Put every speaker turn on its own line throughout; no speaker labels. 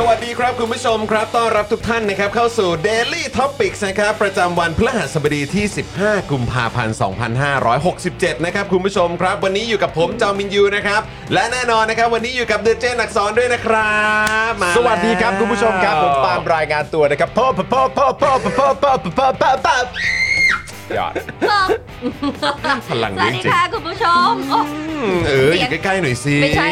สวัสดีครับ คุณผู้ชมครับ ต้อนรับทุกท่านนะครับ เข้าสู่ Daily Topics นะครับ ประจำวันพฤหัสบดีที่ 15 กุมภาพันธ์ 2567 นะครับ คุณผู้ชมครับ วันนี้อยู่กับผมจอมินยูนะครับ และแน่นอนนะครับ วันนี้อยู่กับเดอะเจนอักษรด้วยนะครับมา
สวัสดีครับ
แล้ว
คุณผู้ชมครับ ผมปาล์มรายงานตัวนะครับพ่อพ่อพ่อพ่อพ่อพ่อพ่อพ่อพ่อพ่อย
อด พลัง
ส
จ
วัสดี
ริง
ค่ะคุณผู้ชมโอ้
ๆเอออยู่ใกล้ๆหน่อยสิ
ไม่ใช่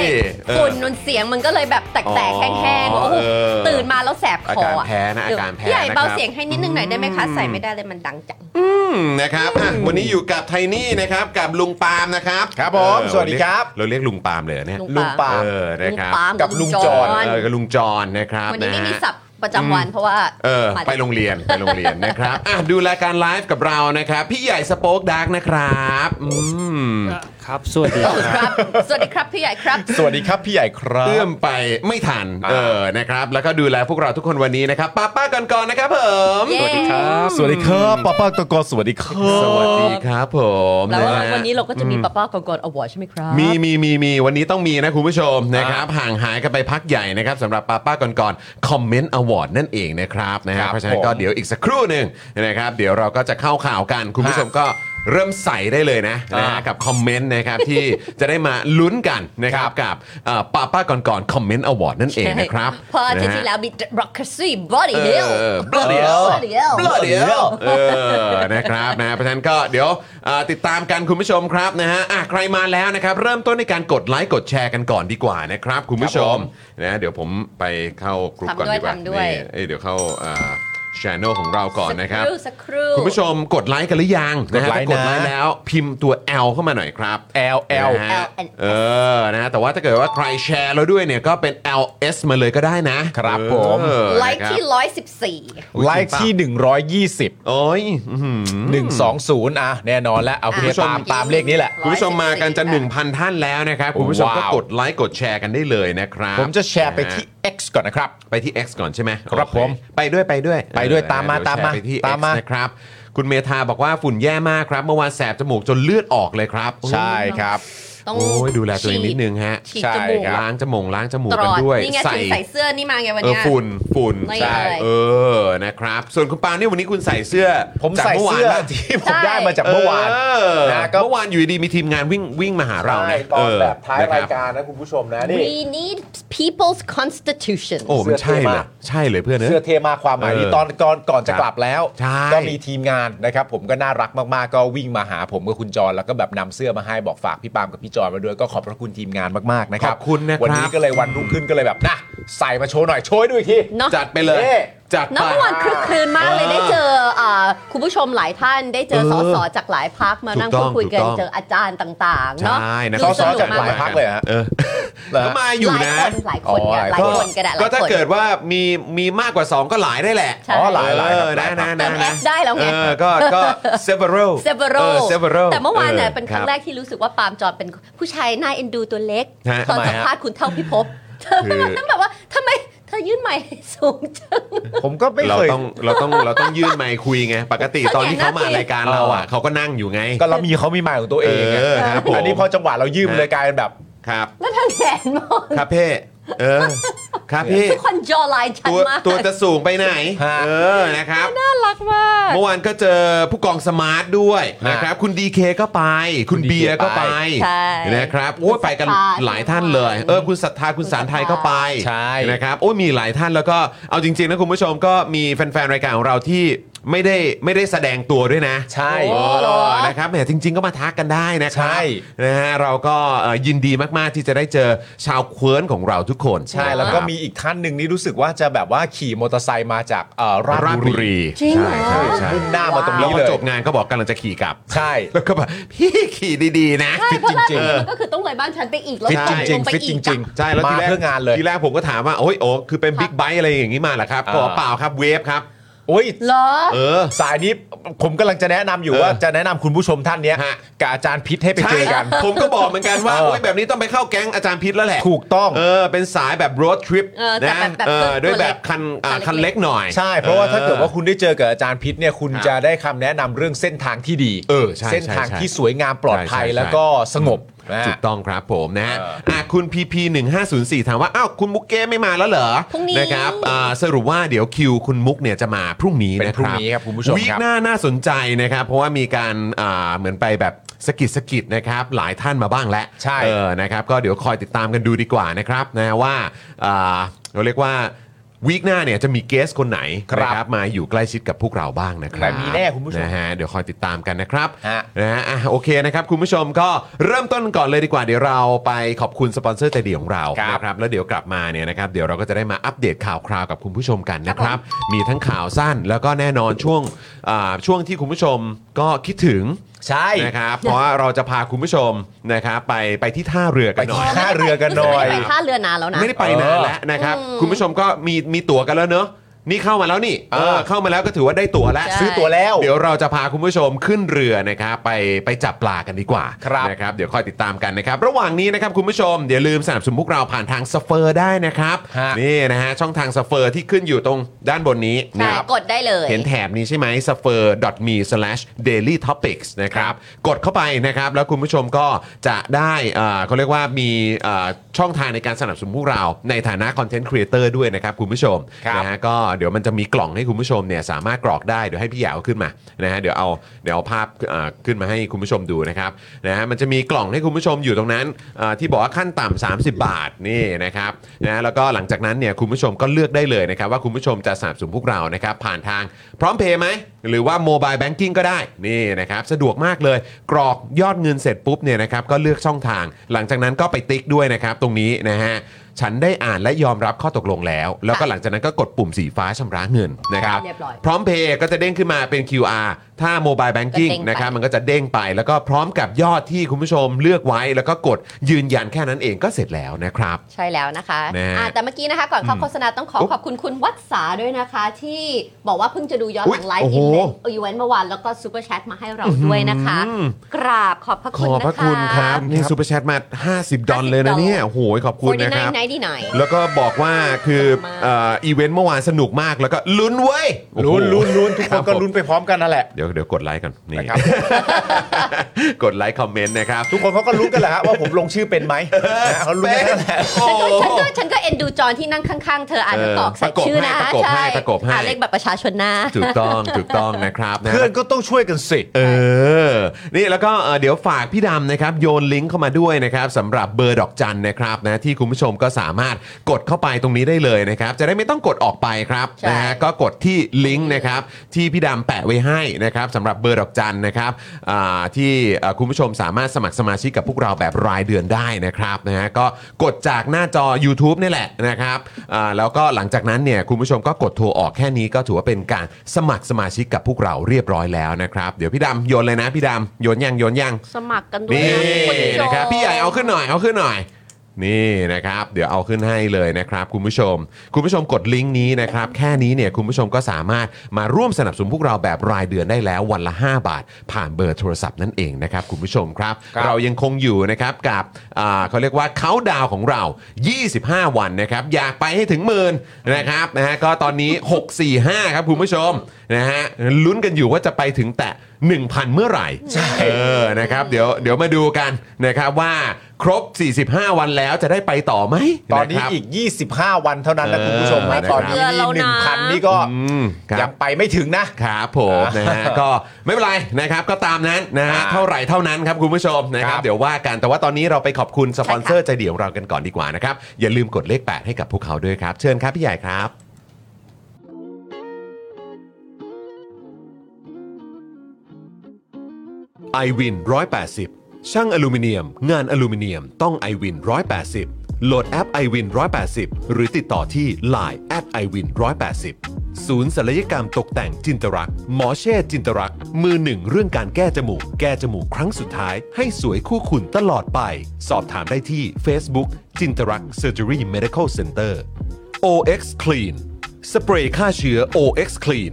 เออ
ฝุ่นนนเสียงมันก็เลยแบบแตกๆแห้งๆ
อ๋อ
โอ้โห
เออ
ตื่นมาแล้วแสบคอ
อาการ
อะ
แพ้นะอาการแพ้
พี่ใหญ่
นะครับ
เบาเสียงให้นิดนึงหน่อยได้ไหมคะ ใส่ไม่ได้เลยมันดังจัง
อืมนะครับอ่ะวันนี้อยู่กับไทนี่นะครับกับลุงปาล์มนะครับ
ครับผม
เออ
สวัสดีครับ
เราเรียกลุงปาล์มเลยเหรอเนี่ย
ลุงปาล์ม
เออ นะครับ
ลุงปาล์ม
กับลุงจอน
เออกับลุงจอนนะครับ
วันนี้ไม่
ะฮะ
มีศัพท์ประจำวันเพราะว่า
เออ
มา
ไปโรงเรียน ไปโรงเรียนนะครับ อ่ะ ดูรายการไลฟ์กับเรานะครับ พี่ใหญ่สป็อคดักนะครับอืม
ครับ สวัสดีครับ
ครับ สวัสดีครับพี่ใหญ่ครับ
สวัสดีครับพี่ใหญ่ครั
เอื้อบ มไปไม่ทัน
อ่า
เออ นะครับ แล้วก็ดูแลพวกเราทุกคนวันนี้นะครับ ป้าป้าก่อนก่อนๆนะครับผม
เย้
สวัสดีครับป้าป้ากกสวัสดีครับ
สวัสดีครับผม
แล้ว
ะฮะ
วันนี้เราก็จะมีป้าป้ากอกอนอวอร์ใช่ไหมครับ
มีมีมีมีวันนี้ต้องมีนะคุณผู้ชมนะครับห่างหายกันไปพักใหญ่นะครับสำหรับป้าป้าก่อนก่อนคอมเมนต์อวอร์ดนั่นเองนะครับนะฮะเพราะฉะนั้นก็เดี๋ยวอีกสักครู่หนึ่งนะครับ เดี๋ยวเราก็จะเข้าข่าวกัน คุณผู้ชมก็เริ่มใส่ได้เลยนะนะฮะกับคอมเมนต์นะครับที่จะได้มาลุ้นกันนะครับกับเอ่อป้าป้าก่อนก่อนคอมเมนต์อวอร์ดนั่นเองนะครับ
เพออาทิตย์ที่แล้วมี Broccoli Body Hill
บลอดเดียว
Bloody Hell
เดียวเออนะครับนะเพราะฉะนั้นก็เดี๋ยวเอ่อติดตามกันคุณผู้ชมครับนะฮะอ่ะใครมาแล้วนะครับ เริ่มต้นในการกดไลค์กดแชร์กันก่อนดีกว่านะครับ คุณผู้ชมนะเดี๋ยวผมไปเข้ากลุ่มก่อนดีกว่า
ทำด้วย
นี่
ทำด้วย
เอ้ยเดี๋ยวเข้าช่องของเราก่อนนะครับ
สักครู่สัก
คุณ
รู่
ผู้ชมกดไลค์กันหรือยังนะฮะ
กดไลค์
ถ้ากดไลค์
นะ
แล้วพิมพ์ตัว L เข้ามาหน่อยครับ
L L
นะฮะ
L and S
เออนะฮะแต่ว่าถ้าเกิดว่าใครแชร์เราด้วยเนี่ยก็เป็น LS มาเลยก็ได้นะครับ
ผม
เออ
ไลค์ที่ร้อยสิบสี่
ไลค์ที่ 120
โอ้ยอื้อหือ
120 อ่ะ แน่นอนแล้วเอา
อ่ะ
เพียตามตามเลขนี้แหละ
คุณผู้ชมมากันจะ 1,000 ท่านแล้วนะครับ คุณผู้ชมก็
ว้าว
กดไลค์กดแชร์กันได้เลยนะครับ
ผมจะแชร์ไปที่ X ก่อนนะครับ
ไปที่ X ก่อนใช่ไหม
ครับ
โอเ
ผม
ไปด้วยไปด้วย
ไปด้วย
เออ
ตามมา
เดี๋ย
ตาว ม
แชร์
มา
ไปที่
ตาม
X
มา
นะครับ คุณเมธาบอกว่าฝุ่นแย่มากครับ เมื่อวานแสบจมูกจนเลือดออกเลยครับ
ใช่ครับ
ต้อง
โอ้ยดูแลตัวเองนิดนึงฮะ
ฉีด
ใช่
จมูก
ครับ
ล้างจมูกล้างจมูก
ตล
กัน
อด
ด้วย
นี่ไงถึงใส่เสื้อนี่มาไงวัน
เออ
เนี้ย
ฝุ่นฝุ่น
ไม่
ใช่
เลย
เออนะครับ ส่วนคุณปาเนี่ยวันนี้คุณใส่เสื้อ
ผม
จาก
ใส่
มื่วาน
เสื้อ
แล้ว
ที่ผมได้มาจากเมื่อวาน
เอ
นะก็
เมื่อวานอยู่ดีๆมีทีมงานวิ่งวิ่งมาหาเรา
ใช่
นะ
ตอน
เ
แบบท้าย
นะค
รา
บ
ยการนะคุณผู้ชมนะนี่
We need people's constitution
โอ้มันใช่เลยใช่เลยเพื่อนเน
เสื้อ
อะ
เทมากความหมายนี่
เออ
ตอนก่อนก่อนจะ
ครับ
กลับแล้ว
ใช่
ก็มีทีมงานนะครับ ผมก็น่ารักมาก ๆ ก็วิ่งมาหาผมกับคุณจรแล้วก็แบบนำเสื้อมาให้บอกฝากพี่ปาล์มกับพี่จรมาด้วยก็ขอบพระคุณทีมงานมาก ๆ นะ
ข
ค
อ
รับบ
คุณนะครับ
วันนี้ก็เลยวันรุ่งขึ้นก็เลยแบบนะใส่มาโชว์หน่อยโชว์ให้ดูอีกที
เนาะ
จัดไปเลย
เอ๊ะ
จัด
นั
ไป
บวันคลึกคลืนมากเลยได้เจออ่าคุณผู้ชมหลายท่านได้เจอ
เออ
สสจากหลายพักมานั่ง
ถูกต้
พูด
อง
คุยกัน
ถูกต้อง
เจออาจารย์ต่างๆเนาะ
ใช่นะ
ดู
ส
ส
ส
นุก
จากหลาย
มาก
พรรคเลยฮะ
เออ
เหรอฮะ
ก็มาอยู่นะ
หลายคนหลายคน
อ๋อ
เนี่ยหลายคนก็ได้หลาย
ก็ถ้า
คน
เกิดว่ามีมีมากกว่า 2 ก็หลายได้แหละ
ใช่อ๋อหลาย
เอ
หลายค
อ
รับหลา
นะ
ยครั
นะ
บ
เติ
นะ
ม F ได้แล้วไง
เออก็ ก็ several
เซเวอร
เออ several
แต่เมื่อวานเนี่ย
ออ
เป็นครั้งแรกที่รู้สึกว่าปาล์มจอนเป็นผู้ชายน่าเอ็นดูตัวเล็ก
ฮะ
ตอน
ทำไม
สัม
ฮะ
ภาษณ์คุณเท่าพิภพเธอ
คือ
นั้นแบบว่าทำไมเธอยื่นไมค์ให้สูงจัง
ผมก็ไม่
เรา
เคย
ต้องเราต้องเราต้องยื่นไมค์คุยไง ปกติตอนที่เขามารายการเราอ่ะเขาก็นั่งอยู่ไง
ก็เรามีเขามีไมค์ของตัวเองไง
เออครับผม
อันนี้พอจังหวะเรายืมเลยกลายเป็นแบบ
ครับ
แล้วเธอแหงมอง
ครับเพ่เออ ครับพี่
ทุกคนจอลายชัด
ตัว
มาก
ตัวจะสูงไปไหน
ฮะ
เออนะครับ
น่ารักมาก
เมื่อวานก็เจอผู้กองสมาร์ทด้วย
ฮะ
นะครับ คุณดีเคก็ไป คุณ
คุณ DK
เบียร์ก็ไป
ใช่
นะครับโอ้ยไปกันหลายท่านเลย เออคุณศรัทธาคุณสารไทยก็ไป
ใช่
นะครับโอ้ยมีหลายท่านแล้วก็เอาจริงๆนะคุณผู้ชมก็มีแฟนๆรายการของเราที่ไม่ได้ไม่ได้แสดงตัวด้วยนะ
ใช่
โอ้ เหรอ
นะครับแหมจริง ๆ ก็มาทักกันได้นะครั
ใช่
นะฮะเราก็เอ่อยินดีมากๆที่จะได้เจอชาวเควิร์นของเราทุกคน
ใช่แล้วก็มีอีกท่านหนึ่งนี่รู้สึกว่าจะแบบว่าขี่มอเตอร์ไซค์มาจากเอ่อรา
รา
ช
ช
บุ
บุรี
รี
จริงเหรอ
ใช่ใช่ใช่
มุ่งหน้ามาตรง
แล้ว
นี้
พ
เล
อย จบงานก็บอกกำลังจะขี่กลับ
ใช่
แล้วก็แบบพี่ขี่ดีๆนะ
ใช่เพราะ
จ
ว่า
ริงๆ
มันก็คือต้องเลยบ้านฉันไปอีกแล้ว
ฟิตจริง
ลงไป
ๆฟิต
อี
จ
ก
ริง
อะ
ๆ
ใช่แล้ว
มา
ทีแรก
เพื่องานเลย
ทีแรกผมก็ถามว่าโอ้ยโอ้คือเป็นบิ๊กไบค์อะไรอย่างนี้มาเหรอครับ
อ่า
ก็บอกเปล่าครับเวฟครับ
โอ้ย
เหรอ
เออ
สายนี้ผมกำลังจะแนะนำอยู่
เออ
ว่าจะแนะนำคุณผู้ชมท่านเนี้ย
ฮะ
กับอาจารย์พิษให้ไปเจอกัน
ใช่ผมก็บอกเหมือนกันว่า
เออ
โอ้ยแบบนี้ต้องไปเข้าแก๊งอาจารย์พิษแล้วแหละ
ถูกต้อง
เออเป็นสายแบบ road trip
เออแต่
นะ
แบบแบบ
เอ
ตั
อ
ว
ด้วยแบบ
เล็ก
คันอ่า
คันเล็ก
คันเล็กหน่อย
ใช่ เพราะว่าถ้าเกิด
อ
ว่า
อ
คุณได้เจอกับอาจารย์พิษเนี่ยคุณ
ครับ
จะได้คำแนะนำเรื่องเส้นทางที่ดี
เออใช่
เส้นทาง
ใช่ใช่
ที่สวยงามปลอดภัย
ใช่ใช่
แล้วก็สงบนะ
ถู
ฮะ
กต้องครับผมนะฮะ
เอออ่
ะคุณ PP 1504 ถามว่า อ้าว คุณมุกเก้ไม่มาแล้วเหรอ
พรุ่งนี้
นะครับอ่าสรุปว่าเดี๋ยวคิวคุณมุกเนี่ยจะมาพรุ่งนี้
เป็น
นะ
พรุ่งนี้ครับคุณผู้ชม
วีค
ครับ
หน้าน่าสนใจนะครับ เพราะว่ามีการอ่าเหมือนไปแบบสะกิดสะกิดนะครับ หลายท่านมาบ้างแล้ว
ใช่
เออนะครับ ก็เดี๋ยวคอยติดตามกันดูดีกว่านะครับนะว่าอ่าเราเรียกว่าวีคหน้าเนี่ยจะมีเกสคนไหน
ครับ
นะมาอยู่ใกล้ชิดกับพวกเราบ้างนะครับ
แต่มีแน่คุณผู้ชม
นะฮะเดี๋ยวคอยติดตามกันนะครับ
ฮะ
นะฮะอ่ะโอเคนะครับ คุณผู้ชมก็เริ่มต้นก่อนเลยดีกว่า เดี๋ยวเราไปขอบคุณสปอนเซอร์ใจดีของเรา
ครับ
นะครับแล้วเดี๋ยวกลับมาเนี่ยนะครับเดี๋ยวเราก็จะได้มาอัปเดตข่าวคราวกับคุณผู้ชมกันนะครับ มีทั้งข่าวสั้นแล้วก็แน่นอนช่วงอ่าช่วงที่คุณผู้ชมก็คิดถึง
ใช่
นะครับเพราะว่าเราจะพาคุณผู้ชมนะครับไปไปที่ท่าเรือ
ไป
กันหน่อย
ที่ท่าเรือกันหน่อย
รู้สึกไม่ได้ไปท่าเรือนานแล้วนะ
ไม่ได้ไปนานแล้วนะครับ
อืม
คุณผู้ชมก็มีมีตั๋วกันแล้วเนอะนี่เข้ามาแล้วนี่เออ
เออ
เข้ามาแล้วก็ถือว่าได้ตั๋วแล้ว
ใช่
ซื้อตัวแล้ว
เดี๋ยวเราจะพาคุณผู้ชมขึ้นเรือนะครับไปไปจับปลากันดีกว่า
ครับ
นะครับ เดี๋ยวคอยติดตามกันนะครับ ระหว่างนี้นะครับคุณผู้ชมอย่าลืมสนับสนุนพวกเราผ่านทางสเฟอร์ได้นะครับ
ฮะ
นี่นะฮะช่องทางสเฟอร์ที่ขึ้นอยู่ตรงด้านบนนี้
ใช่
นะครับ
กดได้เลย
เห็นแถบนี้ใช่ไหม s u f f e r m e d a i l y t o p i c s นะครับ กดเข้าไปนะครับ แล้วคุณผู้ชมก็จะได้เอ่อเขาเรียกว่ามีเอ่อช่องทางในการสนับสนุนพวกเรา ในฐานะคอนเทนต์ครีเอเตอร์ด้วยนะครับ คุณผู้ชม
ครับ
นะฮะก็เดี๋ยวมันจะมีกล่องให้คุณผู้ชมเนี่ยสามารถกรอกได้ เดี๋ยวให้พี่หยาวขึ้นมานะฮะเดี๋ยวเอาเดี๋ยวเอาภาพเอ่อขึ้นมาให้คุณผู้ชมดูนะครับนะฮะมันจะมีกล่องให้คุณผู้ชมอยู่ตรงนั้นเอ่อที่บอกว่าขั้นต่ำ30 บาทนี่นะครับนะแล้วก็หลังจากนั้นเนี่ยคุณผู้ชมก็เลือกได้เลยนะครับ ว่าคุณผู้ชมจะสนับสนุนพวกเรานะครับ ผ่านทางพร้อมเพย์ไหม หรือว่าโมบายแบงกิ้งก็ได้นี่นะครับ สะดวกมากเลย กรอกยอดเงินเสร็จปุ๊บเนี่ยนะครับก็เลือกช่องทาง หลังจากนั้นก็ไปติ๊กด้วยนะครับ ตรงนี้นะฮะ ฉันได้อ่านและยอมรับข้อตกลงแล้ว แล้วก็หลังจากนั้นก็กดปุ่มสีฟ้าชำระเงินนะครับ
เรียบร้อย
พร้อมเพย์ก็จะเด้งขึ้นมาเป็น QR ถ้าโมบายแบงกิ้ง
ก็เด้งไป
นะครับมันก็จะเด้งไป แล้วก็พร้อมกับยอดที่คุณผู้ชมเลือกไว้ แล้วก็กดยืนยันแค่นั้นเองก็เสร็จแล้วนะครับ
ใช่แล้วนะคะ
แน่
อ่ะแต่เมื่อกี้นะคะก่อนเข้า
อืม
โฆษณาต้องขอ
อุ๊บ
ขอบคุณคุณวัดสาด้วยนะคะ ที่บอกว่าเพิ่งจะดูย้อนหลัง
อุ๊ย
ไลฟ์
โอ้
อิน
โห
เวนต์อีเวนต์เมื่อวานแล้วก็ซูเปอร์แชทมาให้เราด้วยนะคะ
อื้อหือ
กราบขอบพระ
ข
คุณ
อบ
นะคะ
พระคุณครับนี่ซูเปอร์แชทมา 50 ดอลเลยนะเนี่ยโอ้โหขอบคุณนะครับ
49 99
แล้วก็บอกว่าคือเอ่ออีเวนต์เมื่อวานสนุกมากแล้วก็ลุ้นเว้ย
ลุ้นลุ้นลุ้นทุก
ค
ค
รั
น
บ
ก็
ผม
ลุ้นไปพร้อมกันนั่นแหละ
เดี๋ยวเดี๋ยวกดไลค์ก่อนนี่
นะครับ
กดไลค์คอมเมนต์นะครับ
ทุกคนเขาก็ลุ้นกันแหละฮะ ว่าผมลงชื่อเป็นไหมนะเขาลุ้นกันนั่นแหละ
โอ้โห
ฉันก็ฉันก็เอ็นดูจอนที่นั่งข้างๆ เธออ่าน
เออ
ตอกใส่ชื่อนะ
ประกบให้ประกบให้
อ่านเลขบัตรประชาชนนะ
ถูกต้องถูกต้องนะครับะ
เพื่อนก็ต้องช่วยกันสิ
เออ นี่แล้วก็เอ่อเดี๋ยวฝากพี่ดำนะครับ โยนลิงก์เข้ามาด้วยนะครับสำหรับเบอร์ดอกจันนะครับนะที่คุณผู้ชมก็ สามารถกดเข้าไปตรงนี้ได้เลยนะครับ จะได้ไม่ต้องกดออกไปครับ
ใช่
นะฮะก็กดที่ลิงก์นะครับที่พี่ดำแปะไว้ให้นะครับสำหรับเบอร์ดอกจันนะครับอ่าที่เอ่อคุณผู้ชมสามารถสมัครสมาชิกกับพวกเราแบบรายเดือนได้นะครับนะฮะก็กดจากหน้าจอ YouTube นี่แหละนะครับอ่าแล้วก็หลังจากนั้นเนี่ยคุณผู้ชมก็กดโทรออกแค่นี้ก็ถือว่าเป็นการสมัครสมาชิกกับพวกเราเรียบร้อยแล้วนะครับเดี๋ยวพี่ดำโยนเลยนะพี่ดำโยนยังโยนยัง
สมัครกันด้วย
นี่
คุณผู้ชม
นะครับพี่ใหญ่เอาขึ้นหน่อยเอาขึ้นหน่อย นี่นะครับ เดี๋ยวเอาขึ้นให้เลยนะครับ คุณผู้ชม คุณผู้ชมกดลิงก์นี้นะครับ แค่นี้เนี่ยคุณผู้ชมก็สามารถมาร่วมสนับสนุนพวกเราแบบรายเดือนได้แล้ววันละ 5 บาท ผ่านเบอร์โทรศัพท์นั่นเองนะครับ คุณผู้ชมครับ
ครับ
เรายังคงอยู่นะครับกับอ่าเขาเรียกว่าเขาดาวของเรา 25 วันนะครับ อยากไปให้ถึงหมื่นนะครับนะฮะก็ตอนนี้ 645 ครับคุณผู้ชมนะฮะลุ้นกันอยู่ว่าจะไปถึงแต่ 1,000 เมื่อไหร่ เออ นะครับ เดี๋ยว เดี๋ยวมาดูกันนะครับว่าครบ 45 วันแล้วจะได้ไปต่อไหม
ตอนนี้
ะครับ
อีก 25 วันเท่านั้นนะ
เออ
คุณผู้ชม
ไม่ถึ
นะ
ง
ตอนนี้
เดือนแล้ว
หนึ่ง
นะ
พันนี่ก็
อืมครับ
ยังไปไม่ถึงนะ
ครับผมนะฮะ ก็ไม่เป็นไรนะครับก็ตามนั้นนะฮะ
อ่า
เท่าไหร่เท่านั้นครับคุณผู้ชมนะค
ครั
รับบ เดี๋ยวว่ากันแต่ว่าตอนนี้เราไปขอบคุณสปอนเซอร์ใจเดียวเรากันก่อนดีกว่านะครับ อย่าลืมกดเลข 8 ให้กับพวกเขาด้วยครับ เชิญครับพี่ใหญ่ครับ i w วิน180 ช่างอลูมิเนียม งานอลูมิเนียมต้อง i w วิน180 โหลดแอป i w วิน180 หรือติดต่อที่ Line at i w วิน180 ศูนย์ศัลยกรรมตกแต่งจินตรัก หมอเช่จินตรัก มือหนึ่งเรื่องการแก้จมูก แก้จมูกครั้งสุดท้าย ให้สวยคู่คุณตลอดไป สอบถามได้ที่ Facebook จินตรัก Surgery Medical Center OX Clean สเปรย์ฆ่าเชื้อ OX Clean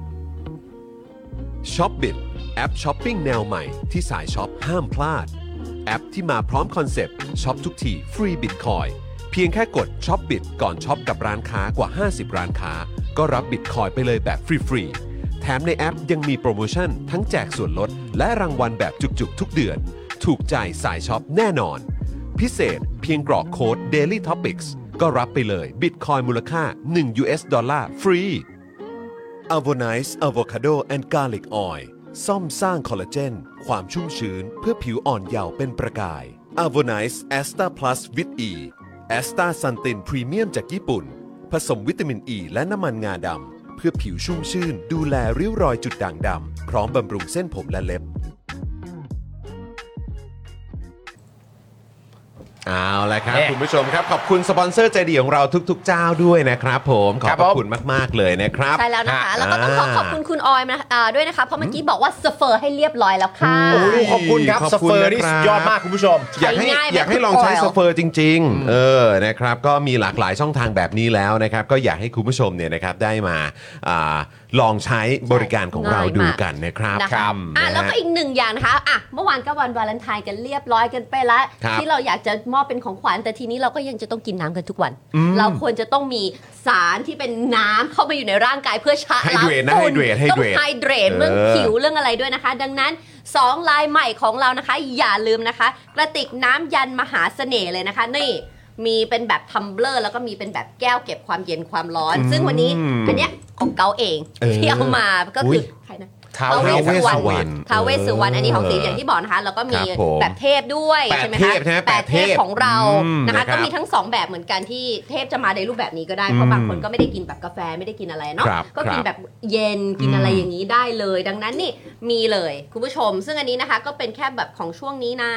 s h o p b i t แอปช้อปปิ้งแนวใหม่ที่สายช็อปห้ามพลาด แอปที่มาพร้อมคอนเซปต์ช็อปทุกที่ฟรีบิตคอยเพียงแค่กด s h o p b i t ก่อนช็อปกับร้านค้ากว่า 50 ร้านค้า ก็รับบิตคอยไปเลยแบบฟรี ๆ แถมในแอปยังมีโปรโมชั่น ทั้งแจกส่วนลด และรางวัลแบบจุก ๆ ทุกเดือน ถูกใจสายช็อปแน่นอน พิเศษเพียงกรอกโค้ด daily topics ก็รับไปเลยบิตคอยมูลค่า 1 US ดอลลาร์ฟรี a v o n i c e Avocado and Garlic Oil ซ่อมสร้างคอลลาเจน ความชุ่มชื้นเพื่อผิวอ่อนเยาว์เป็นประกาย a v o n i c e a s t a Plus with E a s t a s u n t i n Premium จากญี่ปุ่น ผสมวิตามินอ e ีและน้ำมันงาดำ เพื่อผิวชุ่มชื่น ดูแลริ้วรอยจุดด่างดำ พร้อมบำรุงเส้นผมและเล็บ เอาละครับ
เนี่ย
คุณผู้ชมครับ ขอบคุณสปอนเซอร์ใจดีของเราทุก ๆ เจ้าด้วยนะครับผม ขอบ
ครับ
พ
ผ
ระ
ม
คุณมาก ๆ เลยนะครับ
ใช่แล้วนะคะ แล้วก็ต้องขอขอบคุณคุณออยนะคะอ่าด้วยนะคะ เพราะเมื่อกี้บอกว่าสเฟอร์ให้เรียบร้อยแล้วค่ะ
โอ้ย
ขอบคุณครับ
ขอบ
ส
คุณ
เฟอร์นี่
นะครับ
สุดยอดมากคุณผู้ชม
อยากให้
ง่ายแบบ
อยากให้ลองใช้
Oil
สเฟอร์จริง ๆ เออนะครับก็มีหลากหลายช่องทางแบบนี้แล้วนะครับ ก็อยากให้คุณผู้ชมเนี่ยนะครับได้มาอาลองใช้บริการของ
ง่าย
เราดู
มาก
กันนะครับ
นะ
ค
คะ
รับ
อ่ะ
นะ
แล้วก็
ฮะ
อีกหนึ่งอย่างนะคะอ่ะเมื่อวานก็วันวาเลนไทน์กันเรียบร้อยกันไปละ
ครับ
ที่เราอยากจะมอบเป็นของขวัญแต่ทีนี้เราก็ยังจะต้องกินน้ำกันทุกวัน เราควรจะต้องมีสารที่เป็นน้ำเข้าไปอยู่ในร่างกายเพื่อชะล้าง
ไฮเดรตนะ
ฝุ่น
ไฮเดรตไฮ
ต้อ
เดรง ต
ไฮเดรตเรื่อง
เออ
ผิวเรื่องอะไรด้วยนะคะ ดังนั้นสองลายใหม่ของเรานะคะ อย่าลืมนะคะ กระติกน้ำยันมหาเสน่ห์เลยนะคะนี่ มีเป็นแบบทัมเบลอร์แล้วก็มีเป็นแบบแก้วเก็บความเย็นความร้อน ซึ่งวันนี้อันเนี้ยของเกาเองที่เอามาก็คือใครนะ
ท้า
ท้าว
ว
เว
เว
สสุ
สสุ
ว
ว
ร
ร
ร
ร
ณ
ณ
ท้าวเวสสุวรรณอันนี้ของสี
เออ
อย่างที่บอกนะคะ แล้วก็มี
ครับผม
แบบเทพด้วย
แปด
ใช่ไหม
เท
คะ
พใช่ไหม
แปดเทพ
แปดเทพ
ของเรา
อืม
นะคะ
นะครับ
ก็มีทั้งสองแบบเหมือนกันที่เทพจะมาในรูปแบบนี้ก็ได้ เพราะบางคนก็ไม่ได้กินแบบกาแฟไม่ได้กินอะไรเนาะ
ครับ
ก็กิน
ครับ
แบบเย็นกิน
อืม
อะไรอย่างนี้ได้เลย ดังนั้นนี่มีเลยคุณผู้ชม ซึ่งอันนี้นะคะก็เป็นแค่แบบของช่วงนี้นะ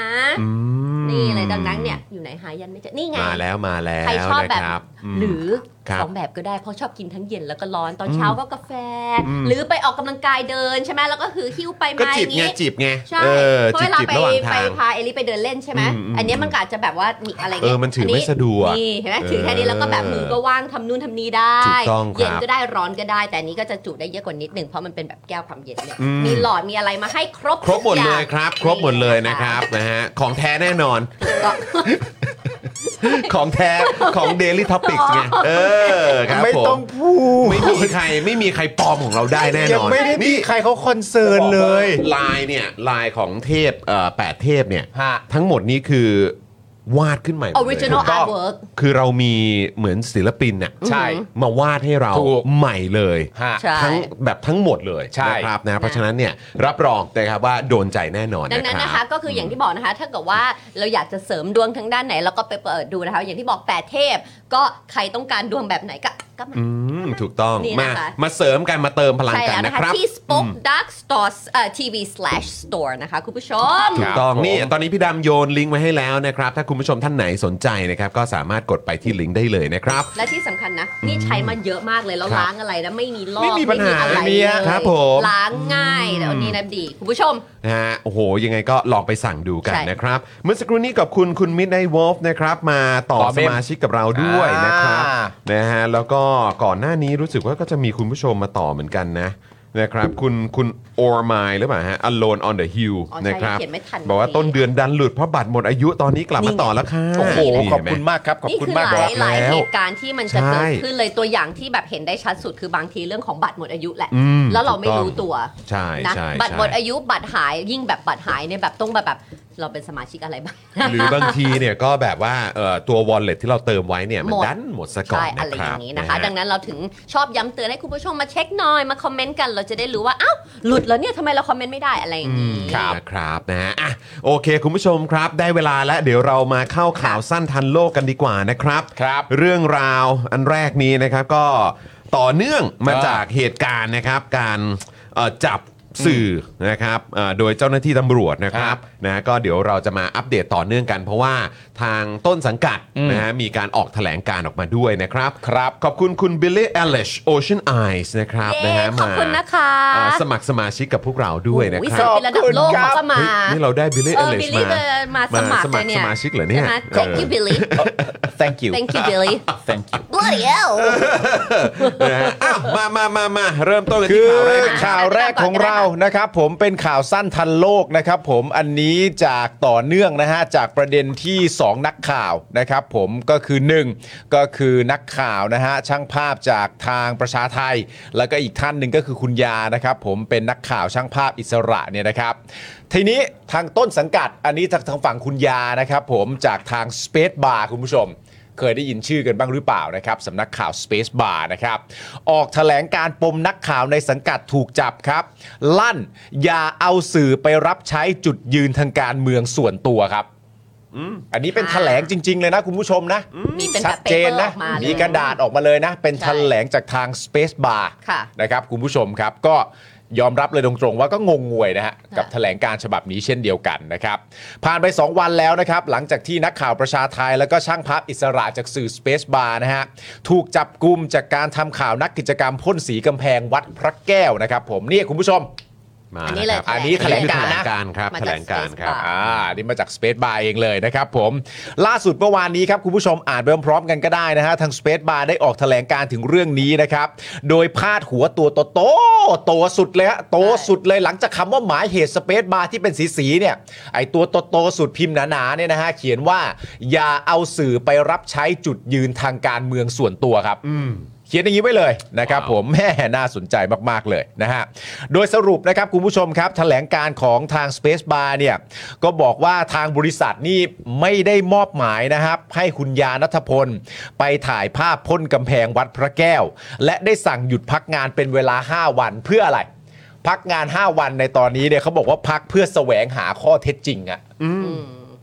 นี่เลยดังนั้นเนี่ยอยู่ไหนหายันไม่เจอนี่ไง
มาแล้วมาแล้ว
ใครชอบแบบ
นะครัอืม
หรือ
ครับ
สองแบบก็ได้เพราะชอบกินทั้งเย็นแล้วก็ร้อนตอนเช้าก็กาแฟ
อืม
หรือไปออกกำลังกายเดินใช่ไหมแล้วก็คือหิ้วไป
ก็
มาอ
จีบ
ย่าง
ไง
นี้
จีบไง
ใช่
เออ
เพราะ
จี
เวลาไป
บจีบ
ระ
หว่าง
ไป
ทาง
พาเอลิไปเดินเล่นใช่ไหม
อืมอืม
อันเนี้ยมันก็อาจจะแบบว่ามีอะไร
เอ
เงี้
อยมันถือไม่สะดวก
นี่เห็นไหม
เออ
ถือแค่นี้แล้วก็แบบมือก็ว่างทำนู่นทำนี่ได้
ถูกต้องครับ
เย็นก็ได้ร้อนก็ได้ แต่อันนี้ก็จะจุได้เยอะกว่านิดหนึ่งเพราะมันเป็นแบบแก้วความเย็นเนี่ย
อืม
มีหลอดมีอะไรมาให้ครบ
ครบหมด
ทุกอ
เล
ย่าง
ยครับ ครบหมดเลยนะครับนะฮะของแท้แน่นอน
ก็
ของแท้ของ Daily Topics ไงเออครับ
ไม่
ผม
ต้องพูด
ไม่มีใครไม่มีใครปลอมของเราได้แน่น
ยัง
อน
ไม่ได้มี
นี่
ใครเขาคอนเซิร์นเลย
ลายเนี่ยลายของเทพเอ่อแปดเทพเนี่ย
ฮะ
ทั้งหมดนี้คือวาดขึ้นใหม่หมด
อ
เล
อย ริจินอล
ถูกต้
อา
อ
ร์
ง
ตเวิร์ก
คือเรามีเหมือนศิลปินน่ะ
ใช่
มาวาดให้เรา
ถูก
ใหม่เลย
ฮะ
ใช่
ทั้งแบบทั้งหมดเลย
ใช่
นะครับนะเพราะฉะนั้นเนี่ยรับรองนะครับว่าโดนใจแน่นอน
ดังนั้น
นะ
นะ
ครั
คะ
บ
ก็คืออย่างที่บอกนะคะ ถ้าเกิดว่าเราอยากจะเสริมดวงทางด้านไหนเราก็ไปเปิดดูนะคะ อย่างที่บอกแปดเทพ ก็ใครต้องการดวงแบบไหนก็ก็มา
อืมถูกต้อง
นี่
มา
นะคะ
มาเสริมกันมาเติมพลัง
ใช่
กัน
แล้ว
นะ
นะคะ
ครับ
ที่ Spoke Dark Store เอ่อ TV slash store นะคะคุณผู้ชม
ถูกต้อง
ครับผม
นี่ตอนนี้พี่ดำโยนลิงก์ไว้ให้แล้วนะครับ ถ้าคุณผู้ชมท่านไหนสนใจนะครับ ก็สามารถกดไปที่ลิงก์ได้เลยนะครับ
และที่สำคัญนะ นี่ใช้มาเยอะมากเลย แล้ว
ครับ
ล้างอะไรนะ ไม่มีลอก
ไม่มีปัญหา
อะไร
ไม่มี
เล
อะ
ย
ครับผม
ล้างง่ายแต่วันนี้นะดี คุณผู้ชม
นะฮะโอ้โห ยังไงก็ลองไปสั่งดูกัน
ใช่
นะครับ เมื่อสักครู่นี้ขอบคุณคุณมิดไนวอลฟ์นะครับมาต่อ
ต่อ
ส
เมม
มาชิกกับเราด้วยนะครับ
อ่า
นะฮะแล้วก็ก่อนหน้านี้รู้สึกว่าก็จะมีคุณผู้ชมมาต่อเหมือนกันนะนะครับ คุณคุณโอร์ไมหรือเปล่าฮะ Alone on the Hill
อ๋อใช่
นะครับ
เขียนไม่ทัน
บอกว่าต้นเดือนดันหลุดเพราะบัตรหมดอายุตอนนี้กลับมาต่อแล้วค่ะ
โอ้โห
นี่
ขอบ
เห็นไหม
คุณมากครับขอบ
นี่
คุณ
คือ
มาก
ห
บอ
ลาก ยหลาย
แล้ว
เหตุการณ์ที่มันจะ
ใช่
เกิดขึ้นเลยตัวอย่างที่แบบเห็นได้ชัดสุดคือบางทีเรื่องของบัตรหมดอายุแหละ
อืม
แล้วเราไม่
ถูกต้อง
รู้ตัว
ใช่
นะ
ใช่
บัตรหมด
ใช่
อายุบัตรหายยิ่งแบบบัตรหายเนี่ยแบบต้องแบบแบบเราเป็นสมาชิกอะไรบ้าง
หรือบางทีเนี่ยก็แบบว่าเอ่อตัว wallet ที่เราเติมไว้เนี่ยมัน
หมด
ดันหมดซะก่อ
ใช่
น
อะไร
นะค
อ
รั
ย่า
บ
งนี้นะคะ
ฮ
ดังนั้นเราถึงชอบย้ำเตือนให้คุณผู้ชมมาเช็คหน่อยมาคอมเมนต์กันเราจะได้รู้ว่าอ้าวหลุดแล้วเนี่ยทำไมเราคอมเมนต์ไม่ได้อะไรอย่างนี้
ครับนะครับนะฮะอ่ะโอเค คุณผู้ชมครับ ได้เวลาแล้วเดี๋ยวเรามาเข้าข่าวสั้นทันโลกกันดีกว่านะครับ
ครับ
เรื่องราวอันแรกนี้นะครับก็ต่อเนื่องมา
อ่า
จากเหตุการณ์นะครับ การเอ่อจับสื่ออนะครับเอ่อโดยเจ้าหน้าที่ตำรวจนะครั
ครับ บ
นะก็เดี๋ยวเราจะมาอัปเดตต่อเนื่องกัน เพราะว่าทางต้นสังกัด
อืม
นะฮะมีการออกแถลงการณ์ออกมาด้วยนะครับ
ครับ
ขอบคุณคุณบิลลี่เอลิชโอเชียนไอส์นะครับ
เย้
นะฮะ
ขอบคุณ
มา
นะคะ
อ่าสมัครสมาชิกกับพวกเราด้วยนะ
โอ้ย
ค
ส
รั
มัเป็
บ
นระดับโลก
ขอบคุณครับ
เขาก็มา
เฮ้ยนี่เราได้บิลลี่
เอ
เอ
อ
ลิ
บิ
ช
ลลี่
มา
เดินมาสมัคร
มาสมัคร
เลยเนี่ย
สมาชิกเหรอเนี่ย
ใช่ไม
เออ
Thank you Billy
thank you
Thank you Billy
thank you
Bloody hell
นะฮะอ้าวมามามามาเริ่มต้นกัน
คื
ที่
อ
ข่าวแรก
ข่าวแรกของเรานะครับ ผมเป็นข่าวสั้นทันโลกนะครับ ผมอันนี้จากต่อเนื่องนะฮะจากประเด็นที่ 2 นักข่าวนะครับ ผมก็คือ 1 ก็คือนักข่าวนะฮะช่างภาพจากทางประชาไทย แล้วก็อีกท่านหนึ่งก็คือคุณยานะครับ ผมเป็นนักข่าวช่างภาพอิสระเนี่ยนะครับ ทีนี้ทางต้นสังกัดอันนี้จากทางฝั่งคุณยานะครับ ผมจากทาง Space Bar คุณผู้ชม เคยได้ยินชื่อกันบ้างหรือเปล่านะครับสำนักข่าว Space Bar นะครับ ออกแถลงการปมนักข่าวในสังกัดถูกจับครับ ลั่นอย่าเอาสื่อไปรับใช้จุดยืนทางการเมืองส่วนตัวครับ อันนี้เป็น
ค่ะ
แถลงจริง ๆ เลยนะคุณผู้ชมนะ
มีเป็นแบบ
ชัดเจนนะ
paper ออกมาเลย
มีกระดาษออกมาเลยนะ เป็น
ใช่
แถลงจากทาง Space Bar
ค่ะ
นะครับคุณผู้ชมครับก็ยอมรับเลยตรงๆว่าก็งงงวยนะฮะ
ค่ะ
กับแถลงการฉบับนี้เช่นเดียวกันนะครับ ผ่านไป 2 วันแล้วนะครับ หลังจากที่นักข่าวประชาไทย แล้วก็ช่างภาพอิสระจากสื่อ Space Bar นะฮะ ถูกจับกลุ่มจากการทำข่าวนักกิจกรรมพ่นสีกำแพงวัดพระแก้วนะครับ ผมเนี่ยคุณผู้ชม
มา
อันนี้เลย
ะครับ
อันนี้แถลงการณ์นะ
แถลงการณ์ครับ
มา
แถ
จาก
ลงการณ์ครับ
Space Bar
อ่านี่มาจาก Space Bar เองเลยนะครับผม ล่าสุดเมื่อวานนี้ครับ คุณผู้ชมอ่านไปพร้อมๆกันก็ได้นะฮะ ทาง Space Bar ได้ออกแถลงการณ์ถึงเรื่องนี้นะครับ โดยพาดหัวตัวโตโตโตสุดเลยฮะโตสุดเลยหลังจากคำว่าหมายเหตุ Space Bar ที่เป็นสีๆเนี่ยไอตัวโตโตสุดพิมพ์หนาๆเนี่ยนะฮะเขียนว่า อย่าเอาสื่อไปรับใช้จุดยืนทางการเมืองส่วนตัวครับ เขียนอย่างนี้ไว้เลยนะครับ
ว้าว
ผม แม่น่าสนใจมาก ๆ เลยนะฮะ โดยสรุปนะครับคุณผู้ชมครับแถลงการของทาง Space Bar เนี่ยก็บอกว่าทางบริษัทนี่ไม่ได้มอบหมายนะครับ ให้คุณยานัทพล ไปถ่ายภาพพ่นกำแพงวัดพระแก้ว และได้สั่งหยุดพักงานเป็นเวลา 5 วันเพื่ออะไร พักงาน 5 วันในตอนนี้เนี่ยเขาบอกว่าพักเพื่อแสวงหาข้อเท็จจริงอะ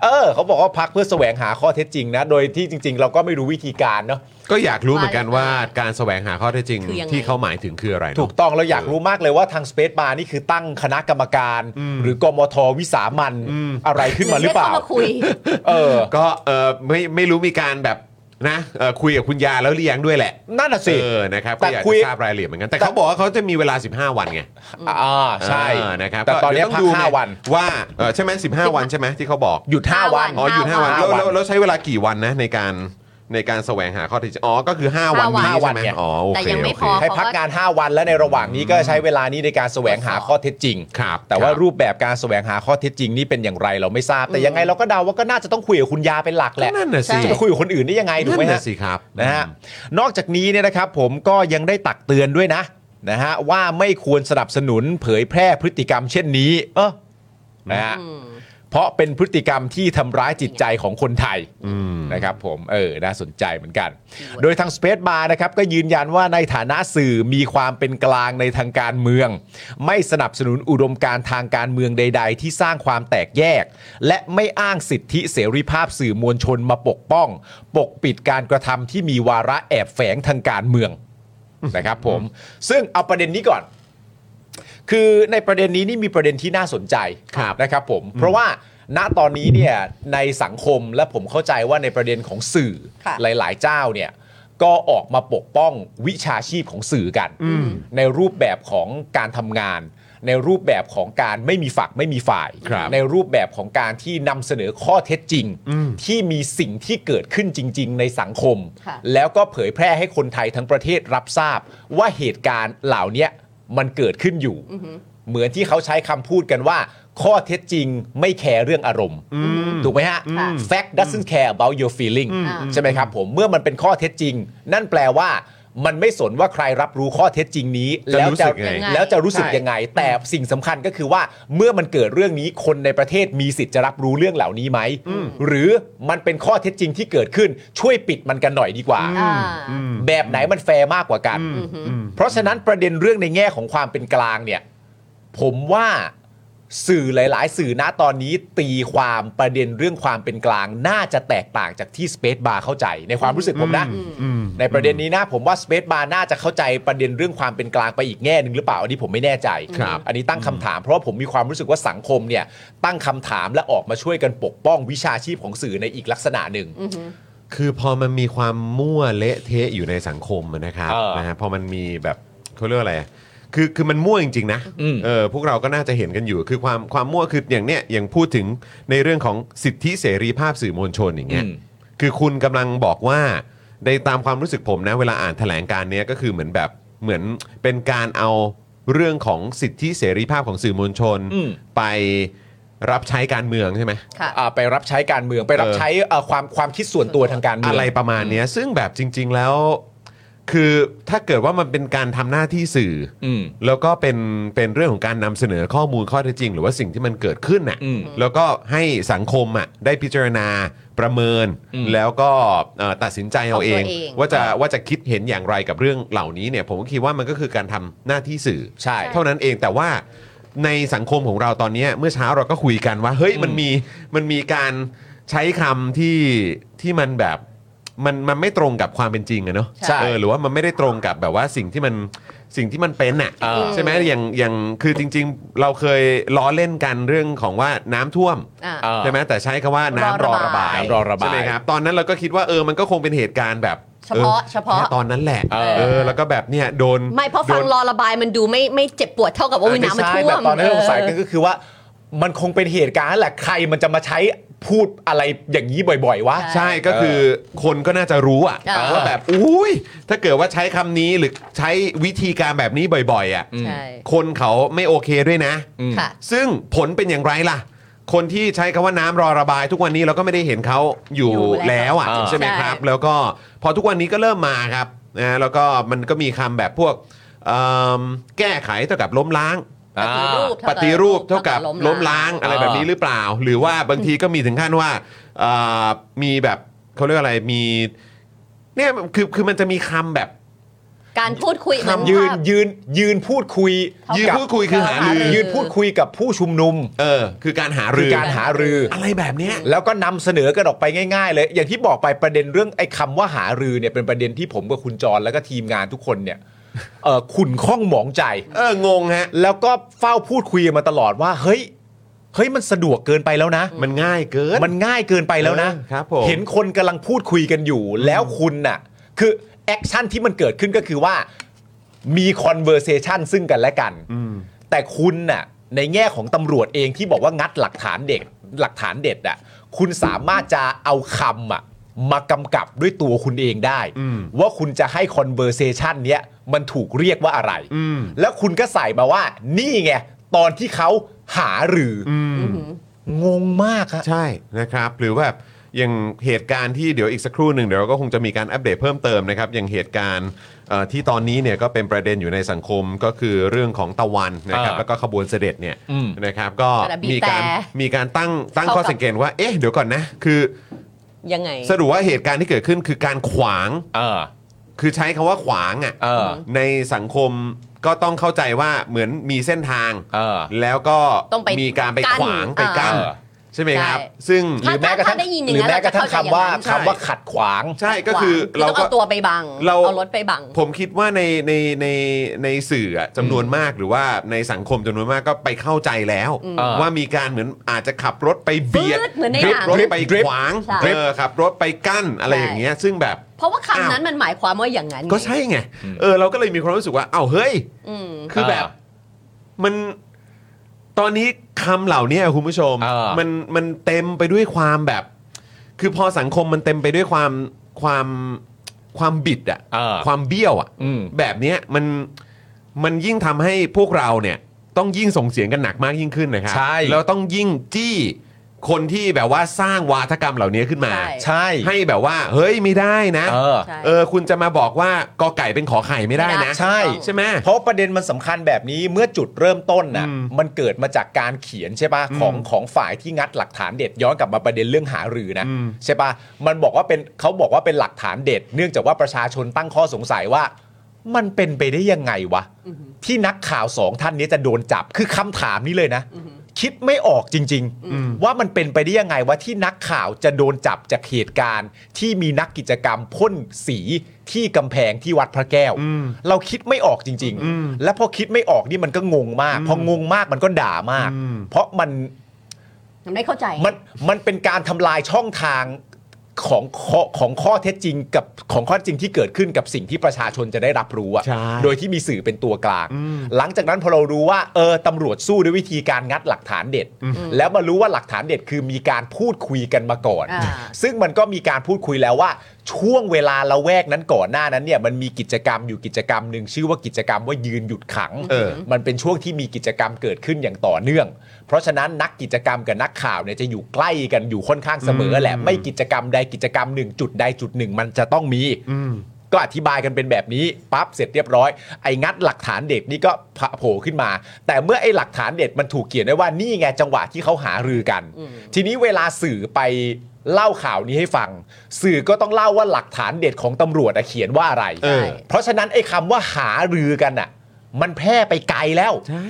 เออเขาบอกว่าพักเพื่อแสวงหาข้อเท็จจริงนะ โดยที่จริง ๆ เราก็ไม่รู้วิธีการเนาะ
ก็อยากรู้เหมือนกันว่าการแสวงหาข้อเท็จจริง
คือยังไง
ที่เขาหมายถึงคืออะไรเนอะ
ถูกต้องเราอยากรู้มากเลยว่าทาง Space Bar นี่คือตั้งคณะกรรมการ หรือกมทวิสามันอะไรขึ้นมาหรือเปล่า
ยกขคุย
เออ
ก็เออไม่ไม่รู้มีการแบบนะเอ่อคุยกับคุณยาแล้วหรือยังด้วยแหละ
นั่นน่ะสิ
เออนะครับ
แต่
ก็อยาก
คุย
จะทราบรายละเอียดเหมือนกันแต่เขาบอกว่าเขาจะมีเวลา 15 วันไง
อ่าใช่
เออนะครับ
แต่ตอนเนี้ย
เดี๋ย
พัก
ดู
ห้า
ไง
วัน
ว่าเออใช่ไหม15 วันใช่ไหมที่เขาบอก
หยุด 5 วัน
ห้าวัน
อ๋อหยุด 5 วัน
ห้า
แล้ว
วัน
แล้วแล้วใช้เวลากี่วันนะในการ ในการแสวงหาข้อเท็จจริงอ๋อก็คือ 5 วันนี้
ห้าวัน
ใช่ไหม
เนี่ย
อ๋อโอเค
แต่ยังไม่
โเค
พอ
ให้พักงาน 5 วันแล้วในระหว่างนี้ก็ใช้เวลานี้ในการแสวงหาข้อเท็จจริง
ครับ
แต่ว่า
คบ
รูปแบบการแสวงหาข้อเท็จจริงนี่เป็นอย่างไรเราไม่ทราบ แต่ยังไงเราก็เดาว่าก็น่าจะต้องคุยกับคุณยาเป็นหลักแหละ
ก็นั่นน่ะสิ
จะไปคุยกับคนอื่นได้ยังไงถูกไหม
นั่น
ฮะ
น่ะสิครับ
นะฮะนอกจากนี้เนี่ยนะครับผมก็ยังได้ตักเตือนด้วยนะนะฮะว่าไม่ควรสนับสนุนเผยแพร่พฤติกรรมเช่นนี้ เออนะฮะ
อืม
เพราะเป็นพฤติกรรมที่ทำร้ายจิตใจของคนไทย
อืม
นะครับผมเออน่าสนใจเหมือนกัน โดยทาง Space Bar นะครับก็ยืนยันว่าในฐานะสื่อมีความเป็นกลางในทางการเมือง ไม่สนับสนุนอุดมการณ์ทางการเมืองใด ๆ ที่สร้างความแตกแยก และไม่อ้างสิทธิเสรีภาพสื่อมวลชนมาปกป้อง ปกปิดการกระทำที่มีวาระแอบแฝงทางการเมือง นะครับผม ซึ่งเอาประเด็นนี้ก่อน คือในประเด็นนี้นี่มีประเด็นที่น่าสนใจ
ครับ
นะครับผม เพราะว่าณตอนนี้เนี่ยในสังคมและผมเข้าใจว่าในประเด็นของสื่อ
ค่ะ
หลายๆ เจ้าเนี่ยก็ออกมาปกป้องวิชาชีพของสื่อกัน ในรูปแบบของการทำงาน ในรูปแบบของการไม่มีฝักไม่มีฝ่าย
ครับ
ในรูปแบบของการที่นำเสนอข้อเท็จจริง ที่มีสิ่งที่เกิดขึ้นจริง ๆ ในสังคม
ค่ะ
แล้วก็เผยแพร่ให้คนไทยทั้งประเทศรับทราบ ว่าเหตุการณ์เหล่าเนี้ยมันเกิดขึ้นอยู่ เหมือนที่เขาใช้คำพูดกันว่า ข้อเท็จจริงไม่แคร์เรื่องอารมณ์ ถูกไหมฮะ
ค่ะ
fact doesn't care about your feeling
อืม
ใช่ไหมครับผมเมื่อมันเป็นข้อเท็จจริง นั่นแปลว่า มันไม่สนว่าใครรับรู้ข้อเท็จจริงนี้
จะ
แล้ว
รู้สึ
จะ
กยังไง
แล้วจะรู้สึก
ใช่
ยังไง แต่สิ่งสำคัญก็คือว่าเมื่อมันเกิดเรื่องนี้คนในประเทศมีสิทธิ์จะรับรู้เรื่องเหล่านี้ไหม หรือมันเป็นข้อเท็จจริงที่เกิดขึ้นช่วยปิดมันกันหน่อยดีกว่า
อ่า
แบบไหนมันแฟร์มากกว่ากัน
อือหือ
เพราะฉะนั้นประเด็นเรื่องในแง่ของความเป็นกลางเนี่ย ผมว่าสื่อหลาย ๆ สื่อนะตอนนี้ตีความประเด็นเรื่องความเป็นกลาง น่าจะแตกต่างจากที่ Space Bar เข้าใจ ในความรู้สึกผมนะ ในประเด็นนี้นะผมว่า Space Bar น่าจะเข้าใจประเด็นเรื่องความเป็นกลางไปอีกแง่หนึ่งหรือเปล่าอันนี้ผมไม่แน่ใจ
ครับ
อันนี้ตั้งคำถามเพราะว่าผมมีความรู้สึกว่าสังคมเนี่ยตั้งคำถามและออกมาช่วยกันปกป้องวิชาชีพของสื่อในอีกลักษณะหนึ่ง
คือพอมันมีความมั่วเละเทะอยู่ในสังคมอะนะครับ
เออ
นะฮะพอมันมีแบบเขาเรียกว่าอะไรคือคือมันมั่วจริงๆนะ
อืม
เออพวกเราก็น่าจะเห็นกันอยู่ คือความความมั่วคืออย่างเนี้ยอย่างพูดถึงในเรื่องของสิทธิเสรีภาพสื่อมวลชนอย่างเงี้ย
อืม
คือคุณกำลังบอกว่าในตามความรู้สึกผมนะเวลาอ่านแถลงการณ์เนี้ยก็คือเหมือนแบบเหมือนเป็นการเอาเรื่องของสิทธิเสรีภาพของสื่อมวลชน ไปรับใช้การเมืองใช่ไหม
ค่ะ
อ่าไปรับใช้การเมืองไปรับ
เออ
ใช้เอ่อความความคิดส่วนตัวทางการเมือง
อะไรประมาณเนี้ยซึ่งแบบจริง ๆ แล้ว คือถ้าเกิดว่ามันเป็นการทำหน้าที่สื่ออ
ม
แล้วก็เป็นเป็นเรื่องของการนำเสนอข้อมูลข้อเท็จจริง หรือว่าสิ่งที่มันเกิดขึ้นน่ะ
อืม
แล้วก็ให้สังคมอ่ะได้พิจารณาประเมิน
อืม
แล้วก็เอ่อตัดสินใจเอาเอง
เอาตัวเอง
ว่าจะว่าจะคิดเห็นอย่างไรกับเรื่องเหล่านี้เนี่ย ผมก็คิดว่ามันก็คือการทำหน้าที่สื่อ
ใช่
เท่านั้นเองแต่ว่าในสังคมของเราตอนเนี้ยเมื่อเช้าเราก็คุยกันว่า เฮ้ยมันมีมันมีการใช้คำที่ที่มันแบบมันมันไม่ตรงกับความเป็นจริงอะเนาะ
ใช่
เออหรือว่ามันไม่ได้ตรงกับแบบว่าสิ่งที่มันสิ่งที่มันเป็นอะ
อ่า
ใช่ไหมอย่างอย่างคือจริง ๆ เราเคยล้อเล่นกันเรื่องของว่าน้ำท่วม
อ่า
อ่า
ใช่ไหมแต่ใช้คำว่าน้ำรอระบาย
น้ำรอระบาย
ใช่ไหมครับตอนนั้นเราก็คิดว่าเออมันก็คงเป็นเหตุการณ์แบบ
เฉพาะ
ออ
เฉพาะ
แค่ตอนนั้นแหละ
เออ
เออแล้วก็แบบเนี่ยโดน
ไม่เพราะฟัง
โดน
รอระบายมันดูไม่ไม่เจ็บปวดเท่ากับว่าอุ๊ยน้ำมัน
ไใช่
ท่วม
แบบตอนนั้นสงสัยกัน
เออ
ก็คือว่า มันคงเป็นเหตุการณ์แหละใครมันจะมาใช้พูดอะไรอย่างนี้บ่อยๆวะ
ใช่
ใช่ก็คือคนก็น่าจะรู้อะ
เออ
ว่าแบบอุ้ยถ้าเกิดว่าใช้คำนี้หรือใช้วิธีการแบบนี้บ่อย ๆอะ
ใช่
คนเขาไม่โอเคด้วยนะ
ค่ะ
ซึ่งผลเป็นอย่างไรล่ะ คนที่ใช้คำว่าน้ำรอระบาย ทุกวันนี้เราก็ไม่ได้เห็นเขาอยู่
อยู่แล้ว
แล้วอะ
อ่า
ใช่ไหม
ใช่
ครับ แล้วก็พอทุกวันนี้ก็เริ่มมาครับนะแล้วก็มันก็มีคำแบบพวกเอิ่มแก้ไขเท่ากับล้มล้าง
ป
อ่า
ฏิรูปเท่ากับ
ปฏิรูปเท่ากับล้มล้าง
ล้มล้าง
อะไรแบบนี้หรือเปล่า หรือว่าบางทีก็มีถึงขั้นว่าเอ่อมีแบบเขาเรียกอะไรมีเนี่ยคือคือมันจะมีคำแบบ
การพูดคุยมัน
คำยืนยืนยืนพูดคุย
ยืน
กับ
พูดคุยคือหารือ
ยืนพูดคุยกับผู้ชุมนุม
เออคือการหา
คื
รือ อ
การหารือ
อะไรแบบเนี้ย
แล้วก็นำเสนอกันออกไปง่ายๆ เลย อย่างที่บอกไปประเด็นเรื่องไอ้คำว่าหารือเนี่ยเป็นประเด็นที่ผมกับคุณจรแล้วก็ทีมงานทุกคนเนี่ยเอ่อขุนข้องหมองใจ
เอองงฮะ
แล้วก็เฝ้าพูดคุยกันมาตลอดว่าเฮ้ยเฮ้ยมันสะดวกเกินไปแล้วนะ
มันง่ายเกิน
มันง่ายเกินไปแล้วนะ
เออครับผม
เห็นคนกำลังพูดคุยกันอยู่ แล้วคุณน่ะ คือแอคชั่นที่มันเกิดขึ้นก็คือว่า มีคอนเวอร์เซชันซึ่งกันและกัน แต่คุณน่ะ ในแง่ของตำรวจเองที่บอกว่างัดหลักฐานเด็ก หลักฐานเด็ดอ่ะ คุณสามารถจะเอาคำอ่ะ มากำกับด้วยตัวคุณเองได้ ว่าคุณจะให้คอนเวอร์เซชันเนี้ยมันถูกเรียกว่าอะไร แล้วคุณก็ใส่มาว่า นี่ไง ตอนที่เขาหาหรือองงมากฮะ
ใช่นะครับหรือว่าอย่างเหตุการณ์ที่เดี๋ยวอีกสักครู่หนึ่งเดี๋ยวเราก็คงจะมีการอัปเดตเพิ่มเติมนะครับอย่างเหตุการณ์เอ่อที่ตอนนี้เนี่ยก็เป็นประเด็นอยู่ในสังคมก็คือเรื่องของตะวันนะครับ
อ่า
แล้วก็ขบวนเสด็จเนี่ย
อืม
นะครับก็
แต่บีบ
มีการ
แต่
มีการตั้งตั้งข้อ
เข้ากับ
สังเกตว่าเอ๊ะเดี๋ยวก่อนนะคือ
ยังไง
สรุปว่าเหตุการณ์ที่เกิดขึ้นคือการขวาง
เออ
คือใช้คำว่าขวางอ่ะ
เออ
ในสังคมก็ต้องเข้าใจว่าเหมือนมีเส้นทาง
เออ
แล้วก็
ต้องไป
มีการไป
กั้น
ขวางไปกั้น
เออ
ใช่ไหมครับ
ใช่
ซึ่ง
หรือแม้กระทั่ง
ถ้าได้ยินอย่าง
ห
นั้
รื
น
แม้กระทั่งคำว่า
เราจะเข้าใจอย่างนั้น
คำว่าขัดขวาง
ใช่ก็คือ
เรา
เรา
ต้อง
ก็
เอาตัวไปบัง
เรา
เอารถไปบัง
ผมคิดว่าในในในในสื่ออะจำนวนมากหรือว่าในสังคมจำนวนมากก็ไปเข้าใจแล้ว
เออ
ว่ามีการเหมือนอาจจะขับรถไปเบียด
ฟืดเหมือนในหนัง
ขับรถไป
ดริฟต์
ขวาง
ใช่
เออขับรถไปกั้นอะไรอย่างเงี้ย ซึ่งแบบ
เพราะว่า
อ้าว
คำนั้นมันหมายความว่าอย่างนั้น
ก็ใช่ไงเออเราก็เลยมีความรู้สึกว่าเอ้าเฮ้ย
อืม
คือแบบ มันตอนนี้คำเหล่านี้คุณผู้ชม
เออ
มันมันเต็มไปด้วยความแบบ คือพอสังคมมันเต็มไปด้วยความความความบิดอะ
เออ
ความเบี้ยวอะ
อืม
แบบเนี้ยมันมันยิ่งทำให้พวกเราเนี่ย ต้องยิ่งส่งเสียงกันหนักมากยิ่งขึ้นนะครั
ใช่
แล้วต้องยิ่งจี้คนที่แบบว่าสร้างวาทกรรมเหล่านี้ขึ้นมา
ใช่
ใช่
ให้แบบว่า เฮ้ยไม่ได้นะ
เออ
ใช่
เออ คุณจะมาบอกว่ากอไก่เป็นขอไข่ไม่ได้
ไม่ได้
นะ
ใช่
ใช่ไหม
เพราะประเด็นมันสำคัญแบบนี้เมื่อจุดเริ่มต้นน่ะ
อืม
มันเกิดมาจากการเขียนใช่ปะของของฝ่ายที่งัดหลักฐานเด็ดย้อนกลับมาประเด็นเรื่องหารือนะ
อืม
ใช่ปะมันบอกว่าเป็นเขาบอกว่าเป็นหลักฐานเด็ด เนื่องจากว่าประชาชนตั้งข้อสงสัยว่า มันเป็นไปได้ยังไงวะ ที่นักข่าวสองท่านนี้จะโดนจับคือคำถามนี้เลยนะ คิดไม่ออกจริง ๆ ว่ามันเป็นไปได้ยังไงว่าที่นักข่าวจะโดนจับจากเหตุการณ์ ที่มีนักกิจกรรมพ่นสีที่กำแพงที่วัดพระแก้ว เราคิดไม่ออกจริง ๆ และพอคิดไม่ออกนี่มันก็งงมาก พองงมากมันก็ด่ามาก เพราะมัน
มันไม่เข้าใจ
มันมันเป็นการทำลายช่องทางของข้อของข้อเท็จจริงกับของข้อเท็จจริงที่เกิดขึ้นกับสิ่งที่ประชาชนจะได้รับรู้อะ
ใช่
โดยที่มีสื่อเป็นตัวกลาง หลังจากนั้นพอเรารู้ว่าเออตำรวจสู้ด้วยวิธีการงัดหลักฐานเด็ด แล้วมารู้ว่าหลักฐานเด็ดคือมีการพูดคุยกันมาก่อน
อ่า
ซึ่งมันก็มีการพูดคุยแล้วว่า ช่วงเวลาละแวกนั้นก่อนหน้านั้นเนี่ยมันมีกิจกรรมอยู่กิจกรรมหนึ่งชื่อว่ากิจกรรมว่ายืนหยุดขัง
เออ
มันเป็นช่วงที่มีกิจกรรมเกิดขึ้นอย่างต่อเนื่อง เพราะฉะนั้นนักกิจกรรมกับนักข่าวเนี่ยจะอยู่ใกล้กันอยู่ค่อนข้างเสมอแหละไม่กิจกรรมใดกิจกรรมหนึ่งจุดใดจุดหนึ่งมันจะต้องมี ก็อธิบายกันเป็นแบบนี้ปั๊บเสร็จเรียบร้อย ไอ้งัดหลักฐานเด็ดนี่ก็โผล่ขึ้นมา แต่เมื่อไอ้หลักฐานเด็ดมันถูกเขียนไว้ว่านี่ไงจังหวะที่เขาหารือกัน ทีนี้เวลาสื่อไปเล่าข่าวนี้ให้ฟัง สื่อก็ต้องเล่าว่าหลักฐานเด็ดของตำรวจอะเขียนว่าอะไร
เออ
เพราะฉะนั้นไอ้คำว่าหารือกันอ่ะ มันแพร่ไปไกลแล้ว
ใช่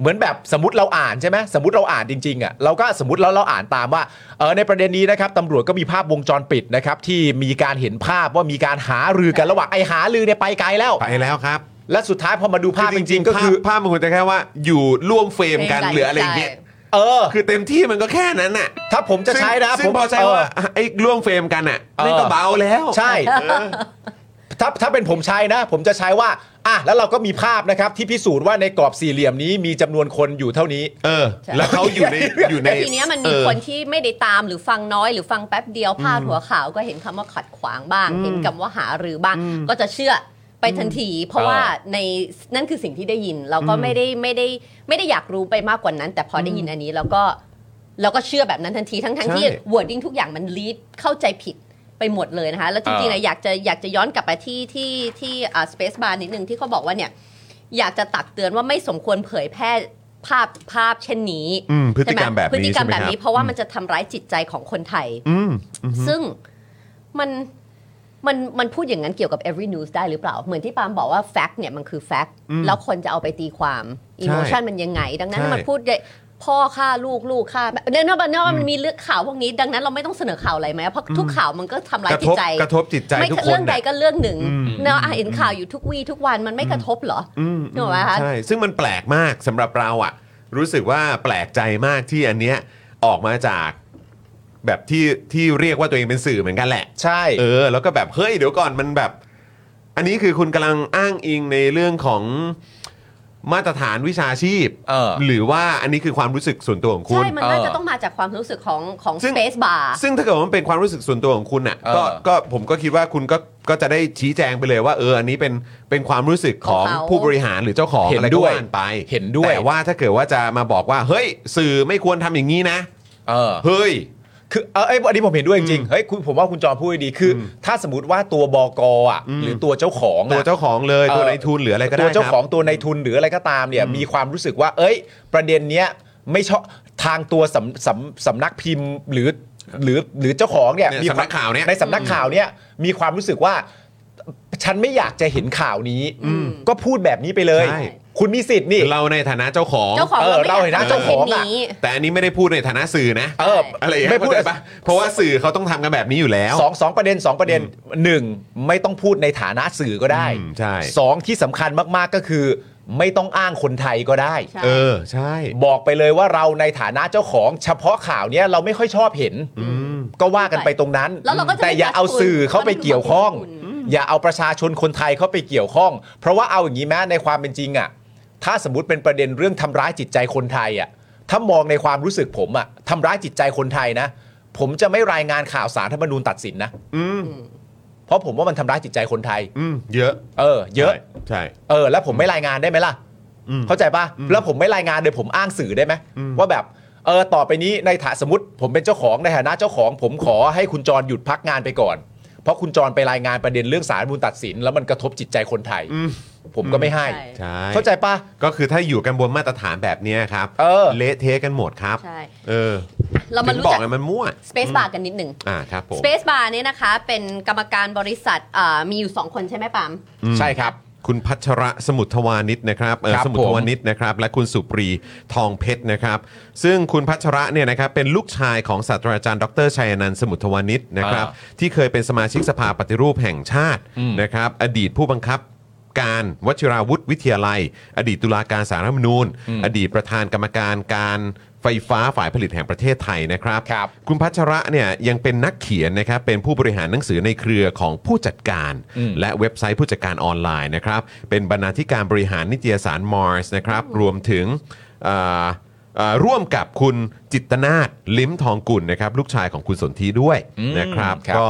เหมือนแบบสมมติเราอ่านใช่ไหมสมมติเราอ่านจริงๆอ่ะเราก็สมมติแล้วเราอ่านตามว่าเออในประเด็นนี้นะครับตำรวจก็มีภาพวงจรปิดนะครับที่มีการเห็นภาพว่ามีการหารือกันระหว่างไอ้หารือเนี่ยไปไกลแล้ว
ไปแล้วครับ
และสุดท้ายพอมาดูภาพจริง ๆ ก็
ภาพ
คือ
ภาพมันควรจะแค่ว่าอยู่ร่วมเฟรมกัน
ใช่
หรืออะไรอย่างเงี้ย
ใช่
เออ
คือเต็มที่มันก็แค่นั้นน่ะ
ถ้าผมจะใช้นะ
ซึ่งซึ่
ผม
งพอใช้
เออ
ว่าไอ้ร่วมเฟรมกันน่ะ
เออ
นี่ก็เบาแล้ว
ใช่ ถ้าถ้าเป็นผมใช้นะ ผมจะใช้ว่าอ่ะแล้วเราก็มีภาพนะครับที่พิสูจน์ว่าในกรอบสี่เหลี่ยมนี้มีจำนวนคนอยู่เท่านี้
เออ แล้วเขา อยู่ในอยู่ใน
แต่ทีเนี้ยมันมี
เออ
คนที่ไม่ได้ตามหรือฟังน้อยหรือฟังแป๊บเดียวพลาดหัวข่าวก็เห็นคำว่าขัดขวางบ้าง เห็นคำว่าหารือบ้าง ก็จะเชื่อไปทันที เพราะว่าในนั่นคือสิ่งที่ได้ยินเราก็ไม่ได้ไม่ได้ไม่ได้อยากรู้ไปมากกว่านั้น แต่พอได้ยินอันนี้เราก็เราก็เชื่อแบบนั้นทันทีทั้งทั้ง
ใช่
ที่วอร์ดิ้งทุกอย่างมันลีดเข้าใจผิดไปหมดเลยนะคะแล้วจริงๆนะอยากจะอยากจะย้อนกลับไปที่ที่ที่อ่าสเปซบาร์นิดนึงที่เขาบอกว่าเนี่ย อยากจะตักเตือนว่าไม่สมควรเผยแพร่ภาพภาพเช่นนี้
อืมพฤติกรรม
ใช่ไห
แบบนี้
พฤติกรรม
ใช่ไหม
แบบ
ครับ
นี้เพราะว่ามันจะทำร้ายจิตใจของคนไทย
อืมอืม
ซึ่งมันมันมันพูดอย่างนั้นเกี่ยวกับ every news ได้หรือเปล่า เหมือนที่ปาล์มบอกว่า fact เนี่ยมันคือ fact แล้วคนจะเอาไปตีความ emotion มันยังไง ดังนั้น
ใช่
มันพูดได้พ่อฆ่าลูกลูกฆ่าแม่เนี่ยเนอะเนอะมันมีเรื่องข่าวพวกนี้ ดังนั้นเราไม่ต้องเสนอข่าวอะไรไหมเพราะทุกข่าวมันก็ทำร้าย
กระ
จิ
ท
ต
บ
ใจ
กระทบจิตใจ
ไม่
ทุกค
เรื่
น
องใด
น่ะ
ก็เรื่องหนึ่ง
อืม
เนาะอ่ะเห็นข่าวอยู่ทุกวี่ทุกวันมันไม่กระทบเหรอ
อืม
ถูกไหมคะ
ใช่ซึ่งมันแปลกมากสำหรับเราอ่ะ รู้สึกว่าแปลกใจมากที่อันเนี้ยออกมาจากแบบที่ที่เรียกว่าตัวเองเป็นสื่อเหมือนกันแหละ
ใช่
เออแล้วก็แบบเฮ้ยเดี๋ยวก่อนมันแบบ อันนี้คือคุณกำลังอ้างอิงในเรื่องของ มาตรฐานวิชาชีพ
เออ
หรือว่าอันนี้คือความรู้สึกส่วนตัวของคุณ
ใช่ มันน่า
เออ
จะต้องมาจากความรู้สึกของของ
ซึ่ง
Space Bar
ซึ่งถ้าเกิดว่ามันเป็นความรู้สึกส่วนตัวของคุณน่ะ
เออ
ก็ก็ผมก็คิดว่าคุณก็ก็จะได้ชี้แจงไปเลยว่าเอออันนี้เป็นเป็นความรู้สึกของ
ของเขา
ผู้บริหารหรือเจ้าของ
เห็น
อะไร
ด้
ก็
วย
ว่ากันไป
เห็นด้วย
แต่ว่าถ้าเกิดว่าจะมาบอกว่าเฮ้ยสื่อไม่ควรทำอย่างนี้นะ
เออ
เฮ้ย
คือเออไอ้ยอันนี้ผมเห็นด้วยจริงๆเฮ้ยคุณผมว่าคุณจอมพูดดีคือ ถ้าสมมติว่าตัวบกอ่ะ
อืม
หรือตัวเจ้าของ
ตัว
อะ
เจ้าของเลย
เออ
ตัวในทุนหรืออะไรก็ได้
ตัวเจ้า
ครับ
ของตัวในทุนหรืออะไรก็ตามเนี่ยมีความรู้สึกว่า เอ้ย ประเด็นเนี้ยไม่ชอบทางตัวสำสำสำนักพิมพ์หรือหรือหรือเจ้าของเนี่ย
เนี่ย
มี
สำนักข่าวเนี่ย
ในสำนักข่าวเนี่ยมีความรู้สึกว่า ฉันไม่อยากจะเห็นข่าวนี้ก็พูดแบบนี้ไปเลย
ใช่
คุณมีสิทธิ์นี่
เราในฐานะเจ้าของ
เจ้าของ
เออ
เราไม่อยาก
เราเห็นนะเจ้าของอะ
ห็นนี้
แต่อันนี้ไม่ได้พูดในฐานะสื่อนะ
เออ
อะไรอย่างเงี้ย
ไม่พูด
เข้าใจปะเพราะว่าสื่อเขาต้องทำกันแบบนี้อยู่แล้ว
สองสองประเด็นสองประเด็นหนึ่งไม่ต้องพูดในฐานะสื่อก็ได้
อืมใช่
สองที่สำคัญมาก ๆ ก็คือ ไม่ต้องอ้างคนไทยก็ได้
ใช่
เออใช่
บอกไปเลยว่าเราในฐานะเจ้าของเฉพาะข่าวเนี้ยเราไม่ค่อยชอบเห็น ก็ว่ากันไปตรงนั้น
แล้วเราก็จะ
แต่อย่าเอาสื่อเข้าไปเกี่ยวข้อง
มันคือความเป็นคุณ
อย่าเอาประชาชนคนไทยเข้าไปเกี่ยวข้อง เพราะว่าเอาอย่างนี้แม้ในความเป็นจริงอ่ะถ้าสมมติเป็นประเด็นเรื่องทำร้ายจิตใจคนไทยอ่ะถ้ามองในความรู้สึกผมอ่ะทำร้ายจิตใจคนไทยนะ ผมจะไม่รายงานข่าวสารธรรมนูญตัดสินนะเพราะผมว่ามันทำร้ายจิตใจคนไทย
อืมเยอะ
เออ เยอะ
ใช่
เออแล้วผมไม่รายงานได้ไหมล่ะ
อืม
เข้าใจป่ะ แล้วผมไม่รายงานโดยผมอ้างสื่อได้ไหมว่าแบบเออต่อไปนี้ในฐานสมมติ ผมเป็นเจ้าของในฐานะเจ้าของ ผมขอให้คุณจรหยุดพักงานไปก่อน เพราะคุณจรไปรายงานประเด็นเรื่องสารมูลตัดสิน แล้วมันกระทบจิตใจคนไทย
อืม
ผมก็ไม่ให้
ใช่
ใช่
เข้าใจป่ะ
ก็คือถ้าอยู่กันบนมาตรฐานแบบเนี้ยครับ
เออ
ละเทะกันหมดครับ
ใช่
เออ
เรามา
ถึง
รู้
บอก
จัก
ไงมันมั่ว
Space Bar กันนิดหนึ่ง
อ่าครับผม
Space Bar เนี่ยนะคะเป็นกรรมการบริษัทอ่ามีอยู่ 2 คนใช่ไหมปาล์ม
ใช่ครับ
คุณพัชระสมุทรวานิชนะครับเออ
ครับ
สมุทรวานิชนะครับ และคุณสุปรีทองเพชรนะครับ ซึ่งคุณพัชระเนี่ยนะครับเป็นลูกชายของศาสตราจารย์ดรชัยอนันต์สมุทรวานิชนะครับ
อ่
ที่เคยเป็นสมาชิกสภาปฏิรูปแห่งชาติ
อืม
นะครับ อดีตผู้บังคับการวชิราวุธวิทยาลัย อดีตตุลาการสารรัฐธรรมนูญ อดีตประธานกรรมการการไฟฟ้าฝ่ายผลิตแห่งประเทศไทยนะครับ
ครับ
คุณพัชระเนี่ยยังเป็นนักเขียนนะครับเป็นผู้บริหารหนังสือในเครือของผู้จัดการ
อืม
และเว็บไซต์ผู้จัดการออนไลน์นะครับ เป็นบรรณาธิการบริหารนิตยสาร Mars นะครับ รวมถึงเอ่อเอ่อร่วมกับคุณจิตนาถลิ้มทองกุลนะครับ ลูกชายของคุณสนธิด้วย
อืม
นะครับ
ครับ
ก็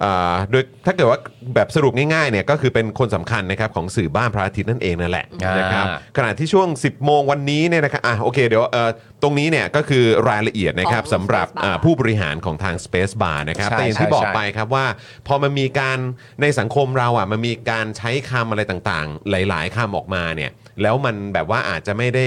เอ่อโดยถ้าเกิดว่าแบบสรุปง่ายๆเนี่ยก็คือเป็นคนสำคัญนะครับของสื่อบ้านพระอาทิตย์นั่นเองนั่นแหละ
อ่าน
นะครับขณะที่ช่วง 10 โมงวันนี้เนี่ยนะครับอ่ะโอเคเดี๋ยวเอ่อตรงนี้เนี่ยก็คือรายละเอียดนะครับ
ของ
สำหรับ
Space Bar
อ่าผู้บริหารของทาง Space Bar นะครับ
ใช่
แต่อย่างที่
ใช่
บอก
ใช่
ไปครับว่า พอมันมีการในสังคมเราอ่ะมันมีการใช้คำอะไรต่างๆ หลายๆคำออกมาเนี่ยแล้วมันแบบว่าอาจจะไม่ได้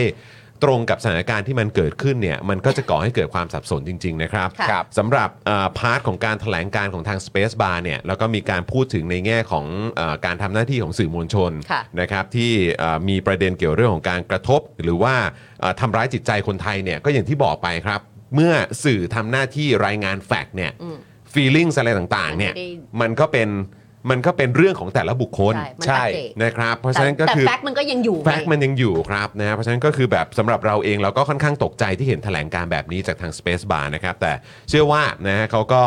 ตรงกับสถานการณ์ที่มันเกิดขึ้นเนี่ยมันก็จะก่อให้เกิดความสับสนจริง ๆ นะครับ
ค่ะ
ครับ
สำหรับเอ่อพาร์ทของการถแถลงการของทาง Space Bar เนี่ยแล้วก็มีการพูดถึงในแง่ของเออการทำหน้าที่ของสื่อมวลชน
ค่ะ
นะครับที่เอ่อมีประเด็นเกี่ยวเรื่องของการกระทบ หรือว่าเอ่อทำร้ายจิตใจคนไทยเนี่ยก็อย่างที่บอกไปครับ เมื่อสื่อทำหน้าที่รายงานแฟกต์เนี่ย
อืม
ฟีลิ่งอะไรต่างๆเนี่ย
มันไม่ได้
มันก็เป็นมันก็เป็นเรื่องของแต่ละบุคคล
ใช่มัน
ใช่
ตัดเด็ก
นะครับ เพราะ
แต่
ฉะนั้นก็
แต่
คือ
แฟกต์มันก็ยังอยู่
แฟกต์มันยังอยู่ครับนะฮะเพราะฉะนั้นก็คือแบบสำหรับเราเองเราก็ค่อนข้างตกใจที่เห็นแถลงการแบบนี้จากทาง Space Bar นะครับ แต่เชื่อว่านะฮะเขาก็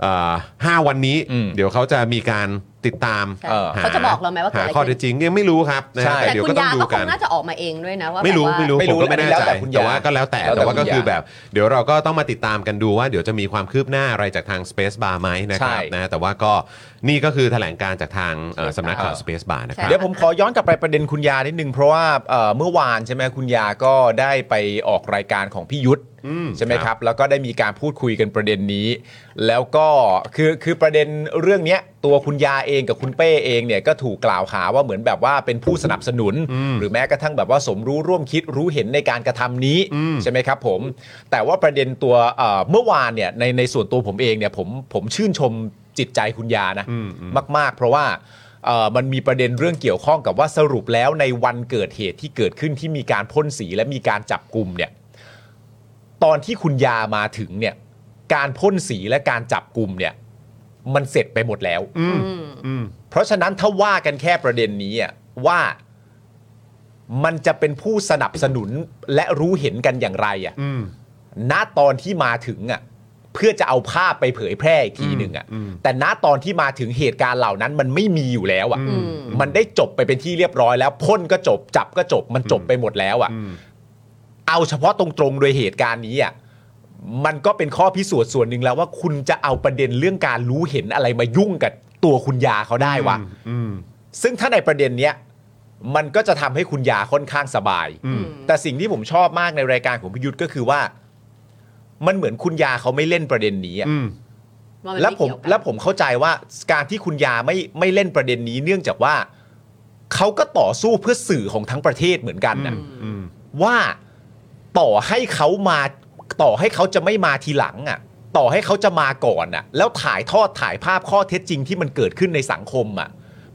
เอ่อห้าวันนี้
อืม
เดี๋ยวเขาจะมีการติดตาม
ใช่
เออ
เขาจะบอกเราไหมว่า
หา
เกิดอะไร
ข้อ
ขึ้
เท็จ
น
จริงยังไม่รู้ครับนะฮะ
ใช่
แต่
แต่
เดี๋ยว
คุณ
ก็ต้อง
ยา
ดู
ก็ค
กั
ง
น
น่าจะออกมาเองด้วยนะว่า
ไม่รู้
แบบว่า
ไม่รู้
ไม่
ผ
รู้
มก็ไม่แน่
แล้ว
ใจ
แต่คุณยา
แต่ว่าก็แล้วแต่
แล้วแต่
แต่ว่าก็
คุณยา
คือแบบ เดี๋ยวเราก็ต้องมาติดตามกันดูว่าเดี๋ยวจะมีความคืบหน้าอะไรจากทาง Space Bar ไหมนะครับ
ใช่
นะแต่ว่าก็นี่ก็คือแถลงการจากทางเอ่อสำนักข่าว
Space
Space Bar นะค
ใช่
รับ
เดี๋ยวผมขอย้อนกลับไปประเด็นคุณยานิดนึงเพราะว่าเอ่อเมื่อวานใช่ไหมคุณยาก็ได้ไปออกรายการของพี่ยุทธ
อืม
ใช่ไหม
ครับ
ครับ แล้วก็ได้มีการพูดคุยกันประเด็นนี้ แล้วก็คือคือประเด็นเรื่องเนี้ยตัวคุณยาเองกับคุณเป้เองเนี่ยก็ถูกกล่าวหาว่าเหมือนแบบว่าเป็นผู้สนับสนุน
อืม
หรือแม้กระทั่งแบบว่าสมรู้ร่วมคิดรู้เห็นในการกระทำนี้
อืม
ใช่ไหมครับผม แต่ว่าประเด็นตัวเอ่อเมื่อวานเนี่ยในในส่วนตัวผมเองเนี่ยผมผมชื่นชมจิตใจคุณยานะ
อืมอืม
มากๆ เพราะว่าเอ่อมันมีประเด็นเรื่องเกี่ยวข้องกับว่าสรุปแล้วในวันเกิดเหตุที่เกิดขึ้นที่มีการพ่นสีและมีการจับกลุ่มเนี่ยตอนที่คุณยามาถึงเนี่ยการพ่นสีและการจับกลุ่มเนี่ยมันเสร็จไปหมดแล้ว
อืม
อืม
อืม
เพราะฉะนั้นถ้าว่ากันแค่ประเด็นนี้อะว่ามันจะเป็นผู้สนับสนุนและรู้เห็นกันอย่างไรอะ
อืม
ณตอนที่มาถึงอ่ะ เพื่อจะเอาภาพไปเผยแพร่อีกทีหนึ่งอะแต่ณตอนที่มาถึงเหตุการณ์เหล่านั้นมันไม่มีอยู่แล้วอะ
อืม
มันได้จบไปเป็นที่เรียบร้อยแล้วพ่นก็จบจับก็จบมันจบไปหมดแล้วอะ เอาเฉพาะตรงๆ โดยเหตุการณ์นี้อ่ะมันก็เป็นข้อพิสูจน์ส่วนหนึ่งแล้วว่าคุณจะเอาประเด็นเรื่องการรู้เห็นอะไรมายุ่งกับตัวคุณยาเขาได้วะซึ่งถ้าในประเด็นเนี้ยมันก็จะทำให้คุณยาค่อนข้างสบาย แต่สิ่งที่ผมชอบมากในรายการของพิยุทธ์ก็คือว่า มันเหมือนคุณยาเขาไม่เล่นประเด็นนี้อะ
ว่าน
แล้วผม
ไเกี่ยกัน
แล้วผมเข้าใจว่าการที่คุณยาไม่ไม่เล่นประเด็นนี้เนื่องจากว่าเขาก็ต่อสู้เพื่อสื่อของทั้งประเทศเหมือนกันนะว่าต่อให้เขามาต่อให้เขาจะไม่มาทีหลังอ่ะ ต่อให้เขาจะมาก่อนอ่ะ แล้วถ่ายทอดถ่ายภาพข้อเท็จจริงที่มันเกิดขึ้นในสังคมอ่ะ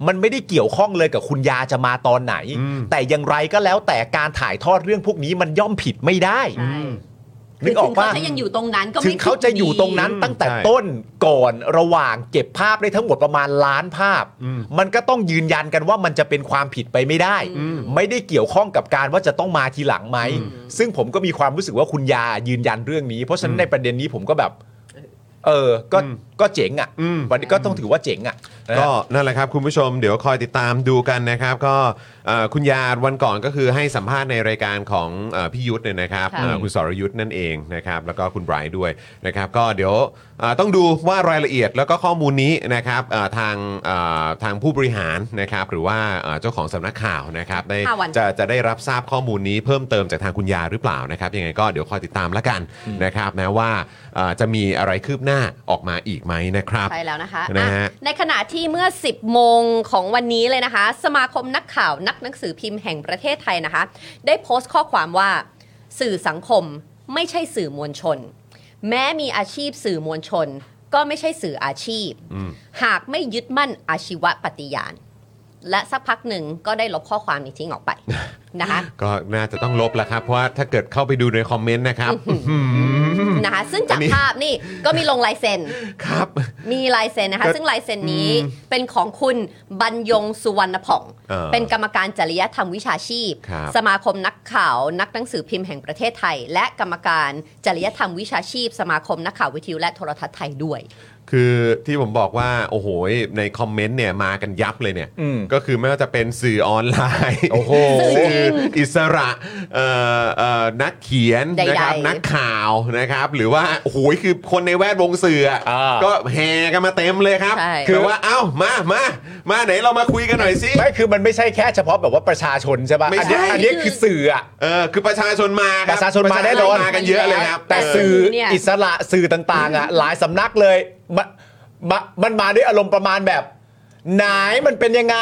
มันไม่ได้เกี่ยวข้องเลยกับคุณยาจะมาตอนไหน แต่อย่างไรก็แล้วแต่การถ่ายทอดเรื่องพวกนี้มันย่อมผิดไม่ได้
ใช่
นึกออก
ถึง
ปะ
เขาจะยังอยู่ตรงนั้นก็ไม่
ถึงเขาจะอยู่ตรงนั้น
ผิด
ตั้งแต่
ใช่
ต้นก่อนระหว่างเก็บภาพได้ทั้งหมดประมาณล้านภาพ มันก็ต้องยืนยันกันว่ามันจะเป็นความผิดไปไม่ได้ ไม่ได้เกี่ยวข้องกับการว่าจะต้องมาทีหลังไหม ซึ่งผมก็มีความรู้สึกว่าคุณยายืนยันเรื่องนี้ เพราะฉะนั้นในประเด็นนี้ผมก็แบบ เออ ก็ก็เจ๋งอ่ะวันนี้ก็ต้องถือว่าเจ๋งอ่ะนะฮะ
ก็นั่นแหละครับคุณผู้ชมเดี๋ยวคอยติดตามดูกันนะครับ ก็เอ่อคุณยาวันก่อนก็คือให้สัมภาษณ์ในรายการของเอ่อพี่ยุทธเนี่ยนะครับ
ค่ะ
เอ่อคุณสรยุทธ์นั่นเองนะครับแล้วก็คุณไบรท์ด้วยนะครับก็เดี๋ยวเอ่อต้องดูว่ารายละเอียดแล้วก็ข้อมูลนี้นะครับเอ่อทางเอ่อทางผู้บริหารนะครับหรือว่าเอ่อเจ้าของสำนักข่าวนะครับได้
ห้าวัน
จะ จะจะได้รับทราบข้อมูลนี้เพิ่มเติมจากทางคุณยาหรือเปล่านะครับยังไงก็เดี๋ยวคอยติดตามละกันนะครับนะว่าเอ่อจะมีอะไรคืบหน้าออกมาอีกไหมนะครับ
ใช่แล้วนะคะ
นะฮะ
อ่ะในขณะที่เมื่อ 10 โมงของวันนี้เลยนะคะ สมาคมนักข่าวนักหนังสือพิมพ์แห่งประเทศไทยนะคะ ได้โพสต์ข้อความว่า สื่อสังคมไม่ใช่สื่อมวลชน แม้มีอาชีพสื่อมวลชน ก็ไม่ใช่สื่ออาชีพ หากไม่ยึดมั่นอาชีวปฏิญาณ และสักพักหนึ่งก็ได้ลบข้อความนี้ทิ้งออกไปนะคะ
ก็น่าจะต้องลบแล้วครับ เพราะว่าถ้าเกิดเข้าไปดูในคอมเมนต์นะครับ
นะคะซึ่ง
อั
จาก
นนี้
ภาพนี่ก็มีลงลายเซ็น
ครับ
มีลายเซ็นนะคะ
ก็
ซึ่งลายเซ็นนี้เป็นของคุณบรรยงสุวรรณผ่อง
เออ
เป็นกรรมการจริยธรรมวิชาชีพ
ครับ
สมาคมนักข่าว นักหนังสือพิมพ์แห่งประเทศไทย และกรรมการจริยธรรมวิชาชีพ สมาคมนักข่าววิทยุและโทรทัศน์ไทยด้วย
คือที่ผมบอกว่า โอ้โหในคอมเมนต์เนี่ยมากันยับเลยเนี่ย
อืม
ก็คือไม่ว่าจะเป็นสื่อออนไลน์
โอ้โห
สื่ออิสระเอ่อเอ่อนักเขียน
ใด
นะ
ๆ
ครับนักข่าวนะครับ หรือว่าโอ้โหคือคนในแวดวงสื่ออะ
อ่า
ก็แห่กันมาเต็มเลยครับ
ใช่
คือว่าเอ้ามามามาไหนเรามาคุยกันหน่อยสิ
ไม่คือมันไม่ใช่แค่เฉพาะแบบว่าประชาชนใช่ปะ
ไม่
อัน
ใช่
เนี้ยอันเนี้ยคือสื่ออ่ะ
เออคือประชาชนมาคบ
ประชาชนมาแน่นอน
มากันเยอะเลยครับ
แต่
เออ
สื่อ
เนี่ย
อิสระสื่อต่างๆอ่ะหลายสำนักเลยมามามันมาด้วยอารมณ์ประมาณแบบไหนมันเป็นยังไง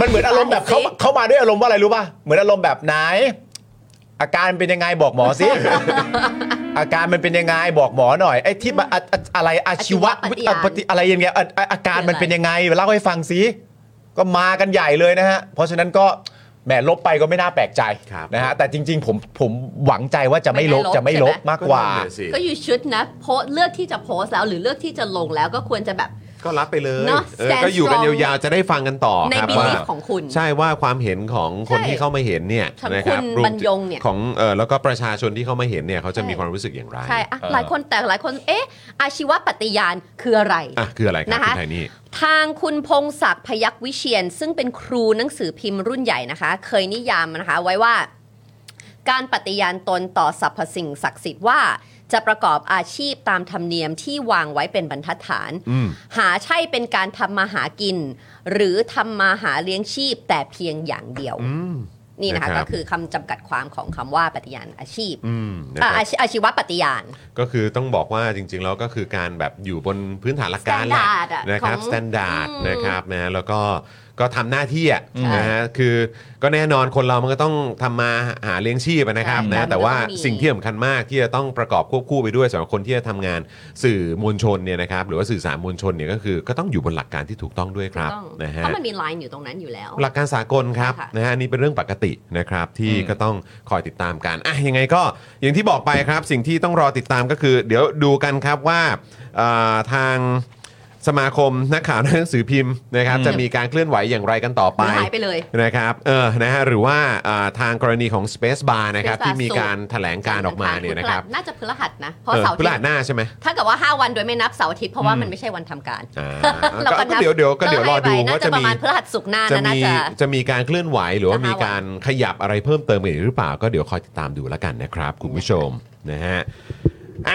มันเหมือนอารมณ์แบบเขาเขามาด้วยอารมณ์ว่าอะไรรู้ป่ะเหมือนอารมณ์แบบไหน อาการเป็นยังไงบอกหมอ สิ อาการมันเป็นยังไงบอกหมอหน่อยไอ้ที่มาอะอะอะไรอาชีวะ
อาชีวปฏิญาณ
ปฏิอะไรยังไงอะอะอาการมันเป็นยังไงเล่าให้ฟังสิก็มากันใหญ่เลยนะฮะ เพราะฉะนั้นก็แหมลบไปก็ไม่น่าแปลกใจ
ครับ
นะฮะ แต่จริงๆ ผมผมหวังใจว่าจะไม่ลบจะไม่ลบมากกว่า
นั่นน่ะสิ
ก็อยู่ชุดนะโพสเลือกที่จะโพสต์แล้วหรือเลือกที่จะลงแล้วก็ควรจะแบบ
ก็รับไปเลย
เนอะ
เออ
stand
ก็อยู่กัน
strong
ยาวๆจะได้ฟังกันต่อ
ใน
ครับ
บี
ว่า
ลีฟของคุณ
ใช่ว่าความเห็นของคน
ใช่
ที่เข้ามาเห็นเนี่ย
ของ
นะ
คุ
ครับ
ณ
วม
บรรยงเนี่ย
ของเออแล้วก็ประชาชนที่เข้ามาเห็นเนี่ยเขาจะ
ใช่
มีความรู้สึกอย่างไร
ใช่อะ
เออ
หลายคนแต่หลายคนเอ๊ะอาชีวปฏิญาณคืออะไร
อ่ะคืออะไรครับ
นะคะ
คุณไทยนี่
ทางคุณพงศักดิ์พยักวิเชียน ซึ่งเป็นครูหนังสือพิมพ์รุ่นใหญ่นะคะ เคยนิยามนะคะไว้ว่า การปฏิญาณตนต่อสรรพสิ่งศักดิ์สิทธิ์ว่า จะประกอบอาชีพตามธรรมเนียมที่วางไว้เป็นบรรทัดฐาน
อืม
หาใช่เป็นการทำมาหากิน หรือทำมาหาเลี้ยงชีพแต่เพียงอย่างเดียว
อืม
นี่นะคะ
นะครับ
ก็คือคำจำกัดความของคำว่าปฏิญาณอาชีพ
อืมนะค
อ่ะ
รับ
อาชีอาชีวปฏิญาณ
ก็คือต้องบอกว่าจริง ๆ แล้วก็คือการแบบอยู่บนพื้นฐานหลักการแหละ
Standard อะ
นะครับ
ของ
สแตนดาร์ด
อืม
นะครับนะแล้วก็ก็ทำหน้าที่อ่ะ
ใช่
นะฮะคือก็แน่นอนคนเรามันก็ต้องทำมาหาเลี้ยงชีพอะนะครับ
ใช่
นะแต่ว่า
ต้องมี
สิ่งที่สำคัญมากที่จะต้องประกอบควบคู่ไปด้วยสำหรับคนที่จะทำงานสื่อมวลชนเนี่ยนะครับหรือว่าสื่อสารมวลชนเนี่ยก็คือก็ต้องอยู่บนหลักการที่ถูกต้องด้วยครับ
ต้อง
นะฮะ
เพราะมันมีไลน์อยู่ตรงนั้นอยู่แล้ว
หลักการสากลครับ
ค่ะ
นะฮะอันนี่เป็นเรื่องปกตินะครับที่
อืม
ก็ต้องคอยติดตามกันอ่ะยังไงก็อย่างที่บอกไปครับ สิ่งที่ต้องรอติดตามก็คือ เดี๋ยวดูกันครับว่าเอ่อทาง สมาคมนักข่าวหนังสือพิมพ์นะครับ
อืม
จะมีการเคลื่อนไหวอย่างไรกันต่อไป
มันหายไปเลย
นะครับเออนะฮะหรือว่าอ่าทางกรณีของ Space Bar นะครับ
Space Bar
ที่มีการแถลงการออกมาเนี่ยนะครับ
น่าจะพฤหัสนะเพ
เอ
ราะ
อ
เสาร์
พฤ
อา
หัส
ทิต
ห
ย์
น้าใช่ไหม
ถ้าเกิดว่า 5 วันโดยไม่นับเสาร์อาทิตย์เพราะว่ามันไม่ใช่วันทำการ
อ่า
เรา
ก็
ก็
ก็
นับ
เดี๋ยวเดี๋ยวก็เดี๋ยวรอดู
ไปน่
ว่า
จะ
จะ
ป
มี
ระมาณพฤหัสศุกร์หน้า
จะ
นะน่า
มี
จะ
จะมีการเคลื่อนไหวหรือว่า
จะห้า
มีการขยับอะไรเพิ่มเติมอีกหรือเปล่า ก็เดี๋ยวคอยติดตามดูแล้วกันนะครับ คุณผู้ชมนะฮะ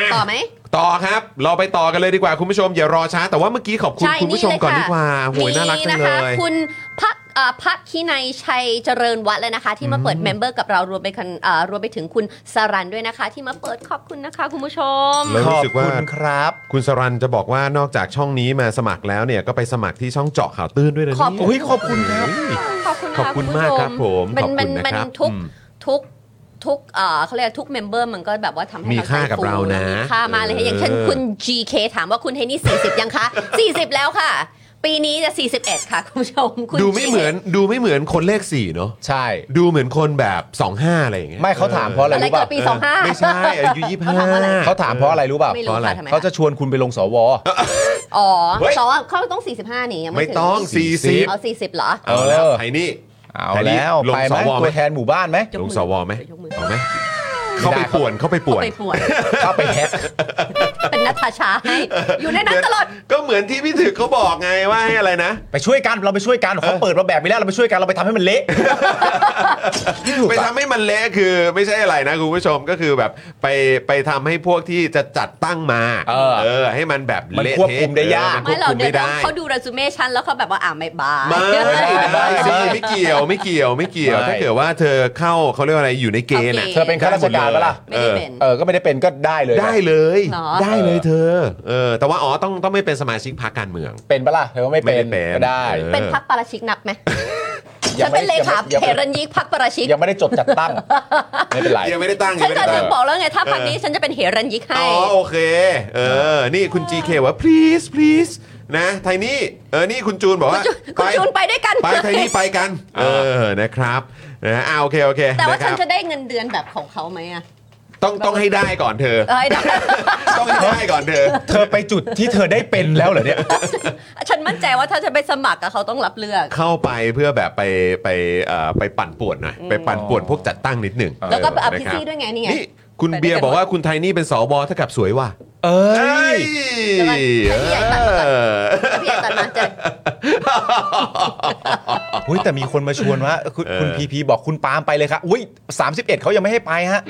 ะ
ต่อไหม
ต่อครับ เราไปต่อกันเลยดีกว่าคุณผู้ชมอย่ารอช้า แต่ว่าเมื่อกี้ขอบคุณ
ใช่
คุณผู้ชม
เลย
ก่อน
ค่ะ
ดีกว่าโหยน่ารักจัง
มีะ
เล
คะ
ย
คุณพักพักขีในยชัยเจริญวัดเลยนะคะ ที่มาเปิดเมมเบอร์กับเรารวมไปคันเอ่อรวมไปถึงคุณสรันด้วยนะคะ ที่มาเปิดขอบคุณนะคะ คุณผู้ชม
แล้ว
ข
รู้
อบ
สึกว่า
คุณครับ
คุณสรันจะบอกว่านอกจากช่องนี้มาสมัครแล้วเนี่ยก็ไปสมัครที่ช่องเจาะข่าวตื้นด้วยนะ
ขอบคุณ
เนี่ย
ขอบคุณ
โอ้ย
ข
ครับ
ขอ
อบคุณนะ
บ
คะ
คุณมากครับผม
เป็
ข
น
อบ
เป็
คุ
น
ณนะ
เป็น
ครับ
ทุก
อืม
ทุกทุกเอ่อเขาเรียกทุกเมมเบอร์มันก็แบบว่าทำให้
มี
เร
ค่ากับ
ใจฟู
เรานะ
มีค่ามากเลย
เอออ
ค่ะอย่างเช่นคุณ GK ถามว่าคุณเฮนี่ 40 ยังคะ 40 แล้วค่ะ ปีนี้จะ 41 ค่ะคุณผู้ชมคุณ
ดูไม่
GK
เหมือนดูไม่เหมือนคนเลขสี่เนาะ
ใช่
ดูเหมือนคนแบบ 25 อะไรอย่างเงี้ย
ไม่เขาถามเพราะอะไร
อะไร
รู้
เกิ
ป่ะ
ดปี 25
ไม่ใช่อายุยี่
เขา
ห้า
ถามอะไร
เขาถามเพราะอะไรรู้ป่ะ
ไม่รู้
เพราะอะไร
ค่ะทำไม
เขาจะชวนคุณไปลงสว
อ๋อ
เฮ้ย
แต่ว่าเขาต้อง 45 นี่ยัง
ไม่
ไม่ถึ
ต้อง
เอา 40 เหรอ
40 เอาแล้ว
เออ
ไทยนี่
เอาแล้ว
ลง
ไปไห
ส
ม
วไหม
ตัวแทนหมู่บ้านไหม
ยก
ล
มื
ง
อ
สวไหม
ยกมือ
เอาไหมเขาไปป่วนเขาไปป่วน
ไปป่วน
เข้าไปแฮก
เป็นนัทชาให้ อยู่ในนั้นตลอด
ก็เหมือนที่พี่ถึกเขาบอกไงว่าให้อะไรนะ
ไปช่วยกันเราไปช่วยกันเขาเปิดมาแบบนี้แล้วเราไปช่วยกันเราไปทำให้มันเละ
ไปทำให้มันเละคือไม่ใช่อะไรนะคุณผู้ชมก็คือแบบไปไปทำให้พวกที่จะจัดตั้งมา
เออ
ให้มันแบบ
มัน
เละ
ควบคุม
เทะ
ได้ยาก
เออ
ไม่
นควบ
เรา
คุม
เดี๋ย
ไม่
ว
ได้
เขาดูเรซูเม่ฉันแล้วเขาแบบว่าอ่าไม่บาย
ไม่ไม่
ไม่
สิไม่เกี่ยวไม่เกี่ยวไม่เกี่ยว
ไม่
ถ้าเกิดว่าเธอเข้าเขาเรียกว่าอะไรอยู่ในเกณฑ์ะ
โอ
เธอเป็นข้าราชการปะล่ะ
ไม่ได้เป็น
เออก็ไม่ได้เป็นก็ได้เลยนะ
ได้เลย
เหรอ
ได้เลยเธอเออแต่ว่าอ๋อต้องต้องไม่เป็นสมาชิกพรรคการเมือง
เป็นปะล่ะเธอก็ไม่เป็น
ไม่ได้เป็น
ก็ได้
เออ
เป็นพักปาราชิกนับไหม
ยั
ฉั
ง
น
ไม่
เป็นเลขา
ยัง
เพ
ไม่
รัญยิกพักปาราชิก
ยังไม่ได้จดจัดตั้ง ไม่เป็นไร
ยังไม่ได้ตั้งยั
ฉั
ง
น
ไม่
ก็
ได้
เล
ตั้
ย
ง
บอกแล้วไงถ้าพัก
เออ
นี้ฉันจะเป็นเฮรัญยิกให้
อ๋อโอเค เออ นี่คุณ GK ว่า please please นะไทนี่เออนี่คุณจูนบอกว่า
คุณจูนไปด้วยกัน
ไปไทนี่ไปกัน เออนะครับนะอ่าโอเค โอเค
แต่ว่า
ะค
ฉั
รั
น
บ
จะได้เงินเดือนแบบของเขาไหมอะ
ต้องต้องให้ได้ก่อนเธอ
เอ้ยได้
ต้องให้ได้ก่อนเธอ
เธอไปจุดที่เธอได้เป็นแล้วเหรอเนี่ย
ฉันมั่นใจว่าถ้าจะไปสมัครอะเขาต้องรับเลือก
เข้าไปเพื่อแบบไปไปเอ่อไปปั่นป่วนหน่อย ไปปั่นป่วนพวกจัดตั้งนิดหนึ่ง
แล้วก็ไปอัพ
เนะ
พิ
ครับ
ซี่ด้วยไงนี่ไง
นี่คุณ
ไปด้วยกัน
เบียร์บอกว่าคุณไทนี่เป็นสวเท่ากับสวยว่ะ
เอ้ย
เดี๋ยวก่อนให้
เออ
พี่ใหญ่ตัดมาก่อนพี่ใหญ่ตัดมาจะ
อุ้ยแต่มีคนมาชวนว่าคุณ
เออ
คุณพีพีบอกคุณปาล์มไปเลยครับอุ้ย31เขายังไม่ให้ไปฮะ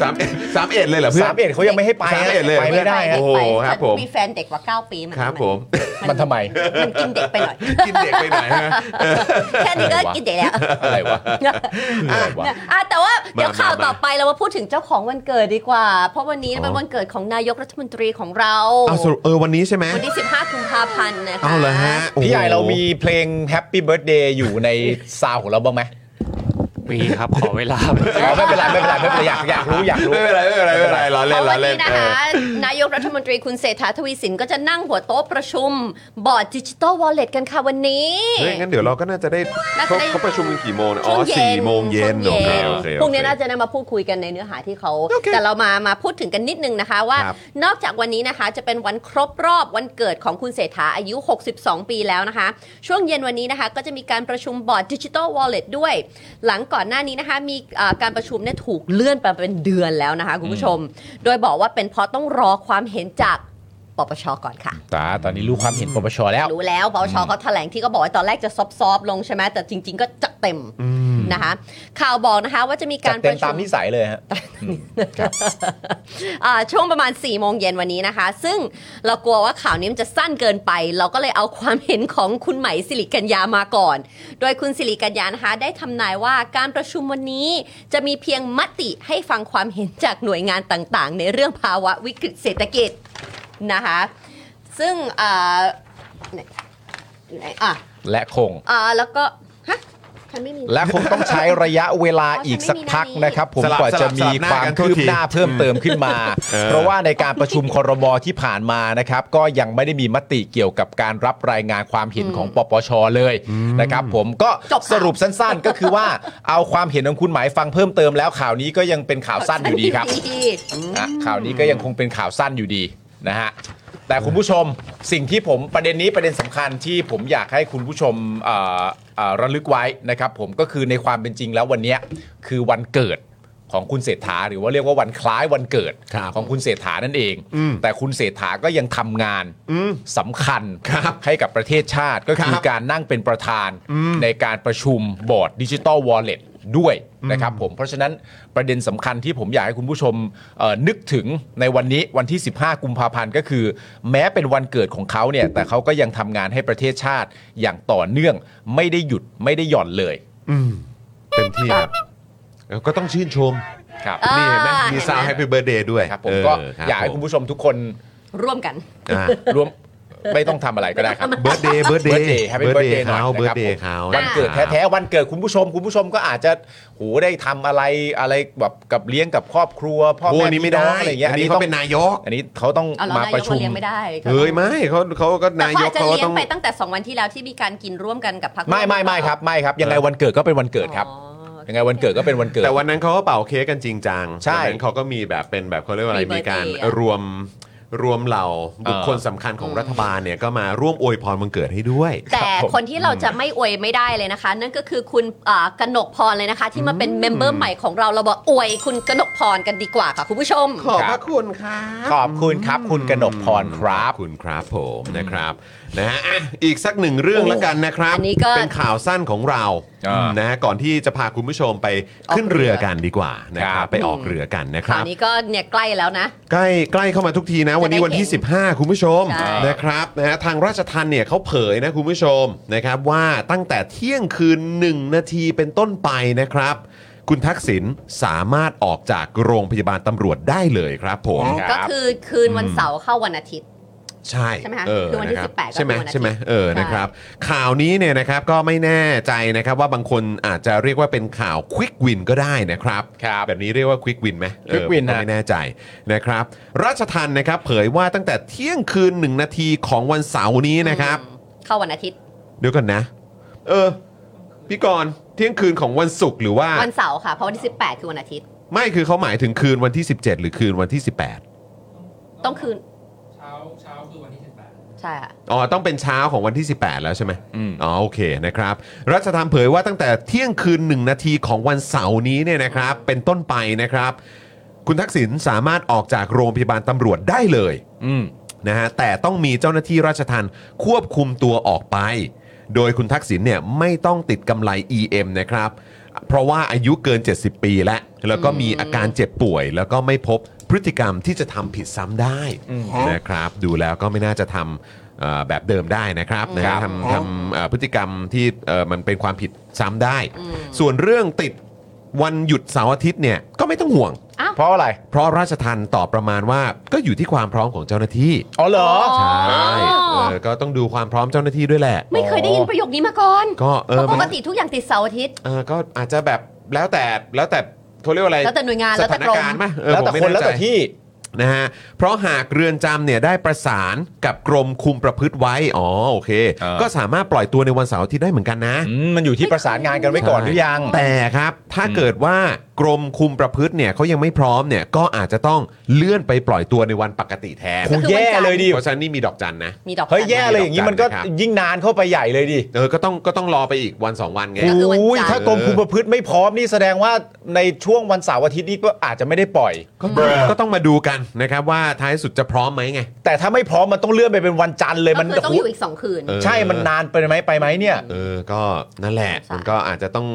สามเอ็ดสามเอ็ดเลยเหรอเพื่อน
สามเอ็ดเขายังไม่ให้ไปฮะ
สามเอ็ดเลย
ไปไม่ได้ฮะ
โอ้โหครับผม
มีแฟนเด็กกว่า 9 ปีมัน
ครับผม
มันทำไม
มันกินเด็กไปหน่อย
กินเด็กไปไหนฮะ
แค่นี้ก็กินเด็กแล้ว
อะไรวะอะไรวะ
อ่ะแต่ว่าเดี๋ยว
มา
ข่าว
มา
ต่อไปเรามาพูดถึงเจ้าของวันเกิดดีกว่า เพราะวันนี้
อ๋อ
เป็นวันเกิดของนายกรัฐมนตรีของเรา
เอาสรุปเออวันนี้ใช่ไหม
วันที่ 15กุมภาพันธ์นะคะ
เอาเหรอฮะโอ้โ
พี่ใหญ่เรามีเพลง Happy Birthday อยู่ในซาวของเราบ้างไหม
มีครับขอเวลา
อ๋อไม่เป็นไรไม่เป็นไรไม่เป็นไรอยากอยากรู้อยากรู้
ไม่เป็นไรไม่เป็นไรไม่เป็นไรล้อ
เพ
เล่นล้อ
ราะวัน
เล่น
นี้นะคะ นายกรัฐมนตรีคุณเศรษฐาทวีสินก็จะนั่งหัวโต๊ะประชุม บอร์ดดิจิ t a ลวอลเล็ตกันค่ะวันนี้
เออเฮ้ยงั้นเดี๋ยวเราก็น่าจะได้
น่า
เขา
จะได้
เขาประชุมกันกี่โมงนะอ๋อ
ช่วงเย็
สี่
น
โมงเย็น
ช่วง
โอเค
เย็น
โอเคโอเค
พวกนี้น่าจะนำมาพูดคุยกันในเนื้อหาที่เขา
โอเค
แต่เรามามาพูดถึงกันนิดนึงนะคะว่า
ครับ
นอกจากวันนี้นะคะ จะเป็นวันครบรอบวันเกิดของคุณเศรษฐาอายุ 62 ปีแล้วนะคะ ช่วงเย็นวันนี้นะคะ ก็จะมีการประชุมบอร์ดดิจิ t a ลวอลเล็ตด้วย หลังก่อนหน้านี้นะคะ มีอ่าการประชุมเนี่ยถูกเลื่อนไปเป็นเดือนแล้วนะคะคุณผู้ชม โดยบอกว่าเป็นเพราะต้องรอความเห็นจากปปชก่อนค่ะ
ตาตอนนี้รู้ความเห็นปปชแล้ว
รู้แล้วปปชเขาแถลงที่ก็บอกว่าตอนแรกจะซอฟๆลงใช่ไหมแต่จริง ๆ ก็จัดเต็มนะคะ ข่าวบอกนะคะว่าจะมี
จั
กา
ด
ร
เต็
ป
ม
ระ
ตา
ชุ
ม
ม
นิสัยเลยฮะ
อ่าช่วงประมาณ4ี่โมงเย็นวันนี้นะคะ ซึ่งเรากลัวว่าข่าวนี้มันจะสั้นเกินไป เราก็เลยเอาความเห็นของคุณไหมสิริกัญญามาก่อน โดยคุณสิริกัญญานะคะได้ทำนายว่าการประชุมวันนี้ จะมีเพียงมติให้ฟังความเห็นจากหน่วยงานต่างๆ ในเรื่องภาวะวิกฤตเศรษฐกิจนะคะ ซึ่งอ่าไหนอยู่ไหนอ่ะ
และคง
อ่าแล้วก็ฮะฉันไม่มี
และคงต้องใช้ระยะเวลาอีกสักพักนะครับ ผม
สลับ
กว่า
สลั
จะ
บส
มี
ลับหน้า
ความ
กันโทษ
คืบ
ที
หน้าเพิ่มเติมขึ้นมา
เออ
เพราะว่าในการประชุมครมที่ผ่านมานะครับ ก็ยังไม่ได้มีมติเกี่ยวกับการรับรายงานความเห็นของปปชเลยนะครับ ผมก็
จบค่ะ
สรุปสั้นๆ ก็คือว่าเอาความเห็นของคุณหมายฟังเพิ่มเติมแล้วข่าวนี้ก็ยังเป็นข่าวสั้นอยู่ดีครับ
ดี
อ่ะข่าวนี้ก็ยังคงเป็นข่าวสั้นอยู่ดี นะฮะแต่คุณผู้ชมสิ่งที่ผมประเด็นนี้ประเด็นสำคัญที่ผมอยากให้คุณผู้ชมเอ่อเอ่อระลึกไว้นะครับ ผมก็คือในความเป็นจริงแล้ววันเนี้ยคือวันเกิดของคุณเศรษฐาหรือว่าเรียกว่าวันคล้ายวันเกิด
ครับ
ของคุณเศรษฐานั่นเอง
อืม
แต่คุณเศรษฐาก็ยังทำงาน
อืม
สำคัญ
ครับ
ให้กับประเทศชาติก็คือ
ครับ
การนั่งเป็นประธานในการประชุมบอร์ดดิจิตอลวอลเล็ตด้วยนะครับผมเพราะฉะนั้นประเด็นสำคัญที่ผมอยากให้คุณผู้ชมเอ่อนึกถึงในวันนี้วันที่ 15 กุมภาพันธ์ก็คือ แม้เป็นวันเกิดของเขาเนี่ยแต่เขาก็ยังทำงานให้ประเทศชาติอย่างต่อเนื่องไม่ได้หยุดไม่ได้หย่อนเลย
เต็มที่ครับเออก็ต้องชื่นชม
ครับ
เออ
นี่เห็นไหม
เห็
มี
นไหม
ซาวแฮปปี้เบ t ร์ a เดย์ด้วย
ครับผมก็อยากให้คุณ
ช
ผู้ชมทุกคน
ร่วมกัน
ม
รวมไม่ต้องทำอะไรก็ได้ครับ
เบิร์ดเดย์ เบิร์ดเดย์
Birthday Happy Birthday หน่อย
เขา
นะครับ
เบิร์ดเดย์เขา
วันเกิดแท้ๆวันเกิดคุณผู้ชม คุณผู้ชมก็อาจจะโหได้ทำอะไรอะไรแบบกับเลี้ยงกับครอบครัวพ่อ
โอ้
แม่
อันนี้ไม่
พี่น้
ได้
องอะไรเงี้ย
อันนี้
ต้
เขา
อง
เป็นนายก
อันนี้เขาต้อง
เอาเหรอ
มาประชุ
นย
ม
กเลี้ยงไม่ได้
เฮ้ยไม่เขาเขาก็
แต่
นายก
เขาอาจจะ
เขาก็
เลี้ย
ต้อง ง
ไปตั้งแต่ 2 วันที่แล้วที่มีการกินร่วมกันกับพรรค
ไม่ไม่ไม่ครับไม่ครับ ยังไงวันเกิดก็เป็นวันเกิดครับ
อ๋อ
ยังไงวันเกิดก็เป็นวันเกิด
แต่วันนั้นเขาก็เป่าเค้กกันจริงจัง
ใช่
วันนั้นเขาก็มีแบบเป็นแบบเขาเรียกว่าอะไร
Free
มีการ
birthday อะ
รวมรวมเหล่าบุคคลสำคัญของรัฐบาลเนี่ยก็มาร่วมอวยพรวันเกิดให้ด้วย
แต่
ครับผม
คนที่เราจะไม่อวยไม่ได้เลยนะคะ นั่นก็คือคุณอ่ากนกพรเลยนะคะ ที่มาเป็นเมมเบอร์ใหม่ของเราเราบอกอวยคุณกนกพรกันดีกว่าค่ะคุณผู้ชม
ขอบพระคุณครับ
ขอบคุณครับคุณกนกพรครับ
ขอคุณครับผมนะครับนะฮะอ่ะอีกสักหนึ่งเรื่องแล้วกันนะครับ
อันนี้ก็
เป็นข่าวสั้นของเรา
อ่า
นะฮะก่อนที่จะพาคุณผู้ชมไปขึ้นเรือกันดีกว่านะค
ค
รั
รั
บบ ไปออกเรือกันนะค
ข่า
รั
ว
บ
นี้ก็เนี่ยใกล้แล้วนะ
ใกล้ใกล้เข้ามาทุกทีนะ วันนี้วันที่
จะได้เห็น
15 คุณผู้ชม
ใช่
นะครับนะฮะทางราชทันเนี่ยเขาเผยนะคุณผู้ชมนะครับว่าตั้งแต่เที่ยงคืน 1 นาทีเป็นต้นไปนะครับ คุณทักษิณสามารถออกจากโรงพยาบาลตำรวจได้เลยครับผม
ครับ
ก็คือคืนวันเสาร์เข้าวันอาทิตย์
ใช่
ใช่ไหมคะ
เ
คือวันที่
ะรับ
18ก็
ใช่ไหม
คือวันอาทิตย์
ใช่ไหมเออ
ใช่
นะครับ ข่าวนี้เนี่ยนะครับก็ไม่แน่ใจนะครับว่าบางคนอาจจะเรียกว่าเป็นข่าวควิกวินก็ได้นะครับ
ครับ
แบบนี้เรียกว่าควิกวินไหม
Quick win
เออผมก็
ฮะ
ไม่แน่ใจนะครับ ราชทันนะครับเผยว่าตั้งแต่เที่ยงคืนหนึ่งนาทีของวันเสาร์นี้นะครับ
อืมเข้าวันอาทิตย์
เดี๋ยวก่อนนะ เออ พี่กรณ์เที่ยงคืนของวันศุกร์หรือว่า
วันเสาร์ค่ะ เพราะวันที่ 18 คือวันอาทิตย์
ไม่คือเขาหมายถึงคืนวันที่ 17 หรือคืนวันที่
ต้องคืน เช้าเช้าคือวันที่ 18 ใช่ค่ะ
18อ๋อต้องเป็นเช้าของวันที่ 18 แล้วใช่ไหม
อืม
อ๋อโอเคนะครับรัชธรรมเผยว่าตั้งแต่เที่ยงคืน 1 นาทีของวันเสาร์นี้เนี่ยนะครับ เป็นต้นไปนะครับ คุณทักษิณสามารถออกจากโรงพยาบาลตำรวจได้เลย
อืม
นะฮะแต่ต้องมีเจ้าหน้าที่ราชทันควบคุมตัวออกไป โดยคุณทักษิณเนี่ยไม่ต้องติดกำไร EM นะครับ เพราะว่าอายุเกิน 70 ปีแล้ว แล้วก็มีอาการเจ็บป่วย แล้วก็ไม่พบพฤติกรรมที่จะทำผิดซ้ำได้นะครับ ดูแล้วก็ไม่น่าจะทำเอ่อแบบเดิมได้นะครับนะฮะทำทำเอ่อพฤติกรรมที่เอ่อมันเป็นความผิดซ้ำได้ ส่วนเรื่องติดวันหยุดเสาร์อาทิตย์เนี่ยก็ไม่ต้องห่วง
เพราะอะไร
เพราะราชทันตอบประมาณว่าก็อยู่ที่ความพร้อมของเจ้าหน้าที่
อ๋อเหรอ
อ๋อ
ใช่เออก็ต้องดูความพร้อมเจ้าหน้าที่ด้วยแหละ
ไม่เคยได้ยินประโยคนี้มาก่อน
ก็เออ
เพราะป
มัน
กติทุกอย่างติดเสาร์อาทิตย์
เออก็อาจจะแบบแล้วแต่แล้วแต่เขาเรียกว่าอะไร
แล้วแต่หน่วยงาน
ส
แล้วแต่
ถาน
กรม
การณ์ไหมเออ
แล้วแต่
ผมไม่
คนแล้วแต่
ใจ
ที่
นะฮะ เพราะหากเรือนจำเนี่ยได้ประสานกับกรมคุมประพฤติไว้ อ๋อโอเค
เออ
ก็สามารถปล่อยตัวในวันเสาร์อาทิตย์ได้เหมือนกันนะ
อืมมันอยู่ที่ประสานงานกันไว้ก่อนหรือยัง
แต่ครับ ถ้าเกิดว่ากรมคุมประพฤติเนี่ยเขายังไม่พร้อมเนี่ยก็อาจจะต้องเลื่อนไปปล่อยตัวในวันปกติแทน
โอ้แย่เลยดิ
เพราะฉะนั้นนี่มีดอกจันนะ
มีดอก
เฮ้ยแย่
จันทร์
เลยอย่างนี้มันก็ยิ่งนานเข้าไปใหญ่เลยดิ
เออก็ต้องก็ต้องรอไปอีกวันสองวันไง
ก็คือวันจันทร์
โอ้ยถ้ากรมคุมประพฤติไม่พร้อมนี่แสดงว่าในช่วงวันเสาร์อาทิตย์นี้ก็อาจจะไม่ได้ปล่อย
ก็ต้องก็ต้องมาดูกันนะครับว่าท้ายสุดจะพร้อมไหมไง
แต่ถ้าไม่พร้อมมันต้องเลื่อนไปเป็นวันจันทร์เลย
ก็
มัน
คือต้องอยู่อีกสองคืน
เออ
ใช่มันนานไปไหมไปไหมเนี่ย
เออ ก็นั่นแหละ
สงสาร
มันก็อาจจะต้อง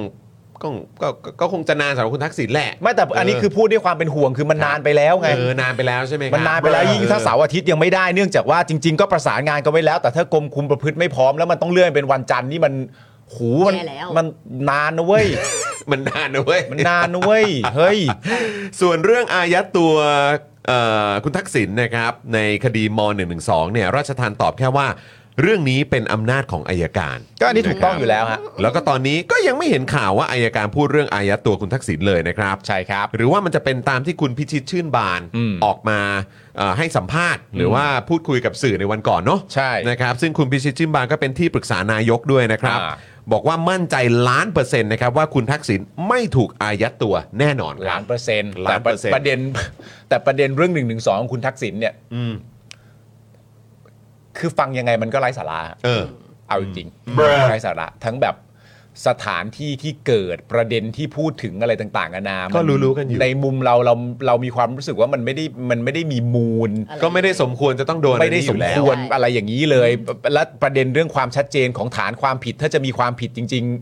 ก็ก็ก็ก็คงจะนานสำหรับคุณทักษิณแหละ
ไม่แต่อันนี้คือพูดด้วยความเป็นห่วงคือมันนานไปแล้วไง
เออนานไปแล้วใช่ไหมครับ
มันนานไปแล้วยิ่งถ้าเสาร์อาทิตย์ยังไม่ได้เนื่องจากว่าจริง ๆ ก็ประสานงานกันไว้แล้ว แต่ถ้ากรมคุมประพฤติไม่พร้อมแล้วมันต้องเลื่อนเป็นวันจันทร์นี่มันหูมัน
แย่แล้ว
มันนานนะเว้ย
มันนานนะเว้ย
มันนานนะเว้ยเฮ้ย
ส่วนเรื่องอายัดตัวเอ่อคุณทักษิณนะครับ ในคดีม .112 เนี่ยราชทานตอบแค่ว่า เรื่องนี้เป็นอำนาจของอายการ
ก็อันนี้ถูกต้องอยู่แล้วฮะ
แล้วก็ตอนนี้ก็ยังไม่เห็นข่าวว่าอายการพูดเรื่องอายัดตัวคุณทักษิณเลยนะครับ
ใช่ครับ
หรือว่ามันจะเป็นตามที่คุณพิชิตชื่นบาน
อืม
ออกมาเอ่อให้สัมภาษณ์ หรือว่าพูดคุยกับสื่อในวันก่อนเนาะ
ใช่
นะครับซึ่งคุณพิชิตชื่นบานก็เป็นที่ปรึกษานายกด้วยนะครับ
อ่า
บอกว่ามั่นใจล้านเปอร์เซ็นต์นะครับว่าคุณทักษิณไม่ถูกอายัดตัวแน่นอนค
ล้า
รับ
นเปอร์เซ็นต์
ล้านเปอร์เซ็นต์
แต่ประเด็น แต่ประเด็นเรื่องหนึ่งหนึ่งสองคุณทักษิณเนี่ย คือฟังยังไงมันก็ไร้สาระ
เออ
เอาจริงๆ
เบรอ
ไร้สาระทั้งแบบสถานที่ที่เกิดประเด็นที่พูดถึงอะไรต่างๆนานา
ก็
มั
รู้ๆกันอยู่
ในมุมเราเราเรามีความรู้สึกว่ามันไม่ได้มันไม่ได้มีมูล
อะไร
ก็ไม่ได้สมควรจะต้องโดน
ไม่
อัน
ได้
นี้อ
สม
ยู่แล้ว
ควรอะไรอย่างนี้เลย และประเด็นเรื่องความชัดเจนของฐานความผิด ถ้าจะมีความผิดจริง ๆ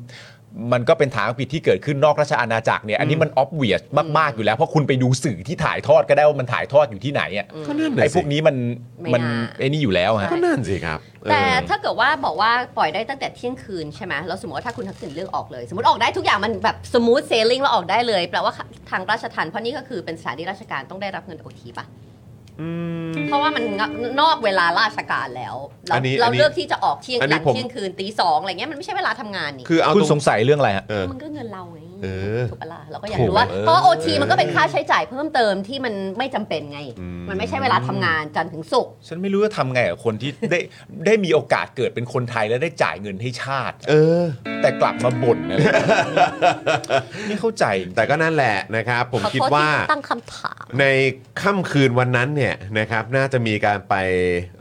มันก็เป็นฐานความผิดที่เกิดขึ้นนอกราชอาณาจักรเนี่ยอันนี้มันออบเวียสมากๆอยู่แล้ว เพราะคุณไปดูสื่อที่ถ่ายทอดก็ได้ว่ามันถ่ายทอดอยู่ที่ไหนอ่ะ
ก็นั่น
ไอ้
น่ะ
พ
สิ
วกนี้มัน
ไม่
มัน
น่า
ไอ้นี่อยู่แล้วฮะ
ก็นั่นสิครับเออ
แต่ถ้าเกิดว่าบอกว่าปล่อยได้ตั้งแต่เที่ยงคืนใช่ไหมแล้วสมมติว่าถ้าคุณทักษิณเลือกออกเลย สมมติออกได้ทุกอย่างมันแบบสมูทเซลลิงแล้วออกได้เลยแปลว่าทางราชทันเพราะนี่ก็คือเป็นสถานที่ราชการต้องได้รับเงินโอทีป่ะเพราะว่ามันนอกเวลาราชการแล้วเรา
อันนี้
เรา
อันนี้
เลือกที่จะออกเที่ยง
อัน
ห
นี้
ลัง
ผม
เที่ยงคืนตีสองอะไรเงี้ยมันไม่ใช่เวลาทำงานนี่
คือเอา
คุณ
ต
ส
รง
งสัยเรื่องอะไรฮะ
เออ
มันก็เงินเราไง
เออ
ถูกปะล่ะเราก็อยาก
ถูก
รู้ว่า
เออ
เพราะโอทีมันก็เป็นค่าใช้จ่ายเพิ่มเติมที่มันไม่จำเป็นไง มันไม่ใช่เวลาทำงานจันทร์ถึงศุกร์
ฉันไม่รู้จะทำไงกับคนที่ ได้ได้มีโอกาสเกิดเป็นคนไทยและได้จ่ายเงินให้ชาติ
เออ
แต่กลับมาบ่น อะไรไม่เข้าใจ
แต่ก็นั่นแหละนะครับ ผม
ขอโทษ
คิดว่า
ที่ตั้งคำถาม
ในค่ำคืนวันนั้นเนี่ยนะครับน่าจะมีการไป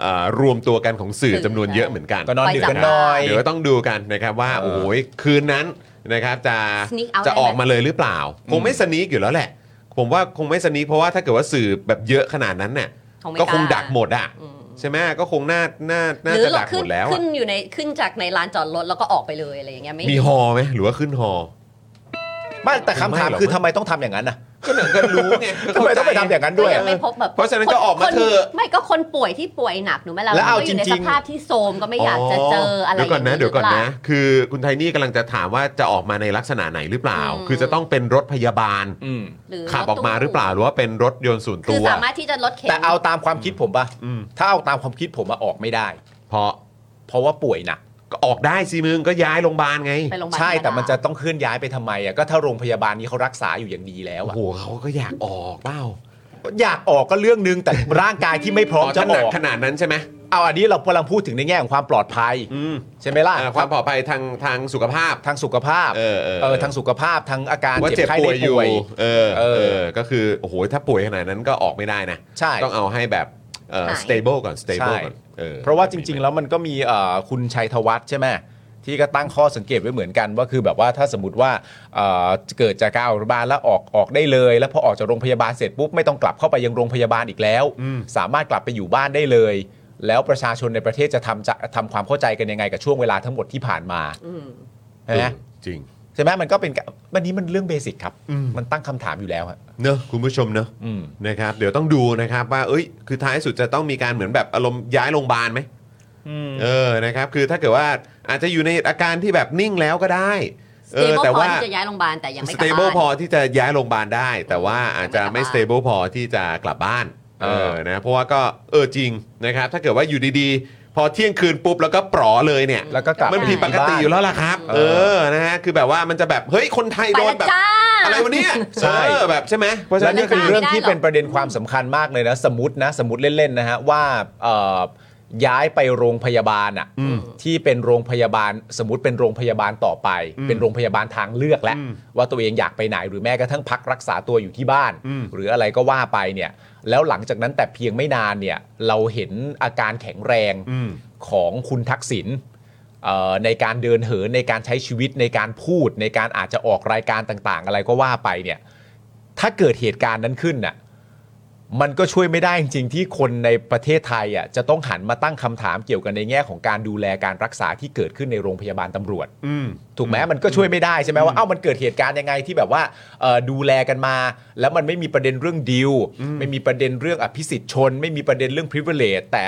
เอ่อรวมตัวกันของสื่อ
สื่อ
จำนวนเยอะ
ใช่
เหมือนกัน
ก็นอนดึกกัน
ไปจับ
หน่อย
เดี๋ยวต้องดูกันนะครับว่า
เออ
โอ้โหคืนนั้นนะครับจะ
Sneak out
จะออก
ได้ไหม
มาเลยหรือเปล่า คงไม่สนีกอยู่แล้วแหละ ผมว่าคงไม่สนีกเพราะว่าถ้าเกิดว่าสื่อแบบเยอะขนาดนั้นเนี่ย
ของ
ก็
ไม่า
คงดักหมดอ่ะ
อืม
ใช่ไหมก็คงน่าน่าน่า
หรือ
จะ
เร
ดักห
ขึ้
ม
น
ดแล้วอะ
ขึ้นอยู่ในขึ้นจากในลานจอดรถแล้วก็ออกไปเลยอะไรอย่างเงี้ยไม่
มีฮอไหมหรือว่าขึ้นฮอ
ไม่แต่คำถาม
ไม่หรอก
คือทำไมต้องทำอย่างนั้นน่ะ
ก็เนี่ยก็รู้ไงก็
ทำ
เข้าใจ
ไมต้องไปทำอย่างนั้นด้วย
ก็ยั
อะ
งไม่พบแบบ
เพราะฉะนั้นก็
ค
ออกมา
คน
เถอะ
ไม่ก็คนป่วยที่ป่วยหนักหนูไหมล่ะ
แล้วเอา
ก็ยู่ใน
จริ
ส
งๆ
ภาพที่โทรมก็ไม่อยากจะเจออะไร
เดี๋ยวก่อนนะ
าง
เดี๋ยวก่อน
หรือ
นะ
ปล่า
คือคุณไทนี่กำลังจะถามว่าจะออกมาในลักษณะไหนหรือเปล่า
อืม
คือจะต้องเป็นรถพยาบาล
อืม
หรือ
ขับออกมาหรือเปล่าหรือว่าเป็นรถยนต์ส่วน
คื
ตั
อ
ว
สามารถที่จะลดเข็น
แต่เอาตามความคิดผมป่ะ
อืม
ถ้าเอาตามความคิดผมมาออกไม่ได้
เพราะ
เพราะว่าป่วยหนัก
ก็ออกได้สิมึงก็ย้ายโรงพยาบาลไง
ไปโรงพยาบาล
ใช่แต่มันจะ
ธรร
ต้องเคลื่อนย้ายไปทำไมอ่ะก็ถ้าโรงพยาบาลนี้เขารักษาอยู่อย่างดีแล้ว
โอ้โห
อะ
เขาก็อยากออกเปล่า
อยากออกก็เรื่องนึงแต่ร่างกายที่ไม่พร้อมจะ
ถ้า
อ
หนัก
อก
ขนาดนั้นใช่ไหม
เอาอันนี้เรากำลังพูดถึงในแง่ของความปลอดภัย
อืม
ใช่ไหมล่ะ
อ่าความปลอดภัยทางทางสุขภาพ
ทางสุขภาพ
เออเออ
เออทางสุขภาพทางอาการ
ว่า
เจ็
เจ็
บบ ไข้
ป่ว
ได้
ยอยู่
ป่วย
เออ
เอ
เอ
อ
อก็คือโอ้โหถ้าป่วยขนาดนั้นก็ออกไม่ได้นะ
ใช่
ต้องเอาให้แบบเอ่อ
หาย
stable ก่อน stable
ใช่
ก่อนออ
เพราะว่าจริง ๆ แล้วมันก็มีเอ่อคุณชัยธวัฒน์ใช่ไหมที่ก็ตั้งข้อสังเกตไว้เหมือนกันว่าคือแบบว่าถ้าสมมติว่าเอ่อเกิดจากการออกโรงพยาบาลแล้วออกออกได้เลย แล้วพอออกจากโรงพยาบาลเสร็จปุ๊บไม่ต้องกลับเข้าไปยังโรงพยาบาลอีกแล้ว
อืม
สามารถกลับไปอยู่บ้านได้เลย แล้วประชาชนในประเทศจะทำจะทำความเข้าใจกันยังไงกับช่วงเวลาทั้งหมดที่ผ่านมา
อืม
ใช่ไหม
จริง
ใช่ไหมมันก็เป็นวันนี้มันเรื่องเบสิกครับ
อืม
มันตั้งคำถามอยู่แล้วฮะ
เนอะคุณผู้ชมเนอะ
อืม
นะครับเดี๋ยวต้องดูนะครับว่าเอ้ยคือท้ายสุดจะต้องมีการเหมือนแบบอารมณ์ย้ายโรงพยาบาลไหมเออนะครับคือถ้าเกิดว่าอาจจะอยู่ในอาการที่แบบนิ่งแล้วก็ได้
ส
เอ
เต
อแต่
เบิลพอ
ว่า
ที่จะย้ายโรงพยาบาลแต่ยังไม่กลับ
stable พ
บ้า
อน ที่จะย้ายโรงพยาบาลได้ แต่ว่าอาจจะไม่
ไม่กลับบ้าน
stable พอที่จะกลับบ้าน
เอ
เอ
อ
อนะเพราะว่าก็เออจริงนะครับถ้าเกิดว่าอยู่ดีๆ พอเที่ยงคืนปุ๊บแล้วก็ปลอเลยเนี่ย
แล้วก็กลับ
มันผิดปกติอยู่แล้วล่ะครับ เออนะฮะคือแบบว่ามันจะแบบเฮ้ยคนไทย
ไป
โดน
แล้ว
แบบ
จ้า
อะไรวะเนี่ย
ใช่
เออแบบใช่ไหมเพราะฉะ
และ
นั้น
นี่
ก็คื
คื
อ อ
เรื่องที่
ไม่ได้หรอก
เป็นประเด็นความสำคัญมากเลยนะ สมมตินะ สมมติเล่นๆนะฮะว่าเอ่อย้ายไปโรงพยาบาลอ่ะที่เป็นโรงพยาบาล สมมติเป็นโรงพยาบาลต่อไป เป็นโรงพยาบาลทางเลือกแล้วว่าตัวเองอยากไปไหนหรือแม้กระทั่งพักรักษาตัวอยู่ที่บ้าน
อืม
หรืออะไรก็ว่าไปเนี่ยแล้วหลังจากนั้นแต่เพียงไม่นานเนี่ยเราเห็นอาการแข็งแรง
อืม
ของคุณทักษิณเอ่อในการเดินเหินในการใช้ชีวิตในการพูด ในการอาจจะออกรายการต่างๆ อะไรก็ว่าไปเนี่ยถ้าเกิดเหตุการณ์นั้นขึ้นน่ะมันก็ช่วยไม่ได้จริงๆ ที่คนในประเทศไทยอ่ะจะต้องหันมาตั้งคำถามเกี่ยวกันในแง่ของการดูแลการรักษาที่เกิดขึ้นในโรงพยาบาลตำรวจ
อืม
ถูกไหมมันก็ช่วยไม่ได้ใช่ไหมว่าเอ้ามันเกิดเหตุการณ์ยังไงที่แบบว่าเอ่อดูแลกันมา แล้วมันไม่มีประเด็นเรื่องดีลไม่มีประเด็นเรื่องอภิสิทธิ์ชน ไม่มีประเด็นเรื่อง privilege แต่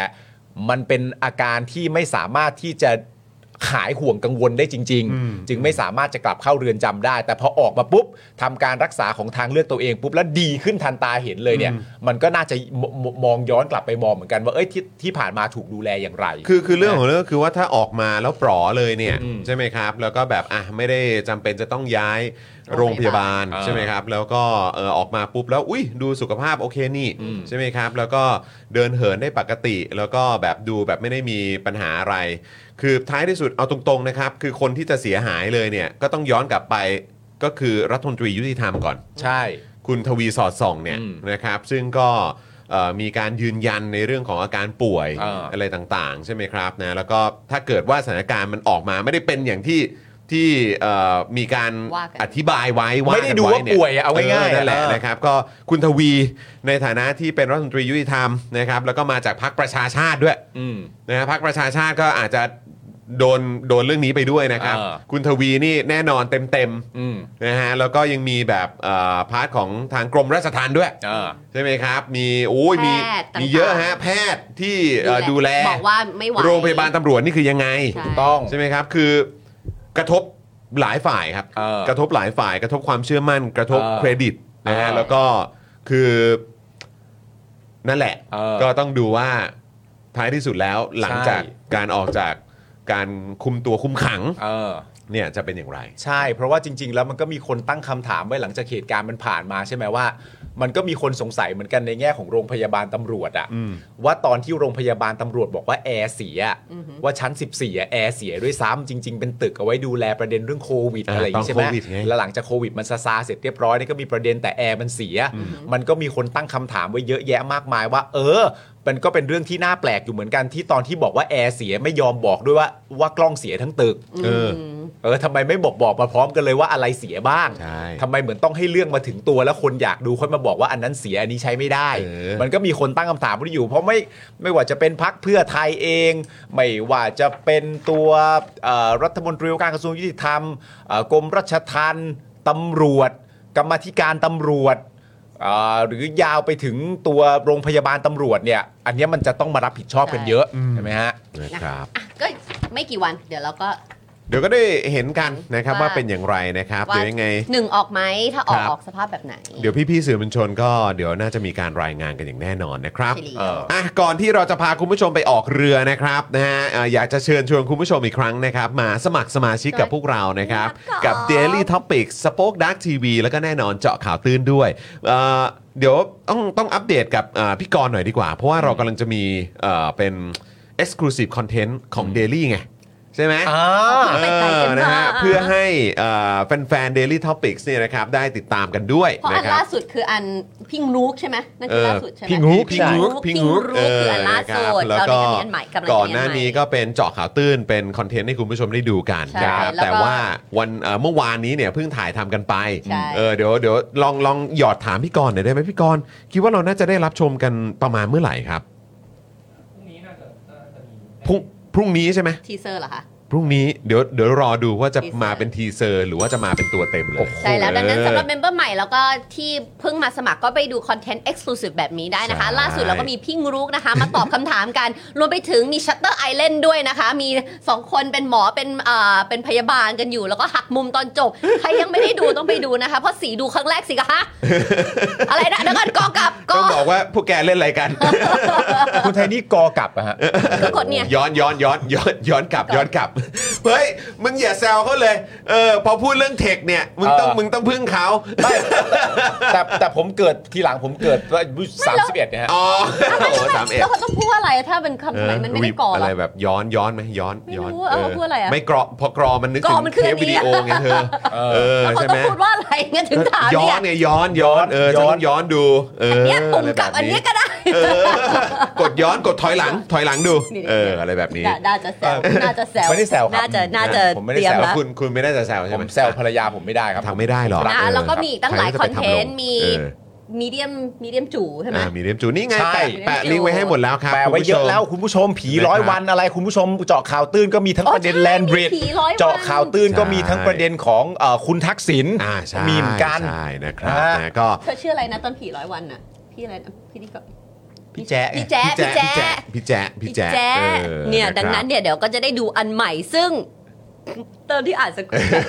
มันเป็นอาการที่ไม่สามารถที่จะหายห่วงกังวลได้จริง ๆ จึงไม่สามารถจะกลับเข้าเรือนจำได้ แต่พอออกมาปุ๊บทำการรักษาของทางเลือกตัวเองปุ๊บแล้วดีขึ้นทันตาเห็นเลยเนี่ย มันก็น่าจะมมมองย้อนกลับไปมองเหมือนกันว่าเอ้ยที่ที่ผ่านมาถูกดูแลอย่างไร
คือคือเรื่องของเรื่องก็คือว่าถ้าออกมาแล้วปลอเลยเนี่ย
อืม
ใช่ไหมครับ แล้วก็แบบอ่ะไม่ได้จำเป็นจะต้องย้ายโรงพยาบาล
โรงพยาบาล
ใช่ไหมครับแล้วก็เออออกมาปุ๊บแล้วอุ้ยดูสุขภาพโอเคนี่
อืม
ใช่ไหมครับ แล้วก็เดินเหินได้ปกติ แล้วก็แบบดูแบบไม่ได้มีปัญหาอะไร คือท้ายที่สุดเอาตรงๆนะครับ คือคนที่จะเสียหายเลยเนี่ยก็ต้องย้อนกลับไปก็คือรัฐมนตรียุติธรรมก่อน
ใช่
คุณทวีสอดส่องเนี่ย
อืม
นะครับซึ่งก็ เอ่อมีการยืนยันในเรื่องของอาการป่วย
อ่า
ไรต่างๆ ใช่ไหมครับนะแล้วก็ถ้าเกิดว่าสถานการณ์มันออกมาไม่ได้เป็นอย่างที่ที่เอ่อมีการ
ว่ากัน
อธิบายไว้ว่า
ไม่ได้ดูว่า
กันไเนี่
ป่วยอะเอาง่ายๆ
เออนั่นแหละ
อ่าน
นะครับก็คุณทวีในฐานะที่เป็นรัฐมนตรียุติธรรมนะครับแล้วก็มาจากพรรคประชาชาติด้วย
อืม
นะฮะพรรคประชาชาติก็อาจจะโดนโดนเรื่องนี้ไปด้วยนะครับ
เออ
คุณทวีนี่แน่นอนเต็มเต็มๆ
อืม
นะฮะแล้วก็ยังมีแบบเอ่อพาร์ทของทางกรมราชทัณฑ์ด้วย
อ่า
ใช่ไหมครับ มีโอ้ยมี
แพทย์ต่างๆ
มีเยอะฮะแพทย์ที่เอ่อดูแล
บอกว่าไม่ไหว
โรงพยาบาลตำรวจนี่คือยังไง
ใช่
ถูกต้อง
ใช่ไหมครับคือกระทบหลายฝ่ายครับ
เออก
ระทบหลายฝ่ายกระทบความเชื่อมั่น กระทบ
เออ
เครดิตนะฮะ
เออ
แล้วก็คือนั่นแหละ
เออ
ก็ต้องดูว่าท้ายที่สุดแล้วหลัง
ใช่
จากการออกจากการคุมตัวคุมขัง
เออ
เนี่ยจะเป็นอย่างไร
ใช่ เพราะว่าจริง ๆ แล้วมันก็มีคนตั้งคำถามไว้หลังจากเหตุการณ์มันผ่านมาใช่ไหมว่า มันก็มีคนสงสัยเหมือนกันในแง่ของโรงพยาบาลตำรวจอะว่าตอนที่โรงพยาบาลตำรวจบอกว่าแอร์เสียอะว่าชั้น 14อะแอร์เสียด้วยซ้ำจริง ๆ เป็นตึกเอาไว้ดูแลประเด็นเรื่องโควิด
อ่า
อะไรอย่าง
ตอน
นี้ใช่ไหม
โควิดไง
แล้วหลังจากโควิดมันซาซาเสร็จเรียบร้อยนี่ก็มีประเด็นแต่แอร์มันเสีย มันก็มีคนตั้งคำถามไว้เยอะแยะมากมายว่า เออ มันก็เป็นเรื่องที่น่าแปลกอยู่เหมือนกันที่ตอนที่บอกว่าแอร์เสียไม่ยอมบอกด้วยว่าว่ากล้องเสียทั้งตึก
เออ
เออทำไมไม่บอกบอกมาพร้อมกันเลยว่าอะไรเสียบ้าง
ใช่
ทำไมเหมือนต้องให้เรื่องมาถึงตัวแล้วคนอยากดูค่อยมาบอกว่าอันนั้นเสียอันนี้ใช้ไม่ได้
เออ
มันก็มีคนตั้งคำถามนี้อยู่ เพราะไม่ไม่ว่าจะเป็นพักเพื่อไทยเอง ไม่ว่าจะเป็นตัวเอ่อรัฐมนตรีว่าการกระทรวงยุติธรรมเอ่อกรมรัชทัณฑ์ตำรวจ กรรมาธิการตำรวจเอ่อหรือยาวไปถึงตัวโรงพยาบาลตำรวจเนี่ย อันเนี้ยมันจะต้องมารับผิดชอบกันเยอะ
อืม
ใช่ไหมฮะ
นะครับ
อ่ะก็ไม่กี่วันเดี๋ยวเราก็
เดี๋ยวก็ได้เห็นกันนะครับว่า
ว่า
เป็นอย่างไรนะครับ
ว่า
เดี๋ยวยังไง
หนึ่งออกไหมถ้าออก
ครับ
ออกสภาพแบบไหน
เดี๋ยวพี่ๆสื่อมวลชนก็เดี๋ยวน่าจะมีการรายงานกันอย่างแน่นอนนะครับ
ใช่แล้ว
เอออ่ะก่อนที่เราจะพาคุณผู้ชมไปออกเรือนะครับนะฮะเอ่ออยากจะเชิญชวนคุณผู้ชมอีกครั้งนะครับ มาสมัครสมาชิกกับพวกเรานะครับ กับ Daily Topic สป็อคดักทีวีแล้วก็แน่นอนเจาะข่าวตื้นด้วยเอ่อเดี๋ยวต้องต้องอัปเดตกับเอ่อพี่กรณ์หน่อยดีกว่า เพราะว่าเรากำลังจะมีเอ่อเป็น Exclusive Content ของ Daily ไงใช่ไหม
เอาไปใส่
เออ
กัน
นะฮะ
บ้าง
เพื่อให้เอ่อแฟนๆ Daily Topics เนี่ยนะครับได้ติดตามกันด้วย
เพราะ
นะ
อัน
ครั
ล่า
บ
สุดคืออันพิงนูกใช่ไหมนั่นคือล่าสุดใช่ไหม
เออพิงนูก
พิง
ใช่
นูก
พิ
พิ
ง
ง
นู
นู
ก
กคืออันล่าสุ
เอ
ด
อนะครับ
เราได้
แล้วก็
อันใหม่กำลัง
ก่
จะ
อน
มี
หน้า
อัใม่
นี้ก็เป็นเจาะข่าวตื้นเป็นคอนเทนต์ให้คุณผู้ชมได้ดูกัน
ใช่
นะครับ
แล้วก็
แต่ว่าวันเอ่อเมื่อวานนี้เนี่ยเพิ่งถ่ายทำกันไป
ใช่
เออเดี๋ยวเดี๋ยวลองลองหยอดถามพี่กรณ์หน่อยได้ไหมพี่กรณ์คิดว่าเราน่าจะได้รับชมกันประมาณเมื่อไหร่ครับพรุ่งพรุ่งนี้ใช่ไหม
ทีเซอร์เหรอคะ
พรุ่งนี้เดี๋ยวเดี๋ยวรอดูว่าจะ
ทีเซอร์
มาเป็นทีเซอร์หรือว่าจะมาเป็นตัวเต็มเลย
ใช่แล้วดังนั้นสำหรับเมมเบอร์ใหม่แล้วก็ที่เพิ่งมาสมัครก็ไปดูคอนเทนต์เอ็กซ์คลูซีฟแบบนี้ได้นะคะ
ใช่
ล่าสุดเราก็มีพิงรุกนะคะ มาตอบคำถามกัน รวมไปถึงมีชัตเตอร์ไอ a n d ด้วยนะคะ มี 2 คนเป็นหมอเป็นเอ่อเป็นพยาบาลกันอยู่ แล้วก็หักมุมตอนจบ ใครยังไม่ได้ดูต้องไปดูนะคะ เพราะสีดูครั้งแรกสิคะ อะไรนะเดี๋ยวก่อนกอกลับก็
ต้องบอกว่าพวกแกเล่นอะไรกัน
คุณไทยนี่กอกลับอะฮะ
คือกดเนี่ย
ย้อนย้อนย้อนย้อนย้อนกลับย้อนกลับ เฮ้ย มึงอย่าแซวเขาเลย เออ พอพูดเรื่องเทคเนี่ย มึงต้อง
เออ
มึงต้องพึ่งเขา
ไม่แต่แต่ผมเกิดทีหลังผมเกิดสามสิบเอ็ดนะฮะ
อ๋อ
ไม่
โอ้
ไม่
สาม
ไม่
เอ็ด
แล้วเขาต้องพูดว่าอะไรถ้าเป็นคำไหนมันไม่ได้ก่อหร
ไร
อ
แบบย้อนย้อนไหมย้อน
ไม่รู้
ย้อน
อะเขาพูดอะไรอะ
ไม่กรอพอกรอมันนึก
กร
ถึ
อง มัน
เท
คืออั
ป
น
วิดี
นี้อะ
โอไงเธอ เออ
แล้วเขา
ใช่ไห
ต้อ
ม
งพูดว่าอะไรเงี้ยถึงถาม
ย้อน
เนี่ย
เนี่ยย้อนย้อนเออฉัน
ย้
ต้องย้
อน
อนดูเออ
เนี่ยปุ่ม
อะไร
กลับ
แบบ
อันเนี้ยก็ได้
เออกดย้อนกดถอยหลังถอยหลังดู
นี่
เอออะไรแบบนี้
น่าน่าจะแซวน่าจะแซว
ไม่ได้แซวครับ
น่าจะน่าจะ
ผมไม่ได้
เตรียม
แซว
แล้ว
คุณคุณไม่น่าจะแซว
ผ
ใช่ไหม
มแซวภรรยาผมไม่ได้ครับ
ทำไม่ได้หรอก
นะ
เออ
แล้วก็
ครับ
มีอีกตั้งหลาย
ใร
ค
ก็
อน
จะไป
เทนต์
ำลง
มี
เออ
มีเดียมมีเดียมจูใช่ไหม
อ่ามีเรียมจูนี่ไง
ใช่
แปะแปะลิงก์ไว้ให้หมดแล้วครับ
แปลไว้
คุณผู้
เย
ช
อะ
ม
แล้วคุณผู้ชมผีร้อย
นะครับ
วันอะไรคุณผู้ชมเจาะข่าวตื้นก็มีทั้ง
โอ้
ประเด็น
ใช่
แลนด์บริด
มีผีร้อยวัน
เจาะข่าวตื้นก็มีทั้ง
ใช่
ประเด็นของเอ่อคุณทักษิณ
อ่าใช่
มีเหมือนกัน
ใช่นะครับ
นะ
นะก็
เธอชื่ออะไรนะตอนผีร้อยวันน่ะพี่อะไรนะพี่นี่ก็
พี่แจ๊ะ
พี่แจ๊ะ
พี่แจ๊ะพี่แจ๊ะพี่แจ๊ะออ
เนี่ย
ะครับ
ดังนั้นเนี่ยเดี๋ยวก็จะได้ดูอันใหม่ซึ่ง ตอนที่อ่านสคริปต์อะ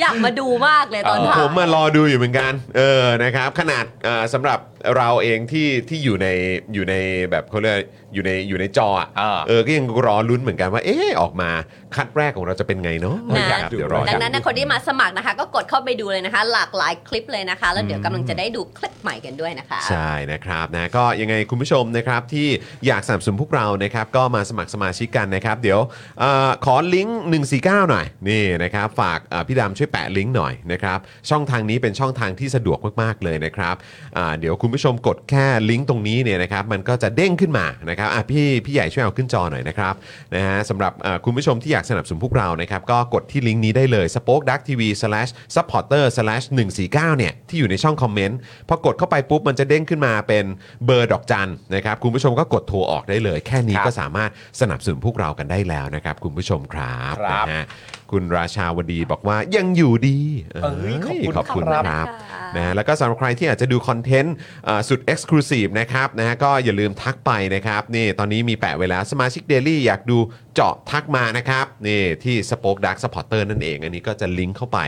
อยากมาดูมากเลยตอนถ่าย
ผมมารอดูอยู่เหมือนกันเออนะครับ ขนาดเอ่อสำหรับเราเองที่ที่อยู่ในอยู่ในแบบเขาเรียก อยู่ในอยู่ในจออะ
อ่า
เออก็ยังรอลุ้นเหมือนกันว่าเอ๊ะออกมาคัดแรกของเราจะเป็นไงเนาะ
นะ
อยากเดี๋ยวรอ
ดั
กั
งนั้นนะคนที่มาสมัครนะคะ ก็กดเข้าไปดูเลยนะคะ หลากหลายคลิปเลยนะคะ แล้วเดี๋ยวกำลังจะได้ดูคลิปใหม่กันด้วยนะคะ
ใช่นะครับนะก็ยังไงคุณผู้ชมนะครับที่อยากสนับสนุนพวกเรานะครับก็มาสมัครสมาชิกกันนะครับเดี๋ยวเออขอลิงก์149 หน่อยนี่นะครับฝากเอ่อพี่ดำช่วยแปะลิงก์หน่อยนะครับช่องทางนี้เป็นช่องทางที่สะดวกมากๆเลยนะครับอ่าเดี๋ยวคุณผู้ชมกดแค่ลิงก์ตรงนี้เนี่ยนะครับมันก็จะเด้งขึ้นมานะครับอ่ะพี่พี่ใหญ่ช่วยเอาขึ้นจอหน่อยนะครับนะฮะสำหรับเอ่อคุณผู้ชมที่อยากสนับสนุนพวกเรานะครับก็กดที่ลิงก์นี้ได้เลย spoke dark tv slash supporter slash 149เนี่ยที่อยู่ในช่องคอมเมนต์พอกดเข้าไปปุ๊บมันจะเด้งขึ้นมาเป็นเบอร์ดอกจันนะครับคุณผู้ชมก็กดโทรออกได้เลย แค่นี้
ครับ
ก็สามารถสนับสนุนพวกเรากันได้แล้วนะครับคุณผู้ชมครับ
ครับ
นะฮะคุณราชาวดีบอกว่ายังอยู่ดีเ
เอ้ยขอบคุณ
ขอบคุณ
ครับ
ครับ
ค่ะ
นะฮะแล้วก็สำหรับใครที่อาจจะดูคอนเทนต์เอ่อสุด Exclusive นะครับนะฮะก็อย่าลืมทักไปนะครับนี่ตอนนี้มีแปะไว้แล้วสมาชิก Daily อยากดูเจาะทักมานะครับนี่ที่ Spoke Dark Supporter นั่นเอง อันนี้ก็จะลิงก์เข้าไป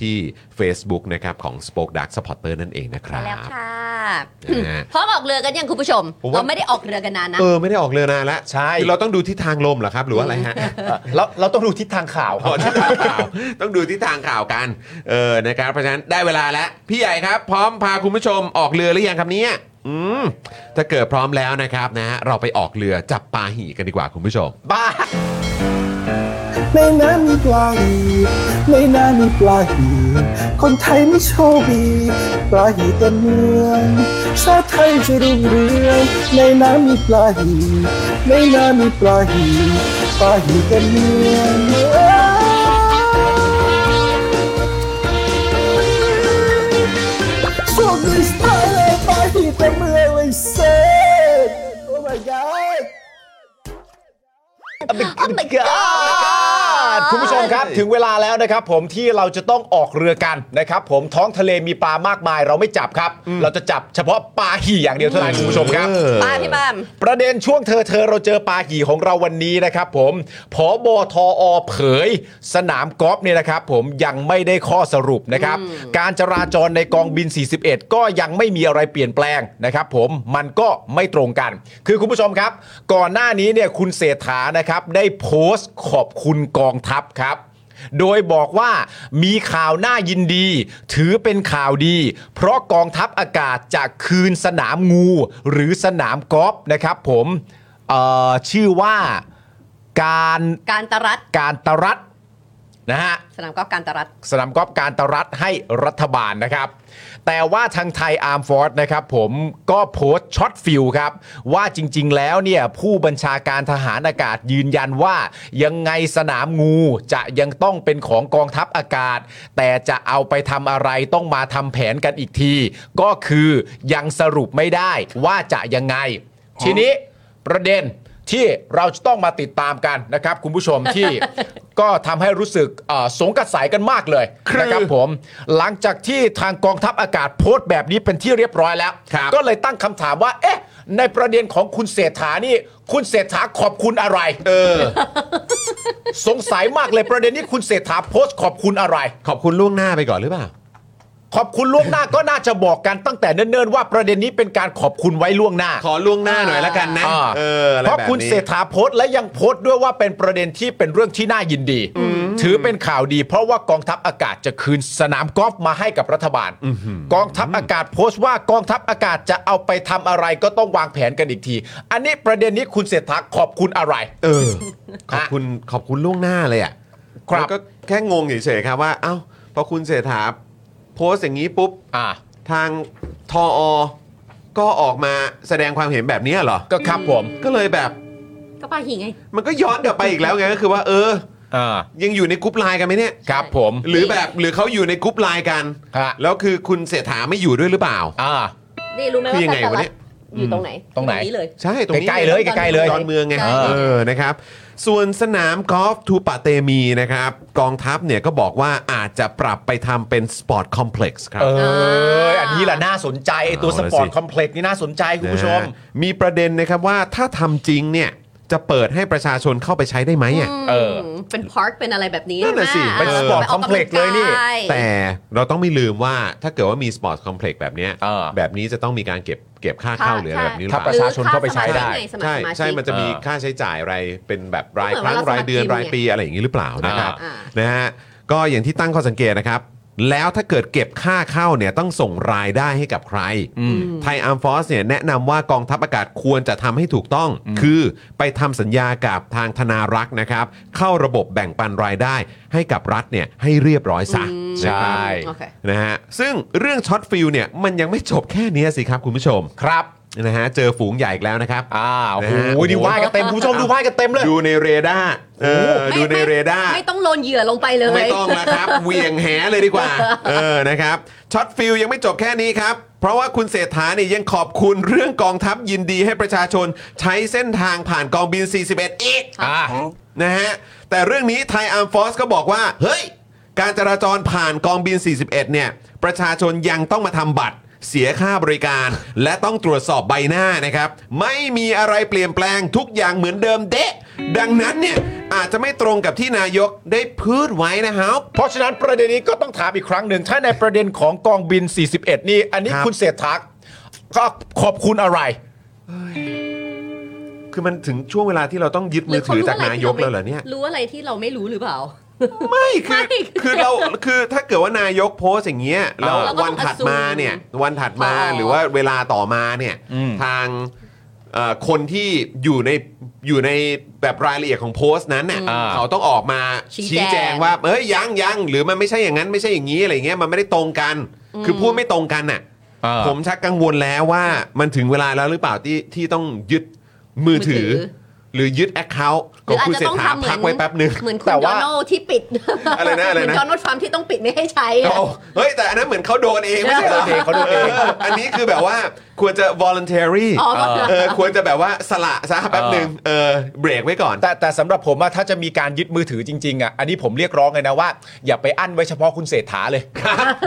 ที่ Facebook นะครับของ Spoke Dark Supporter นั่นเองนะค
ไป
รับ
แล้วค่ะ
นะฮะ
พร้อมออกเรือกันยังคุณผู้ชม
ผมว่า
เราไม่ได้ออกเรือกันนานนะ
เออ ไม่ได้ออกเรือนานแล้ว
ใช่
คือเราต้องดูทิศทางลมเหรอครับ หรือว่าอะไรฮะ
เราเราต้องดูทิศทางข่าวค
อ๋
รับ
อทิศทางข่าว ต้องดูทิศทางข่าวกันเออนะครับเพราะฉะนั้นได้เวลาแล้ว พี่ใหญ่ครับ พร้อมพาคุณผู้ชมออกเรือหรือยังครับเนี่ยอืมถ้าเกิดพร้อมแล้วนะครับนะฮะเราไปออกเรือจับปลาหี่กันดีกว่าคุณผู้ชม
บ้า
ในน้ำมีปลาหีในน้ำมีปลาหีคนไทยไม่โชคดีปลาหีเต็มเมืองชาติไทยจะรุ่งเรืองในน้ำมีปลาหีในน้ำมีปลาหีปลาหีเต็มเมืองเอ้ยโชคดีสไตล์เลยปลาหีเต็มเมืองเลยเซ่โอ้ my god
Oh my god
คุณผู้ชมครับถึงเวลาแล้วนะครับผมที่เราจะต้องออกเรือกันนะครับผมท้องทะเลมีปลามากมาย เราไม่จับครับ เราจะจับเฉพาะปลาหี่อย่างเดียวเท่านั้นคุณผู้ชมครับ
ป้าพี่บ้าม
ประเด็นช่วงเธอเธอเราเจอปาหี่ของเราวันนี้นะครับผมผบทอเผย สนามกอล์ฟเนี่ยนะครับผมยังไม่ได้ข้อสรุปนะครับ การจราจรในกองบิน 41 ก็ยังไม่มีอะไรเปลี่ยนแปลงนะครับผมมันก็ไม่ตรงกัน คือคุณผู้ชมครับ ก่อนหน้านี้เนี่ยคุณเศรษฐานะครับได้โพสต์ขอบคุณกองทัพครับ โดยบอกว่ามีข่าวน่ายินดี ถือเป็นข่าวดี เพราะกองทัพอากาศจะคืนสนามงู หรือสนามกอล์ฟนะครับผมเอ่อชื่อว่าการ
การตรัส
การตรัสนะฮะ
สนามกอล์ฟการตรัส
สนามกอล์ฟการตรัสให้รัฐบาลนะครับ แต่ว่าทางไทยอาร์มฟอร์สนะครับผมก็โพสต์ช็อตฟิลครับ ว่าจริงๆแล้วเนี่ยผู้บัญชาการทหารอากาศยืนยันว่า ยังไงสนามงูจะยังต้องเป็นของกองทัพอากาศ แต่จะเอาไปทำอะไรต้องมาทำแผนกันอีกที ก็คือยังสรุปไม่ได้ว่าจะยังไง ทีนี้ประเด็นที่เราจะต้องมาติดตามกันนะครับ คุณผู้ชม ที่ ก็ทำให้รู้สึกเอ่อสงกระสายกันมากเลยนะครับผม หลังจากที่ทางกองทัพอากาศโพสต์แบบนี้เป็นที่เรียบร้อยแล้ว
ครับ
ก็เลยตั้งคำถามว่า เอ๊ะ ในประเด็นของคุณเศรษฐานี่ คุณเศรษฐาขอบคุณอะไร
เออ
สงสัยมากเลยประเด็นนี้คุณเศรษฐาโพสต์ขอบคุณอะไร
ขอบคุณล่วงหน้าไปก่อนหรือเปล่า
ขอบคุณล่วงหน้าก็น่าจะบอกกันตั้งแต่เนิ่นๆว่าประเด็นนี้เป็นการขอบคุณไว้ล่วงหน้า
ขอล่วงหน้าหน่อยละกันนะ
อ่า
เอออะไร
เพราะ
แบบ
คุณ
นี้
เศรษฐาโพสต์และยังโพสต์ด้วยว่าเป็นประเด็นที่เป็นเรื่องที่น่ายินดี ถือเป็นข่าวดี เพราะว่ากองทัพอากาศจะคืนสนามกอล์ฟมาให้กับรัฐบาล กองทัพอากาศโพสต์ว่ากองทัพอากาศจะเอาไปทำอะไรก็ต้องวางแผนกันอีกที อันนี้ประเด็นนี้คุณเศรษฐาขอบคุณอะไร
เออ ขอบคุณขอบคุณล่วงหน้าเลยอ่ะ
ครับ
แล้วก็แค่งงเฉยๆครับว่าเอ้าพอคุณเศรษฐาโพสต์อย่างนี้ปุ๊บ
อ่า
ทางทออก็ออกมาแสดงความเห็นแบบเนี้ยเหรอ
ก็ครับผม
ก็เลยแบบ
ก็ป้าหิงไง
มันก็ย้อนกลับไปอีกแล้วไงก็คือว่า เออ
อ่า
ยังอยู่ในกรุ๊ปไลน์กันไหมเนี่ย
ครับผม
หรือแบบหรือเขาอยู่ในกรุ๊ปไลน์กัน
ฮะ
แล้วคือคุณเศรษฐาไม่อยู่ด้วยหรือเปล่า
อ่า
นี่รู้ไหม
คือ
ว่า
ยังไง
การต
วะ
รั
เนี่
ส
ย
อยู่ตรงไหน
ตรงไหน
นี้เลย
ใช่ตรงนี้
ใกล้ๆเลยใกล้ๆเลย
ดอนเมืองไง
ใช่
เออนะครับ ส่วนสนามกอล์ฟทูปะเตมีนะครับ กองทัพเนี่ยก็บอกว่าอาจจะปรับไปทำเป็นสปอร์ตคอมเพล็กซ์ครับ
เอออันนี้แหละน่าสนใจไอตัวสปอร์ตคอมเพล็กซ์นี่น่าสนใจคุณผู้ชม
นะฮะมีประเด็นนะครับว่าถ้าทำจริงเนี่ย จะเปิดให้ประชาชนเข้าไปใช้ได้ไหมอ่ะ
ม
เออ
เป็นพาร์คเป็นอะไรแบบนี้
นั่นน่ะสิ
ใช่ไหม
เป็นสปอร์ตคอมเพล็กซ์เลยนี่
ไปออกกำงกาย
แต่เราต้องไม่ลืมว่าถ้าเกิดว่ามีสปอร์ตคอมเพล็กซ์แบบเนี้ย
เออ
แบบนี้จะต้องมีการเก็บเก็บค่า
ค่า
เข้าหรืออะไร
ใช่
แบบนี้ห
ถ้า
รือ
ป
เประ ล่า
ชาชนเข้าไปใช้ได้
หรือค่าสมัคร
ใช่
สมาชิก
ใช่มันจะมี
เออ
ค่าใช้จ่ายอะไรเป็นแบบราย
ก็
ค
เหมื
รั้
อน
ง
เวลาสมั
ราย
คร
เดือน
ทีม
รายปีอะไรอย่างนี้หรือเปล่านะครับ
อ่า
นะฮะก็อย่างที่ตั้งข้อสังเกตนะครับ แล้วถ้าเกิดเก็บค่าเข้าเนี่ยต้องส่งรายได้ให้กับใคร ไทยอาร์มฟอสเนี่ยแนะนำว่ากองทัพอากาศควรจะทำให้ถูกต้อง คือไปทำสัญญากับทางธนารักษ์นะครับ เข้าระบบแบ่งปันรายได้ให้กับรัฐเนี่ยให้เรียบร้อยซะ
ใช่
โอเค
นะฮะซึ่งเรื่องช็อตฟิลเนี่ยมันยังไม่จบแค่เนี้ยสิครับคุณผู้ชม
ครับ
นะฮะเจอฝูงใหญ่อีกแล้วนะครับ
อ้าวโอ้โห
นะฮะ
ดีว่ายกันเต็มคุณผู้ชมดูว่ายกันเต็มเลย
ดูในเรดาร์เออ
ไม่
ดูใน
ไม่
เรดาร์
ไม่ต้องโลนเหยื่อลงไปเลย
ไม่ต้อง นะครับ เหวียงแหเลยดีกว่า เออนะครับช็อตฟิลยังไม่จบแค่นี้ครับ เพราะว่าคุณเศรษฐาเนี่ยยังขอบคุณเรื่องกองทัพยินดีให้ประชาชนใช้เส้นทางผ่านกองบิน 41 อีก
อ่า
นะฮะแต่เรื่องนี้ไทยอาร์มฟอสก็บอกว่า เฮ้ย การจราจรผ่านกองบิน 41 เนี่ย ประชาชนยังต้องมาทำบัตร เสียค่าบริการ และต้องตรวจสอบใบหน้านะครับ ไม่มีอะไรเปลี่ยนแปลงทุกอย่างเหมือนเดิมเดะดังนั้นเนี่ยอาจจะไม่ตรงกับที่นายกได้พูดไว้นะครับ
เพราะฉะนั้นประเด็นนี้ก็ต้องถามอีกครั้งหนึ่ง ถ้าในประเด็นของกองบิน 41 นี่ อันนี้
ครับ
คุณเศรษฐาก็ขอบคุณอะไร
คือมันถึงช่วงเวลาที่เราต้องยึดมือถือจากนายกแล้วเหรอเนี่ย
รู้อะไรที่เราไม่รู้หรือเปล่า
ไม่คือ
ไม่
คือเราคือถ้าเกิดว่านายกโพสต์อย่างเงี้ยแล้ว
เราก็
วันถัดมาเนี่ยวันถัดมา
อ๋อ
หรือว่าเวลาต่อมาเนี่ย
อืม
ทางเอ่อคนที่อยู่ในอยู่ในแบบรายละเอียดของโพสต์นั้นเนี่ย
อ่า
เขาต้องออกมาชี้แจงว่าเอ้ยยังยังหรือมันไม่ใช่อย่างนั้นไม่ใช่อย่างนี้อะไรเงี้ยมันไม่ได้ตรงกัน คือพูดไม่ตรงกันน่ะ ผมชักกังวลแล้วว่ามันถึงเวลาแล้วหรือเปล่าที่ที่ต้องยึดมือถือ
มือถือ
หรือยึดแอคเคาท์ของคุณเศรษฐาพักไว้แป๊บหนึ่ง
เหมือนคุ
แต่
ณโด
ว่า
นัลด์ที่ปิด
อะไรนะอะไรนะ
เหมือนโดนัลด์ทรัมป์ที่ต้องปิดไม่ให้ใช้อะ
เอาเฮ้ย แต่อันนั้นเหมือนเขาโดนเองไม่ใช่เหรอ
เขาโดนเองเขาโดนเอง
อันนี้คือแบบว่าควรจะ voluntary
อ๋อ
เออควรจะแบบว่าสละซะแป๊บหนึ่งเออเบรกไว้ก่อน
แต่แต่สำหรับผมอะถ้าจะมีการยึดมือถือจริงๆอะอันนี้ผมเรียกร้องเลยนะว่า อย่าไปอั้นไว้เฉพาะคุณเศรษฐาเลย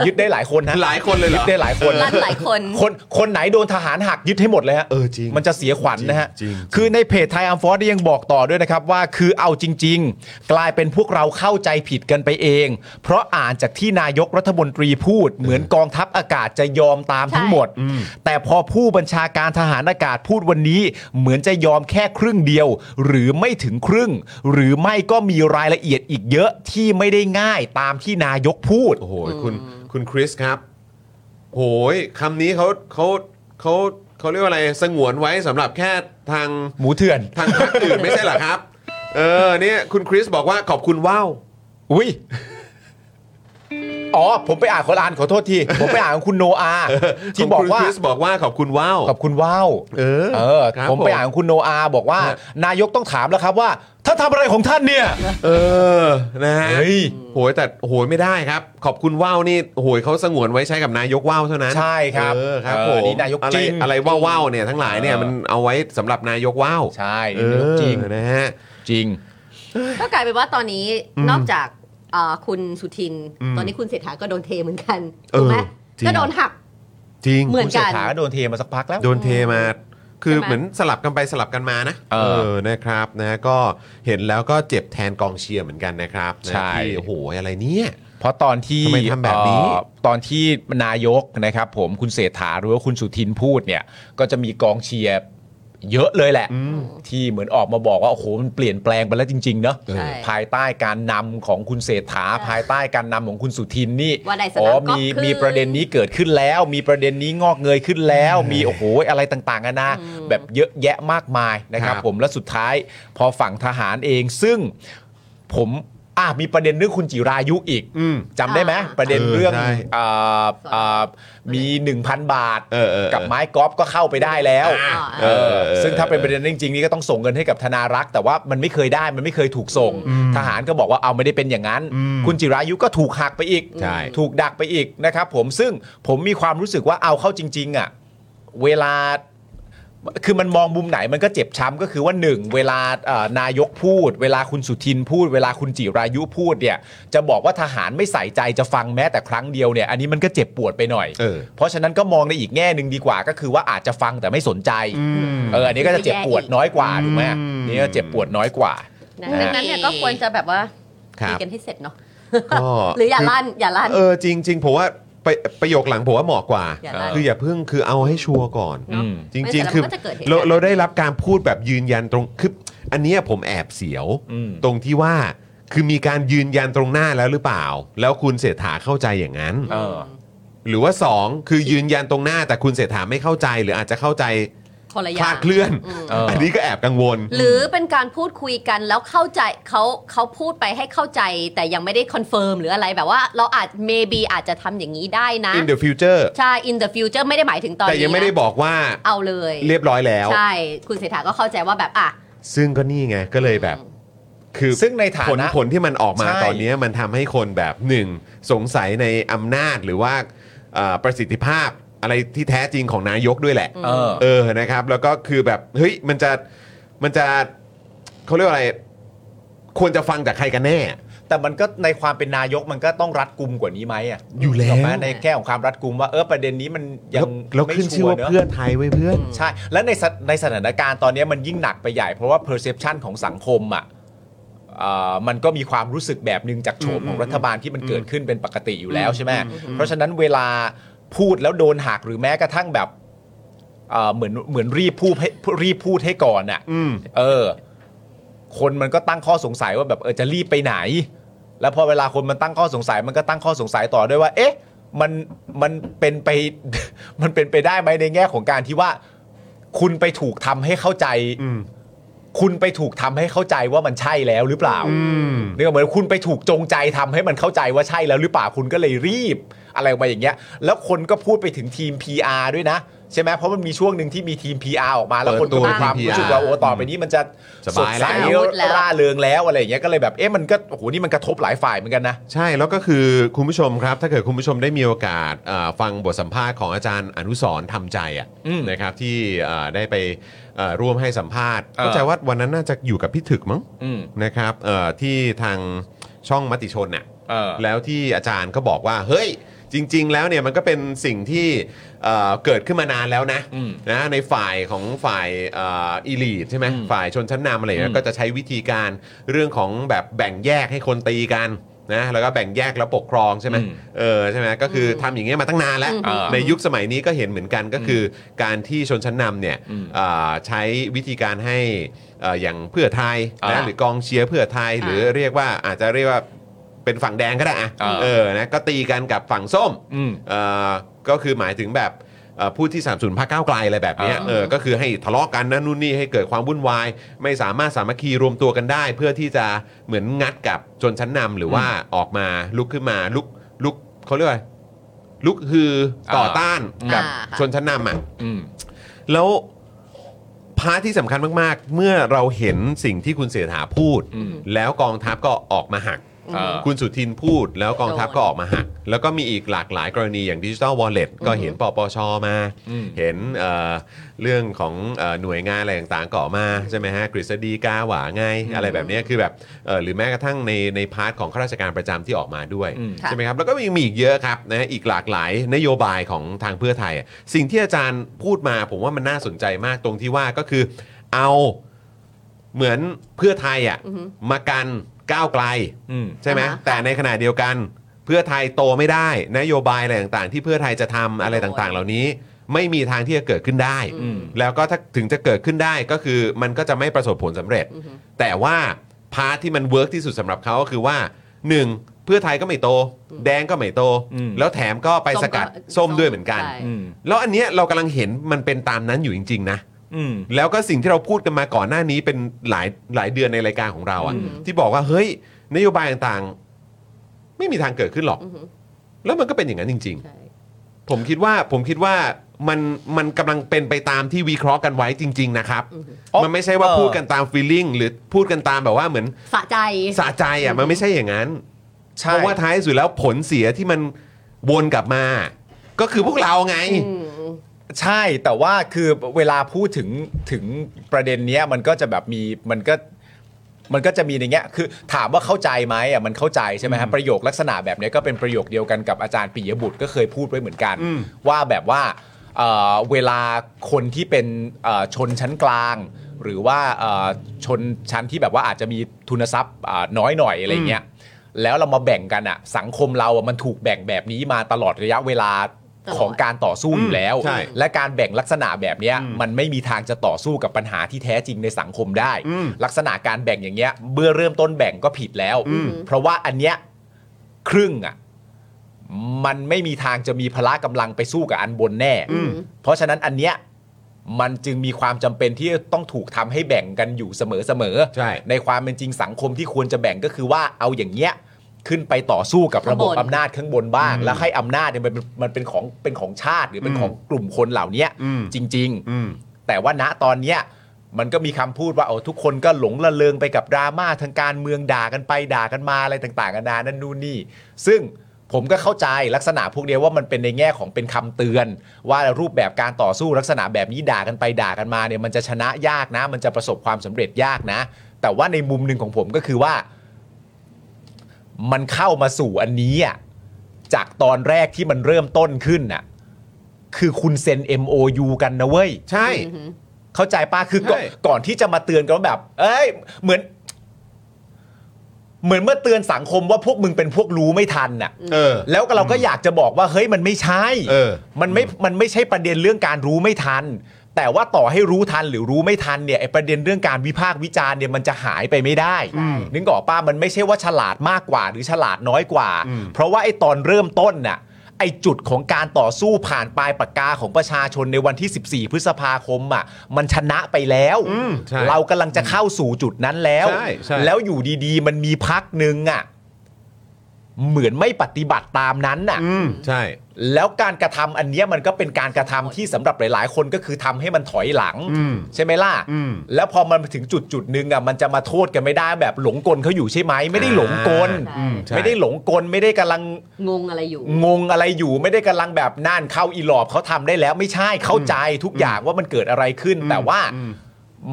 ยึดได้หลายคนนะ
หลายคนเลยเหรอ
ยึดได้หลายคน
รันหลายคน
คนคนไหนโดนทหารหักยึดให้หมดเลยฮะ
เออจริง
มันจะเสียขวัญนะฮะ
จริงจริง
คือในเพจไทยอัมฟอร์ดยังบอกต่อด้วยนะครับว่าคือเอาจริง ๆ กลายเป็นพวกเราเข้าใจผิดกันไปเอง เพราะอ่านจากที่นายกรัฐมนตรีพูด เหมือนกองทัพอากาศจะยอมตามทั้งหมด แต่พอผู้บัญชาการทหารอากาศพูดวันนี้ เหมือนจะยอมแค่ครึ่งเดียว หรือไม่ถึงครึ่ง หรือไม่ก็มีรายละเอียดอีกเยอะที่ไม่ได้ง่ายตามที่นายกพูด
โอ้โหคุณคุณคริสครับโหยคำนี้เขาเขาเขาเขาเรียกว่าอะไรสงวนไว้สำหรับแค่ทาง
หมูเถื่อน
ทางพรรคอื่นไม่ใช่เหรอครับ เออเนี่ยคุณคริสบอกว่าขอบคุณว้าว
อุ้ยอ๋อผมไปอ่านคนละอ่านขอโทษทีผมไปอ่านของคุณโน อาที่บอกว่า
ขคุณคริสบอกว่าขอบคุณว้าว
ขอบคุณว้าว
เออ
เออ
ครับ
ผมไปอ่านของคุณโนอาบอกว่า
ฮะ
นายกต้องถามแล้วครับว่า ถ้านทำอะไรของท่านเนี่ย
เออ นะฮะ
เฮ้ย
โหยแต่โหยไม่ได้ครับ ขอบคุณว่าวนี่โหยเขาสงวนไว้ใช้กับนายกว่าวเท่านั้น
ใช่ครับ
เออครับ
เออ
ผม
นี่นายก
อะ
จ
ไร
ริง
อะไรว่าวๆเนี่ยทั้งหลายเนี่ย
เออ
มันเอาไว้สำหรับนายกว่าว
ใช่
เอน
ายก
อ
จริง
นะฮะ
จริง
ก็กลายเป็นว่าตอนนี้นอกจากเอ่อคุณสุทิน
อืม
ตอนนี้คุณเศรษฐาก็โดนเทเหมือนกัน
เออ
ถูกไหม
จริง
ก็โดนหัก
จริง
เหมือน
คุณเศรษฐาโดนเทมาสักพักแล้ว
โดนเทมา คือ
ใช่ไหม
เหมือนสลับกันไปสลับกันมานะ
เออ
นะครับนะก็เห็นแล้วก็เจ็บแทนกองเชียร์เหมือนกันนะครับนะ
ใช่
ที่โอ้โหอะไรเนี่ย
เพราะตอนที่
ทำไมทำแบบนี้
เอ่อตอนที่นายกนะครับผมคุณเศรษฐาหรือว่าคุณสุทินพูดเนี่ย ก็จะมีกองเชียร์เยอะเลยแหละ ที่เหมือนออกมาบอกว่า โอ้โห มันเปลี่ยนแปลงไปแล้วจริง ๆ เนอะ
ใช่
ภายใต้การนำของคุณเศรษฐา
ใช่
ภายใต้การนำของคุณสุทินนี่
ว่าในสนาม
อ๋อ
ก็
มี
คือ
มีประเด็นนี้เกิดขึ้นแล้ว มีประเด็นนี้งอกเงยขึ้นแล้ว มีโอ้โหอะไรต่างๆนานาแบบเยอะแยะมากมายนะครับ
ครับ
ผมและสุดท้ายพอฝั่งทหารเองซึ่ง ผมอ่ะมีประเด็นเรื่องคุณจิรายุอีก
อืม
จำได้ไหม
อ่า
ประเด็น
เออ
เรื่อง
ใช่
อ่าอ่ามี 1,000 บาท
เออเออเออ
กับไม้กอล์ฟก็เข้าไปได้แล้ว
อ่า
เออ
เออ
ซึ่งถ้าเป็นประเด็นจริงๆนี่ก็ต้องส่งเงินให้กับธนารักษ์แต่ว่ามันไม่เคยได้มันไม่เคยถูกส่ง ทหารก็บอกว่าเอาไม่ได้เป็นอย่างนั้น
อืม
คุณจิรายุก็ถูกหักไปอีก
ใช่
ถูกดักไปอีกนะครับผมซึ่งผมมีความรู้สึกว่าเอาเข้าจริงๆอ่ะเวลา คือมันมองมุมไหนมันก็เจ็บช้ำก็คือว่าหนึ่งเวลาเอ่อนายกพูด เวลาคุณสุทินพูด เวลาคุณจิรายุพูดเนี่ยจะบอกว่าทหารไม่ใส่ใจจะฟังแม้แต่ครั้งเดียวเนี่ยอันนี้มันก็เจ็บปวดไปหน่อย
เออ
เพราะฉะนั้นก็มองในอีกแง่หนึ่งดีกว่าก็คือว่าอาจจะฟังแต่ไม่สนใจเอออันนี้ก็จะเจ็บปวดน้อยกว่าถูกไหม
อืม
นี่ก็เจ็บปวดน้อยกว่า
ดังนั้นเนี่ยก็ควรจะแบบว่า
ครับ
ตีกันให้เสร็จเนาะ
ก็
หรืออย่าลั่นอย่าลั่น
เออจริงจริงผมว่าไปประโยคหลังผมว่าเหมาะกว่า
อย่าลั่น
คืออย่าเพิ่งคือเอาให้ชัวร์ก่อน
เนอะ
จ
ไม่
ริง
แต่
ๆ คือ
มันก็จะเกิดเหตุ
เรา
การณ์
เราได้รับการพูดแบบยืนยันตรงคืออันเนี้ยผมแอบเสียว
อืม
ตรงที่ว่าคือมีการยืนยันตรงหน้าแล้วหรือเปล่า แล้วคุณเศรษฐาเข้าใจอย่างนั้น
เออ
หรือว่า 2 คือยืนยันตรงหน้าแต่คุณเศรษฐาไม่เข้าใจ หรืออาจจะเข้าใจ
คนละอ
ค
ย่า
ลาง ดเคลื่อน
อืม
เอออั
อันนี้ก็แอบกังวล
หรือเป็นการพูดคุยกันแล้วเข้าใจเขาเขาพูดไปให้เข้าใจ แต่ยังไม่ได้คอนเฟิร์มหรืออะไรแบบว่าเราอาจ maybe อาจจะทำอย่างนี้ได้นะ
in the future
ใช่ in the future ไม่ได้หมายถึงตอน
แต่
นี้
ยังไม่ได้
นะ
บอกว่า
เอาเลย
เรียบร้อยแล้ว
ใช่ คุณเศรษฐาก็เข้าใจว่าแบบอ่ะ
ซึ่งก็นี่ไงก็เลยแบบ คือ
ซึ่งในฐา
ผล
นะ
ผลที่มันออกมา
ใช่
ตอนนี้มันทำให้คนแบบหนึ่งสงสัยในอำนาจหรือว่าเอ่อประสิทธิภาพอะไรที่แท้จริงของนายกด้วยแหละ
เออ
เออนะครับ แล้วก็คือแบบเฮ้ยมันจะมันจะเขาเรียกว่าอะไร ควรจะฟังจากใครกันแน่
แต่มันก็ในความเป็นนายกมันก็ต้องรัดกุมกว่านี้ไหมอ่ะ
อยู่แล้ว
ถูกไหมในแง่ของความรัดกุมว่าเออประเด็นนี้มันยั
แล้
ง
วแล้วขึ้นชื่อว่า
ไม่ชัร์ะ
เพื่อไทยไว้ยเพื่อน
ใช่ และในสถในสถานการณ์ตอนนี้มันยิ่งหนักไปใหญ่เพราะว่า perception ของสังคมอ่ะเอ่อมันก็มีความรู้สึกแบบหนึ่งจากโฉมของรัฐบาลที่มันเกิดขึ้นเป็นปกติอยู่แล้วใช่ไหมเพราะฉะนั้นเวลาพูดแล้วโดนหักหรือแม้กระทั่งแบบเอ่อเหมือนเหมือนรีบพูดให้รีบพูดให้ก่อนอ่ะ
อืม
เออ คนมันก็ตั้งข้อสงสัยว่าแบบเออจะรีบไปไหน แล้วพอเวลาคนมันตั้งข้อสงสัย มันก็ตั้งข้อสงสัยต่อด้วยว่า เอ๊ะ มันมันเป็น ไป มันเป็นไปได้ไหมในแง่ของการที่ว่า คุณไปถูกทำให้เข้าใจ
อืม
คุณไปถูกทำให้เข้าใจว่ามันใช่แล้วหรือเปล่า
อืม
เนี่ยเหมือนคุณไปถูกจงใจทำให้มันเข้าใจว่าใช่แล้วหรือเปล่าคุณก็เลยรีบ อะไรออกมาอย่างเงี้ย แล้วคนก็พูดไปถึงทีม PR ด้วยนะใช่ไหมเพราะมันมีช่วงหนึ่งที่มีทีม PR ออกมาแล้วคนก็มีความ
เปิดตัวทีม PR
รู้สึกว่าโอ้ต่อไปนี้มันจะ
สบายแล้ว
ดใร่าเริงแล้วอะไรอย่างเงี้ยก็เลยแบบเอ๊ะมันก็โอ้โหนี่มันกระทบหลายฝ่ายเหมือนกันนะ
ใช่แล้วก็คือคุณผู้ชมครับถ้าเกิดคุณผู้ชมได้มีโอกาสเอ่อฟังบทสัมภาษณ์ของอาจารย์อนุสรณ์ทำใจอ่ะ
อืม
นะครับที่เอ่อได้ไปเอ่อร่วมให้สัมภาษณ์
เออ
เข้าใจว่าวันนั้นน่าจะอยู่กับพี่ถึกมั้ง
อืม
นะครับเอ่อที่ทางช่องมติชนน่ะ
เออ
แล้วที่อาจารย์ก็บอกว่าเฮ้ยจริง ๆ แล้วเนี่ยมันก็เป็นสิ่งที่เอ่อเกิดขึ้นมานานแล้วนะ
อืม
นะในฝ่ายของฝ่ายเอีลีทใช่ไหม
อืม
ฝ่ายชนชั้นนำอะไร
อื
เนี่ย
ม
ก็จะใช้วิธีการเรื่องของแบบแบ่งแยกให้คนตีกันนะแล้วก็แบ่งแยกแล้วปกครองใช่ไหม
อืม
เออใช่ไหมก็คืออทำอย่างเงี้ยมาตั้งนานแล้ว
อ่า
ในยุคสมัยนี้ก็เห็นเหมือนกันก็คืออการที่ชนชั้นนำเนี่ย
อืม
อ่าใช้วิธีการให้เอ่ออย่างเพื่อไทยนะ
อ่า
หรือกองเชียร์เพื่อไทยหรือเรียกว่าอาจจะเรียกว่าเป็นฝั่งแดงก็ได้อะเออนะก็ตีกันกับฝั่งส้ม
อืม
เอ่อก็คือหมายถึงแบบเอ่อผู้ที่สามสูนพรรคก้าวไกลอะไรแบบเนี้ย
อ่า
เออก็คือให้ทะเลาะกันนะนู่นนี่ให้เกิดความวุ่นวาย ไม่สามารถสามัคคีรวมตัวกันได้ เพื่อที่จะเหมือนงัดกับจนชั้นนำหรือว่าออกมาลุกขึ้นมาลุกลุกเขาเรียกว่าลุกฮือต่ออา ต้านกับ
อ่าค่ะ
ชนชั้นนำอ่ะ
อืม
แล้วพาร์ทที่สำคัญมาก ๆ เมื่อเราเห็นสิ่งที่คุณเสถาพูด
อืม
แล้วกองทัพก็ออกมาหัก
เออ
คุณสุทินพูดแล้วกองทัพ
โดน
ก็ออกมาหัก แล้วก็มีอีกหลากหลายกรณีอย่างดิจิ t a ลวอลเล็ตก็เห็นปปชมา
อืม
เห็นเอ่อเรื่องของเอ่อหน่วยงานอะไรต่างๆก่ออกมาใช่ไหมฮะกฤษฎีกาหว่าไงอะไรแบบเนี้ยคือแบบเอ่อหรือแม้กระทั่งในในพาร์ทของข้าราชการประจำที่ออกมาด้วย
อืม
ค่ะ
ใช่ไหมครับ แล้วก็ยังมีอีกเยอะครับนะอีกหลากหลายนโยบายของทางเพื่อไทยอะสิ่งที่อาจารย์พูดมาผมว่ามันน่าสนใจมากตรงที่ว่าก็คือเอาเหมือนเพื่อไทยอ่ะมากันก้าวไกล
อืม
ใช่ไหม
อ่าฮะ
แต่ในขณะเดียวกัน เพื่อไทยโตไม่ได้ นโยบายอะไรต่างๆ ที่เพื่อไทยจะทำอะไรต่างๆ เหล่านี้ ไม่มีทางที่จะเกิดขึ้นได้
อืม
แล้วก็ถ้าถึงจะเกิดขึ้นได้ก็คือมันก็จะไม่ประสบผลสำเร็จ
อือฮึ
แต่ว่าพาร์ทที่มันเวิร์กที่สุดสำหรับเขาก็คือว่า 1. เพื่อไทยก็ไม่โต แดงก็ไม่โต
อืม
แล้วแถมก็ไปสกัดส้มด้วยเหมือนกัน
ใช่
อืม
แล้วอันเนี้ยเรากำลังเห็นมันเป็นตามนั้นอยู่จริงๆนะ
อืม
แล้วก็สิ่งที่เราพูดกันมาก่อนหน้านี้เป็นหลายหลายเดือนในรายการของเราอะ
อือหือ
ที่บอกว่าเฮ้ยนโยบายต่างๆ ไม่มีทางเกิดขึ้นหรอก
อือหือ
แล้วมันก็เป็นอย่างนั้นจริง
ใช่
ๆ ผมคิดว่าผมคิดว่ามันมันกำลังเป็นไปตามที่วิเคราะห์กันไว้จริง ๆ นะครับ
อือหือ
มันไม่ใช่ว่า
เออ
พูดกันตามฟีลลิ่งหรือพูดกันตามแบบว่าเหมือน
สะใจ
สะใจอ่ะมันไม่ใช่อย่างนั้น
ใช่
เพราะว่าท้ายสุดแล้วผลเสียที่มันวนกลับมา ก็คือพวกเราไง
อืม
ใช่แต่ว่าคือเวลาพูดถึงถึงประเด็นเนี้ยมันก็จะแบบมีมันก็มันก็จะมีในเงี้ยคือถามว่าเข้าใจไหมอ่ะมันเข้าใจใช่ไหมฮะประโยคลักษณะแบบเนี้ยก็เป็นประโยคเดียวกันกับอาจารย์ปิยบุตรก็เคยพูดไว้เหมือนกัน ว่าแบบว่าเอ่อเวลาคนที่เป็นเอ่อชนชั้นกลาง หรือว่าเอ่อชนชั้นที่แบบว่าอาจจะมีทุนทรัพย์อ่าน้อยหน่อยอะไรเงี้ย แล้วเรามาแบ่งกันอะสังคมเราอะมันถูกแบ่งแบบนี้มาตลอดระยะเวลา
ตลอด
ของการต่อสู้อยู่แล้ว
ใช่
และการแบ่งลักษณะแบบเนี้ยมันไม่มีทางจะต่อสู้กับปัญหาที่แท้จริงในสังคมได้ ลักษณะการแบ่งอย่างเงี้ยเมื่อเริ่มต้นแบ่งก็ผิดแล้ว เพราะว่าอันเนี้ยครึ่งอะมันไม่มีทางจะมีพละกำลังไปสู้กับอันบนแน่ เพราะฉะนั้นอันเนี้ยมันจึงมีความจำเป็นที่ต้องถูกทำให้แบ่งกันอยู่เสมอๆ
ใช่
ในความเป็นจริงสังคมที่ควรจะแบ่งก็คือว่าเอาอย่างเงี้ยขึ้นไปต่อสู้กับระบบ
ข้างบน
อำนาจข้างบนบ้าง แล้วให้อำนาจเนี่ยมันเป็นมันเป็นของเป็นของชาติหรือเป็นของกลุ่มคนเหล่าเนี้ย
อืม
จริง ๆ
อืม
แต่ว่าณตอนเนี้ยมันก็มีคำพูดว่าโอ้ทุกคนก็หลงละเลงไปกับดราม่าทางการเมืองด่ากันไปด่ากันมาอะไรต่างๆกันานานั่นนู่นนี่ ซึ่งผมก็เข้าใจลักษณะพวกเนี้ยว่ามันเป็นในแง่ของเป็นคำเตือน ว่ารูปแบบการต่อสู้ลักษณะแบบนี้ด่ากันไปด่ากันมาเนี่ยมันจะชนะยากนะ มันจะประสบความสำเร็จยากนะ แต่ว่าในมุมหนึ่งของผมก็คือว่า มันเข้ามาสู่อันนี้อะจากตอนแรกที่มันเริ่มต้นขึ้นน่ะคือคุณเซ็น MOU กันนะเว้ย
ใช่
เข้าใจป้าคือก่อน
ใช่
ก่อนที่จะมาเตือนกันว่าแบบ เอ้ย เหมือน เหมือนเมื่อเตือนสังคมว่าพวกมึงเป็นพวกรู้ไม่ทันน่ะ
เออ
แล้วก็เราก็อยากจะบอกว่าเฮ้ยมันไม่ใช่
เออ
มันไม่มันไม่ใช่ประเด็นเรื่องการรู้ไม่ทัน แต่ว่าต่อให้รู้ทันหรือรู้ไม่ทันเนี่ยไอประเด็นเรื่องการวิพากษ์วิจารณ์เนี่ยมันจะหายไปไม่ได้นึกออกป้ามันไม่ใช่ว่าฉลาดมากกว่า หรือฉลาดน้อยกว่า เพราะว่าไอตอนเริ่มต้นน่ะไอจุดของการต่อสู้ผ่านปลายปากกาของประชาชนในวันที่ 14 พฤษภาคมอ่ะมันชนะไปแล้ว
อืมใช่
เรากำลังจะเข้าสู่จุดนั้นแล้ว
ใช่ใช่
แล้วอยู่ดีๆ มันมีพักหนึ่งอ่ะ เหมือนไม่ปฏิบัติตามนั้นน่ะ
อืมใช่
แล้วการกระทำอันเนี้ยมันก็เป็นการกระทำที่สำหรับหลาย ๆ คนก็คือทำให้มันถอยหลัง
อืม
ใช่ไหมล่ะ
อืม
แล้วพอมันถึงจุดจุดหนึ่งอ่ะมันจะมาโทษกันไม่ได้แบบหลงกลเขาอยู่ใช่ไหมไม่ได้หลงกล
อ่า
อืใช่
ไม่ได้หลงกลไม่ได้กำลัง
งงอะไรอยู่
งงอะไรอยู่ ไม่ได้กำลังแบบน่านเข้าอีหลอบเขาทำได้แล้วไม่ใช่เข้าใจทุกอย่างว่ามันเกิดอะไรขึ้น แต่ว่า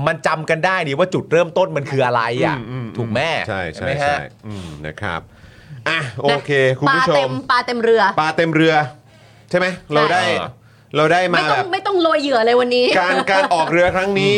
มันจำกันได้นี่ว่าจุดเริ่มต้นมันคืออะไรอ่ะ
อืมอืม
ถูกแม่
ใช่ใช่
ไหมฮะ
ใช่อืมนะครับอ่ะโอเค คุณ
ปลา
ผู้ช
เต็
ม
มปลาเต็มเรือ
ปลาเต็มเรือ ใช่ไหมเราได้
เออ
เราได้มา
ไม่ต้อ
แบ
ง
บ
ไม่ต้องโรยเหยื่อเลยวันนี้
การการออกเรือครั้งนี้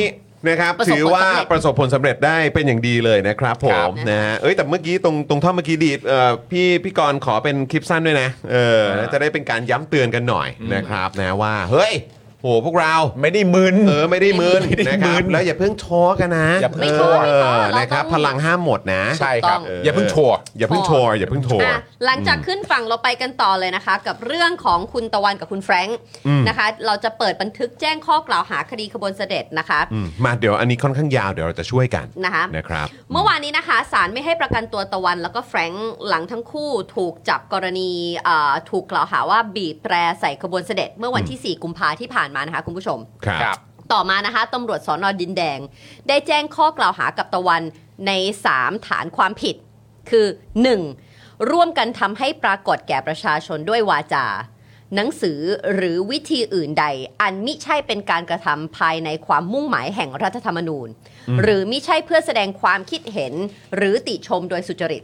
นะครับ
ประสบผล
ถือว่า
สำเร็จ
ประสบผลสำเร็จได้เป็นอย่างดีเลยนะครับผ
ครั
ม
บ
นะฮะเอ้ยแต่เมื่อกี้ตรงตรงท่อนเมื่อกี้ดีเอ่อพี่พี่กรณ์ขอเป็นคลิปสั้นด้วยนะเออแล้วจะได้เป็นการย้ำเตือนกันหน่อยนะครับนะว่า เฮ้ยโหพวกเรา
ไม่ได้มึน
เออไม่ได้มืน
ไม่ได้
นะค
มื
รับ
น
แล้วอย่าเพิ่งท้อกันนะ
อย่าเพิ่งท้
ท้
อ
เอ
ไม่ท้
อ
อเรา
นะครับ
ต้อง
พลังห้ามหมดนะ
ใช่ครับ
ถูกต้อง
อย่าเพิ่งโชว์
อย่าเพิ่งโชว์อย่าเพิ่งโชว์
อ่ะหลังจากขึ้นฝั่งเราไปกันต่อเลยนะคะ กับเรื่องของคุณตะวันกับคุณแฟรงค์
อืม
นะคะ เราจะเปิดบันทึกแจ้งข้อกล่าวหาคดีขบวนเสด็จนะคะ
อืมมาเดี๋ยวอันนี้ค่อนข้างยาวเดี๋ยวเราจะช่วยกัน
นะคะ
นะครับ
เมื่อวานนี้นะคะศาลไม่ให้ประกันตัวตะวันแล้วก็แฟรงค์หลังทั้งคู่ถูกจับกรณีเอ่อถูกกล่าวหาว่าบีบแตรใส่ขบวนเสด็จ เมื่อวันที่ 4 กุมภาที่ผ่านมานะคะคุณผู้ชม
ครับ
ครับ
ต่อมานะคะตำรวจสอนอดินแดง ได้แจ้งข้อกล่าวหากับตะวันใน 3 ฐานความผิด คือ 1. ร่วมกันทำให้ปรากฏแก่ประชาชนด้วยวาจา หนังสือหรือวิธีอื่นใด อันมิใช่เป็นการกระทำภายในความมุ่งหมายแห่งรัฐธรรมนูญ หรือมิใช่เพื่อแสดงความคิดเห็น หรือติชมโดยสุจริต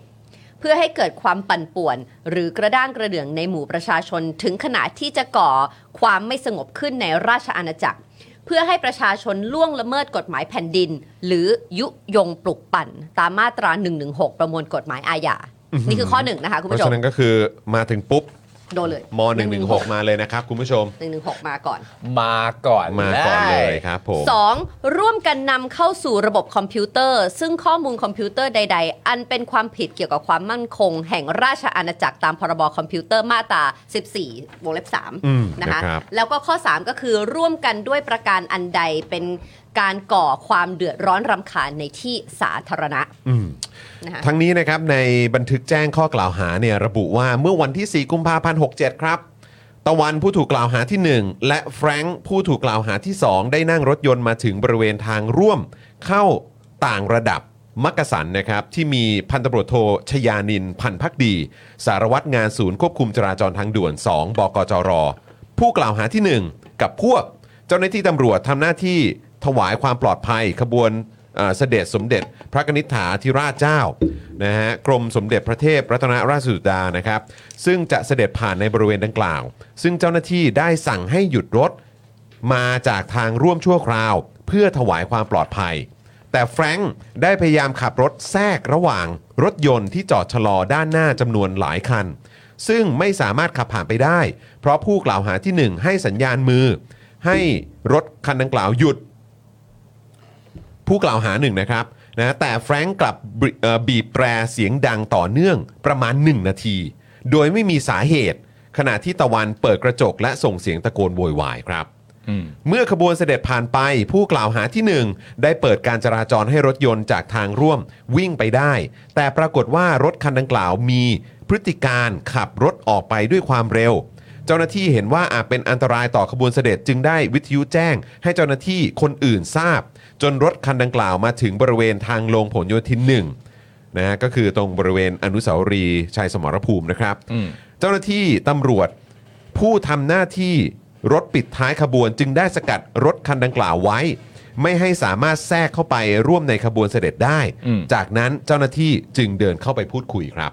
เพื่อให้เกิดความปั่นป่วน หรือกระด้างกระเดื่องในหมู่ประชาชนถึงขนาดที่จะก่อความไม่สงบขึ้นในราชอาณาจักร เพื่อให้ประชาชนล่วงละเมิดกฎหมายแผ่นดิน หรือยุยงปลุกปั่น ตามมาตรา 116 ประมวลกฎหมายอาญา นี่คือข้อหนึ่งนะคะคุณ
เพราะ
ผู้ชม
ฉะนั้นก็คือมาถึงปุ๊บ
โดนเลย
ม .116 มาเลยนะครับ คุณผู้ชม
116 มาก่อน
มาก่อน
มาก่อนเลย
ได้
ครับผม
2. ร่วมกันนำเข้าสู่ระบบคอมพิวเตอร์ ซึ่งข้อมูลคอมพิวเตอร์ใด ๆ อันเป็นความผิดเกี่ยวกับความมั่นคง แห่งราชอาณาจักรตามพรบคอมพิวเตอร์มาตรา 14 วงเล็บ
อืม
3นะคะ
นะครับ
แล้วก็ข้อ 3 ก็คือร่วมกันด้วยประการอันใดเป็นการก่อความเดือดร้อนรำคาญในที่สาธารณะ
อืม
นะคะ
ทั้งนี้นะครับในบันทึกแจ้งข้อกล่าวหาเนี่ยระบุว่าเมื่อวันที่ 4 กุมภาพันธ์ 67 ครับ ตะวันผู้ถูกกล่าวหาที่ 1 และแฟรงค์ผู้ถูกกล่าวหาที่ 2 ได้นั่งรถยนต์มาถึงบริเวณทางร่วม เข้าต่างระดับมักกะสันนะครับ ที่มีพันตำรวจโทชยานิน พันพักดี สารวัตรงานศูนย์ควบคุมจราจรทางด่วน 2 บกจร ผู้กล่าวหาทีหนึ่1 กับพวกเจ้าหน้าที่ตำรวจทำหน้าที่ถวายความปลอดภัย ขบวนเอ่อเสด็จสมเด็จ พระกนิษฐาธิราชเจ้านะฮะกรมสมเด็จพระเทพรัตนราชสุดานะครับซึ่งจะเสด็จผ่านในบริเวณดังกล่าว ซึ่งเจ้าหน้าที่ได้สั่งให้หยุดรถ มาจากทางร่วมชั่วคราว เพื่อถวายความปลอดภัย แต่แฟรงค์ได้พยายามขับรถแทรกระหว่างรถยนต์ที่จอดชะลอด้านหน้าจำนวนหลายคัน ซึ่งไม่สามารถขับผ่านไปได้ เพราะผู้กล่าวหาที่หนึ่งให้สัญญาณมือ ให้รถคันดังกล่าวหยุด ผู้กล่าวหาหนึ่งนะครับนะแต่แฟรงก์กลับบิเอ่อบีบแตรเสียงดังต่อเนื่องประมาณ 1 นาที โดยไม่มีสาเหตุ ขณะที่ตะวันเปิดกระจกและส่งเสียงตะโกนโวยวายครับ เมื่อขบวนเสด็จผ่านไป ผู้กล่าวหาที่หนึ่งได้เปิดการจราจรให้รถยนต์จากทางร่วมวิ่งไปได้ แต่ปรากฏว่ารถคันดังกล่าวมีพฤติการขับรถออกไปด้วยความเร็ว เจ้าหน้าที่เห็นว่าอาจเป็นอันตรายต่อขบวนเสด็จจึงได้วิทยุแจ้ง ให้เจ้าหน้าที่คนอื่นทราบ จนรถคันดังกล่าวมาถึงบริเวณทางลงผลโยธินหนึ่ง นะฮะก็คือตรงบริเวณอนุสาวรีย์ชัยสมรภูมินะครับ เจ้าหน้าที่ตำรวจผู้ทำหน้าที่รถปิดท้ายขบวนจึงได้สกัดรถคันดังกล่าวไว้ ไม่ให้สามารถแทรกเข้าไปร่วมในขบวนเสด็จได้
อืม
จากนั้นเจ้าหน้าที่จึงเดินเข้าไปพูดคุยครับ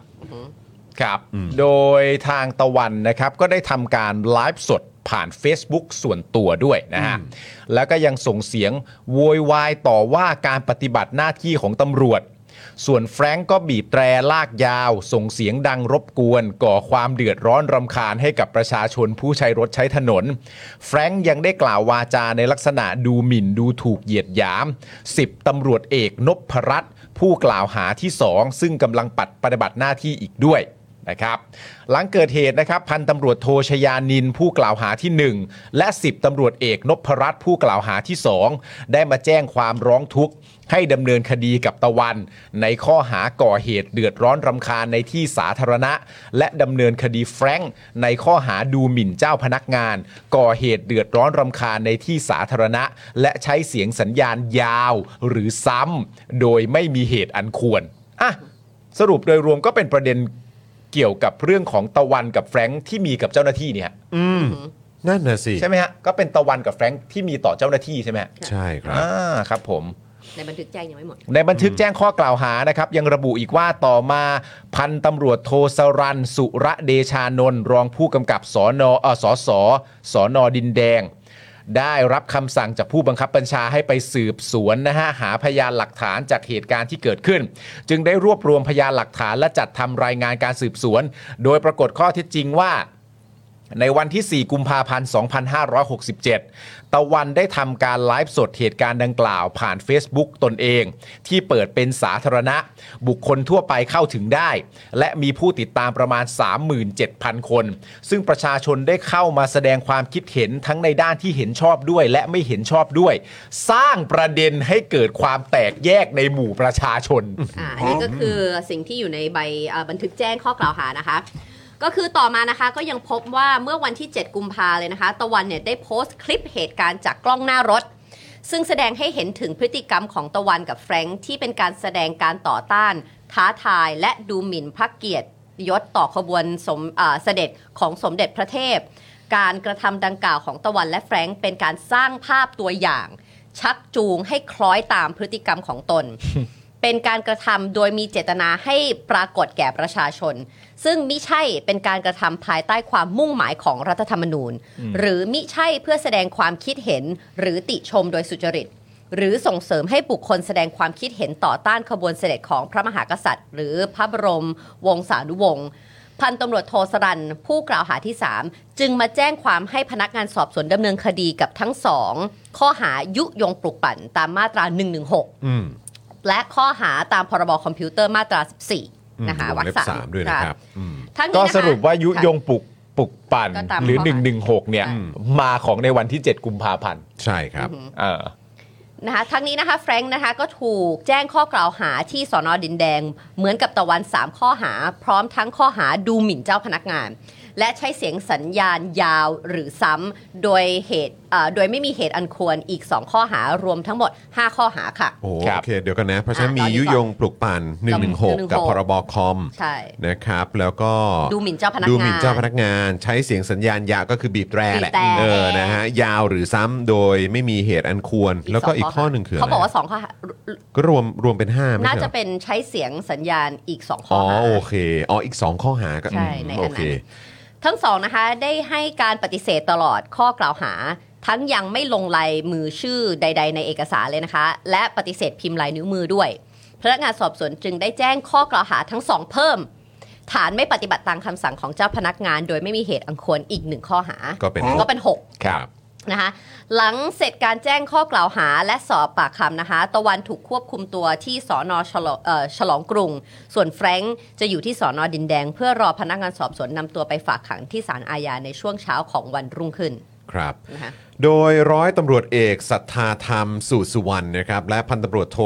ครับโดยทางตะวันนะครับก็ได้ทำการไลฟ์สดผ่าน Facebook ส่วนตัวด้วยนะฮะ แล้วก็ยังส่งเสียงโวยวายต่อว่าการปฏิบัติหน้าที่ของตำรวจ ส่วนแฟรงก์ก็บีบแตรลากยาว ส่งเสียงดังรบกวน ก่อความเดือดร้อนรำคาญให้กับประชาชนผู้ใช้รถใช้ถนน แฟรงก์ยังได้กล่าววาจาในลักษณะดูหมิ่นดูถูกเหยียดหยาม 10ตำรวจเอกนพรัตน์ผู้กล่าวหาที่สองซึ่งกำลังปัดปฏิบัติหน้าที่อีกด้วย นะครับหลังเกิดเหตุนะครับพันตำรวจโทชยานินผู้กล่าวหาทีหนึ่1 และ 10ตำรวจเอกนพรัตน์ผู้กล่าวหาที่ 2 ได้มาแจ้งความร้องทุกข์ ให้ดำเนินคดีกับตะวัน ในข้อหาก่อเหตุเดือดร้อนรำคาญในที่สาธารณะ และดำเนินคดีแฟรงค์ในข้อหาดูหมิ่นเจ้าพนักงาน ก่อเหตุเดือดร้อนรำคาญในที่สาธารณะ และใช้เสียงสัญญาณยาว หรือซ้ำโดยไม่มีเหตุอันควรอ่ะสรุปโดยรวมก็เป็นประเด็น เกี่ยวกับเรื่องของตะวันกับแฟรงค์ที่มีกับเจ้าหน้าที่เนี่ย
นั่นน่ะสิ
ใช่ไหมฮะก็เป็นตะวันกับแฟรงค์ที่มีต่อเจ้าหน้าที่ใช่ไหมฮะ
ใช่ครับ
อ่าครับผม
ในบันทึกแจ้งยังไม่หมด
ในบันทึกแจ้งข้อกล่าวหานะครับยังระบุอีกว่าต่อมาพันตำรวจโทสรัน สุระเดชานนท์รองผู้กำกับสอนอเออสอสอสอนอดินแดง ได้รับคำสั่งจากผู้บังคับบัญชาให้ไปสืบสวนนะฮะหาพยานหลักฐานจากเหตุการณ์ที่เกิดขึ้น จึงได้รวบรวมพยานหลักฐานและจัดทำรายงานการสืบสวน โดยปรากฏข้อเท็จจริงว่า ในวันที่ 4 กุมภาพันธ์ 2567 ตะวันได้ทำการไลฟ์สดเหตุการณ์ดังกล่าวผ่าน Facebook ตนเอง ที่เปิดเป็นสาธารณะ บุคคลทั่วไปเข้าถึงได้ และมีผู้ติดตามประมาณ 37,000 คน ซึ่งประชาชนได้เข้ามาแสดงความคิดเห็นทั้งในด้านที่เห็นชอบด้วย และไม่เห็นชอบด้วย สร้างประเด็นให้เกิดความแตกแยกในหมู่ประชาชน
อ่าอันนี้ก็คือสิ่งที่อยู่ในใบเอ่อบันทึกแจ้งข้อกล่าวหานะคะ ก็คือต่อมานะคะก็ยังพบว่าเมื่อวันที่ 7 กุมภาเลยนะคะ ตะวันเนี่ยได้โพสต์คลิปเหตุการณ์จากกล้องหน้ารถ ซึ่งแสดงให้เห็นถึงพฤติกรรมของตะวันกับแฟรงค์ที่เป็นการแสดงการต่อต้าน ท้าทายและดูหมิ่นพระเกียรติยศต่อขบวนสมเอ่อเสด็จของสมเด็จพระเทพ การกระทำดังกล่าวของตะวันและแฟรงค์เป็นการสร้างภาพตัวอย่าง ชักจูงให้คล้อยตามพฤติกรรมของตน เป็นการกระทำโดยมีเจตนาให้ปรากฏแก่ประชาชน ซึ่งมิใช่เป็นการกระทำภายใต้ความมุ่งหมายของรัฐธรรมนูญ หรือมิใช่เพื่อแสดงความคิดเห็นหรือติชมโดยสุจริต หรือส่งเสริมให้บุคคลแสดงความคิดเห็นต่อต้านขบวนเสด็จของพระมหากษัตริย์ หรือพระบรมวงศานุวงศ์ พันตำรวจโทสรัน ผู้กล่าวหาที่ 3 จึงมาแจ้งความให้พนักงานสอบสวนดำเนินคดีกับทั้งสองข้อหายุยงปลุกปั่นตามมาตรา 116
อืม
และข้อหาตามพรบคอมพิวเตอร์มาตรา 14 นะคะ
อืม
วร
วง
ร
เล็
ค
บ
สา
สาม มด้วยนะครับ
ทั้งนี้
ก็
นะคะ
สรุปว่ายุยงปลุกปลุกปั่น
ก็ตาม
หรือ
ข้อหา
116 เนี่ย มาของในวันที่ 7 กุมภาพันธ์
ใช่ครับ
เออ
นะคะทั้งนี้นะคะแฟรงค์นะคะก็ถูกแจ้งข้อกล่าวหาที่สอนอดินแดง เหมือนกับตะวัน 3 ข้อหา พร้อมทั้งข้อหาดูหมิ่นเจ้าพนักงาน และใช้เสียงสัญญาณยาวหรือซ้ำโดยเหตุ เอ่อโดยไม่มีเหตุอันควรอีก 2 ข้อหารวมทั้งหมด 5 ข้อหาค่ะ
โอ้โห
ครับ
โอเคเดี๋ยวกันนะ เพราะฉะนั้น
อ่ะ
มี
ตอนนี้
ยุยงปลุกปั่น116
116
กับพรบคอม
ใช่
นะครับ แล้วก็
ดูหมิ่นเจ้าพนักงาน
ดูหมิ่นเจ้าพนักงานใช้เสียงสัญญาณยาวก็คือบีบแตรแหละ
บีบแตร
เออนะฮะยาวหรือซ้ำโดยไม่มีเหตุอันควร แล้วก็อีก
ส
ข้อหนึ่งคือ
เขา
อะไร
บอกว่าสองข้อหา
ก็รวมรวมเป็นห้าไม่
น่า
ใช่เหร
จะ
อ
เป็นใช้เสียงสัญญาณอีก 2 ข้
อ๋
อ
อ
หา
โอเคอ๋ออีก 2 ข้อหาก็
ใช่
อืม
ในอันนั้น
โอเค
ทั้งสองนะคะได้ให้การปฏิเสธตลอดข้อกล่าวหา ทั้งยังไม่ลงลายมือชื่อใด ๆ ในเอกสารเลยนะคะ และปฏิเสธพิมพ์ลายนิ้วมือด้วยพนักงานสอบสวนจึงได้แจ้งข้อกล่าวหาทั้งสองเพิ่ม ฐานไม่ปฏิบัติตามคำสั่งของเจ้าพนักงาน โดยไม่มีเหตุอันควรอีกหนึ่งข้อหา
ก็เป็น
ก็เป็นหก
ครับ
นะคะหลังเสร็จการแจ้งข้อกล่าวหาและสอบปากคำนะคะ ตะวันถูกควบคุมตัวที่สอนอฉลองเออฉลองกรุง ส่วนแฟรงค์จะอยู่ที่สอนอดินแดง เพื่อรอพนักงานสอบสวนนำตัวไปฝากขังที่ศาลอาญาในช่วงเช้าของวันรุ่งขึ้น
ครับ
นะคะ
โดยร้อยตำรวจเอกศรัทธาธรรมสูตรสุวรรณนะครับและพันตำรวจโท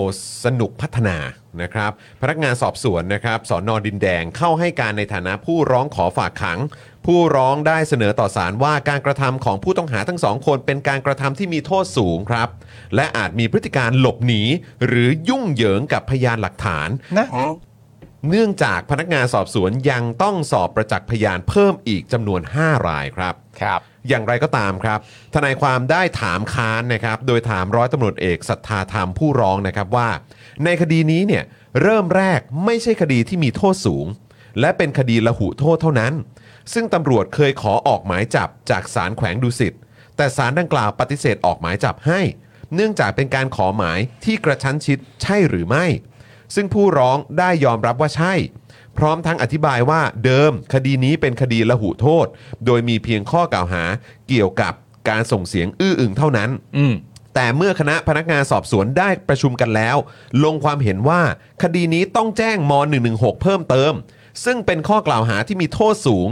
สนุกพัฒนานะครับพนักงานสอบสวนนะครับสอนอดินแดงเข้าให้การในฐานะผู้ร้องขอฝากขัง ผู้ร้องได้เสนอต่อศาลว่าการกระทำของผู้ต้องหาทั้งสองคนเป็นการกระทำที่มีโทษสูงครับ และอาจมีพฤติการหลบหนีหรือยุ่งเหยิงกับพยานหลักฐาน เนื่องจากพนักงานสอบสวนยังต้องสอบประจักษ์พยานเพิ่มอีกจำนวน 5 รายครับ
ครับ
อย่างไรก็ตามครับ ทนายความได้ถามค้านนะครับ โดยถามร้อยตำรวจเอกศรัทธาธรรมผู้ร้องนะครับว่า ในคดีนี้เนี่ยเริ่มแรกไม่ใช่คดีที่มีโทษสูง และเป็นคดีละหุโทษเท่านั้น ซึ่งตำรวจเคยขอออกหมายจับจากศาลแขวงดุสิตแต่ศาลดังกล่าวปฏิเสธออกหมายจับให้ เนื่องจากเป็นการขอหมายที่กระชั้นชิดใช่หรือไม่ ซึ่งผู้ร้องได้ยอมรับว่าใช่ พร้อมทั้งอธิบายว่าเดิมคดีนี้เป็นคดีละหุโทษ โดยมีเพียงข้อกล่าวหาเกี่ยวกับการส่งเสียงอื้ออึงเท่านั้น
อืม
แต่เมื่อคณะพนักงานสอบสวนได้ประชุมกันแล้ว ลงความเห็นว่าคดีนี้ต้องแจ้งม .116 เพิ่มเติม ซึ่งเป็นข้อกล่าวหาที่มีโทษสูง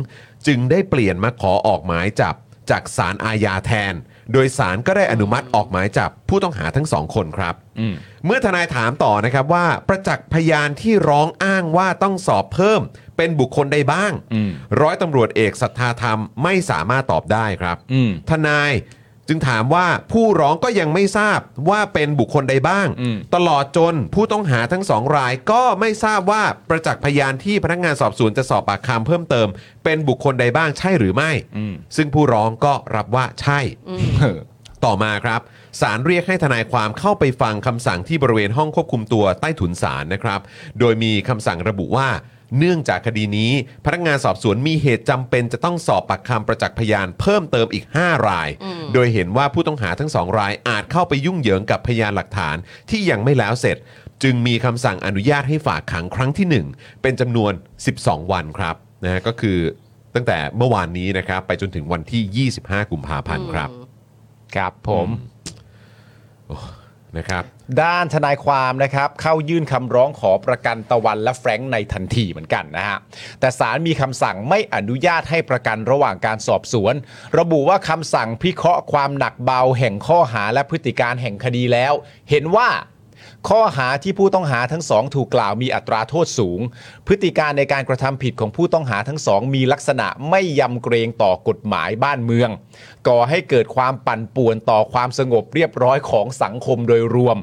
จึงได้เปลี่ยนมาขอออกหมายจับจากศาลอาญาแทน โดยศาลก็ได้อนุมัติออกหมายจับผู้ต้องหาทั้งสองคนครับ
อืม
เมื่อทนายถามต่อนะครับว่าประจักษ์พยานที่ร้องอ้างว่าต้องสอบเพิ่ม เป็นบุคคลใดบ้าง
อืม
ร้อยตำรวจเอกศรัทธาธรรมไม่สามารถตอบได้ครับ
อืม
ทนายจึงถามว่าผู้ร้องก็ยังไม่ทราบว่าเป็นบุคคลใดบ้าง
อืม
ตลอดจนผู้ต้องหาทั้งสองรายก็ไม่ทราบว่าประจักษ์พยานที่พนักงานสอบสวนจะสอบปากคำเพิ่มเติม เป็นบุคคลใดบ้างใช่หรือไม่
อืม
ซึ่งผู้ร้องก็รับว่าใช่
เออ
ต่อมาครับศาลเรียกให้ทนายความเข้าไปฟังคำสั่งที่บริเวณห้องควบคุมตัวใต้ถุนศาลนะครับ โดยมีคำสั่งระบุว่า เนื่องจากคดีนี้พนักงานสอบสวนมีเหตุจำเป็นจะต้องสอบปากคำประจักษ์พยานเพิ่มเติมอีก 5 ราย โดยเห็นว่าผู้ต้องหาทั้งสองรายอาจเข้าไปยุ่งเหยิงกับพยานหลักฐานที่ยังไม่แล้วเสร็จ จึงมีคำสั่งอนุญาตให้ฝากขังครั้งที่หนึ่งเป็นจำนวน 12 วันครับนะฮะก็คือตั้งแต่เมื่อวานนี้นะครับไปจนถึงวันที่ 25 กุมภาพันธ์ครับ
ครับผม
นะครับ
ด้านทนายความนะครับเข้ายื่นคำร้องขอประกันตะวันและแฟรงค์ในทันทีเหมือนกันนะฮะแต่ศาลมีคำสั่งไม่อนุญาตให้ประกันระหว่างการสอบสวน ระบุว่าคำสั่งพิเคราะห์ความหนักเบาแห่งข้อหาและพฤติการแห่งคดีแล้ว เห็นว่า ข้อหาที่ผู้ต้องหาทั้งสองถูกกล่าวมีอัตราโทษสูง พฤติการในการกระทำผิดของผู้ต้องหาทั้งสองมีลักษณะไม่ยำเกรงต่อกฎหมายบ้านเมือง ก่อให้เกิดความปั่นป่วนต่อความสงบเรียบร้อยของสังคมโดยรวม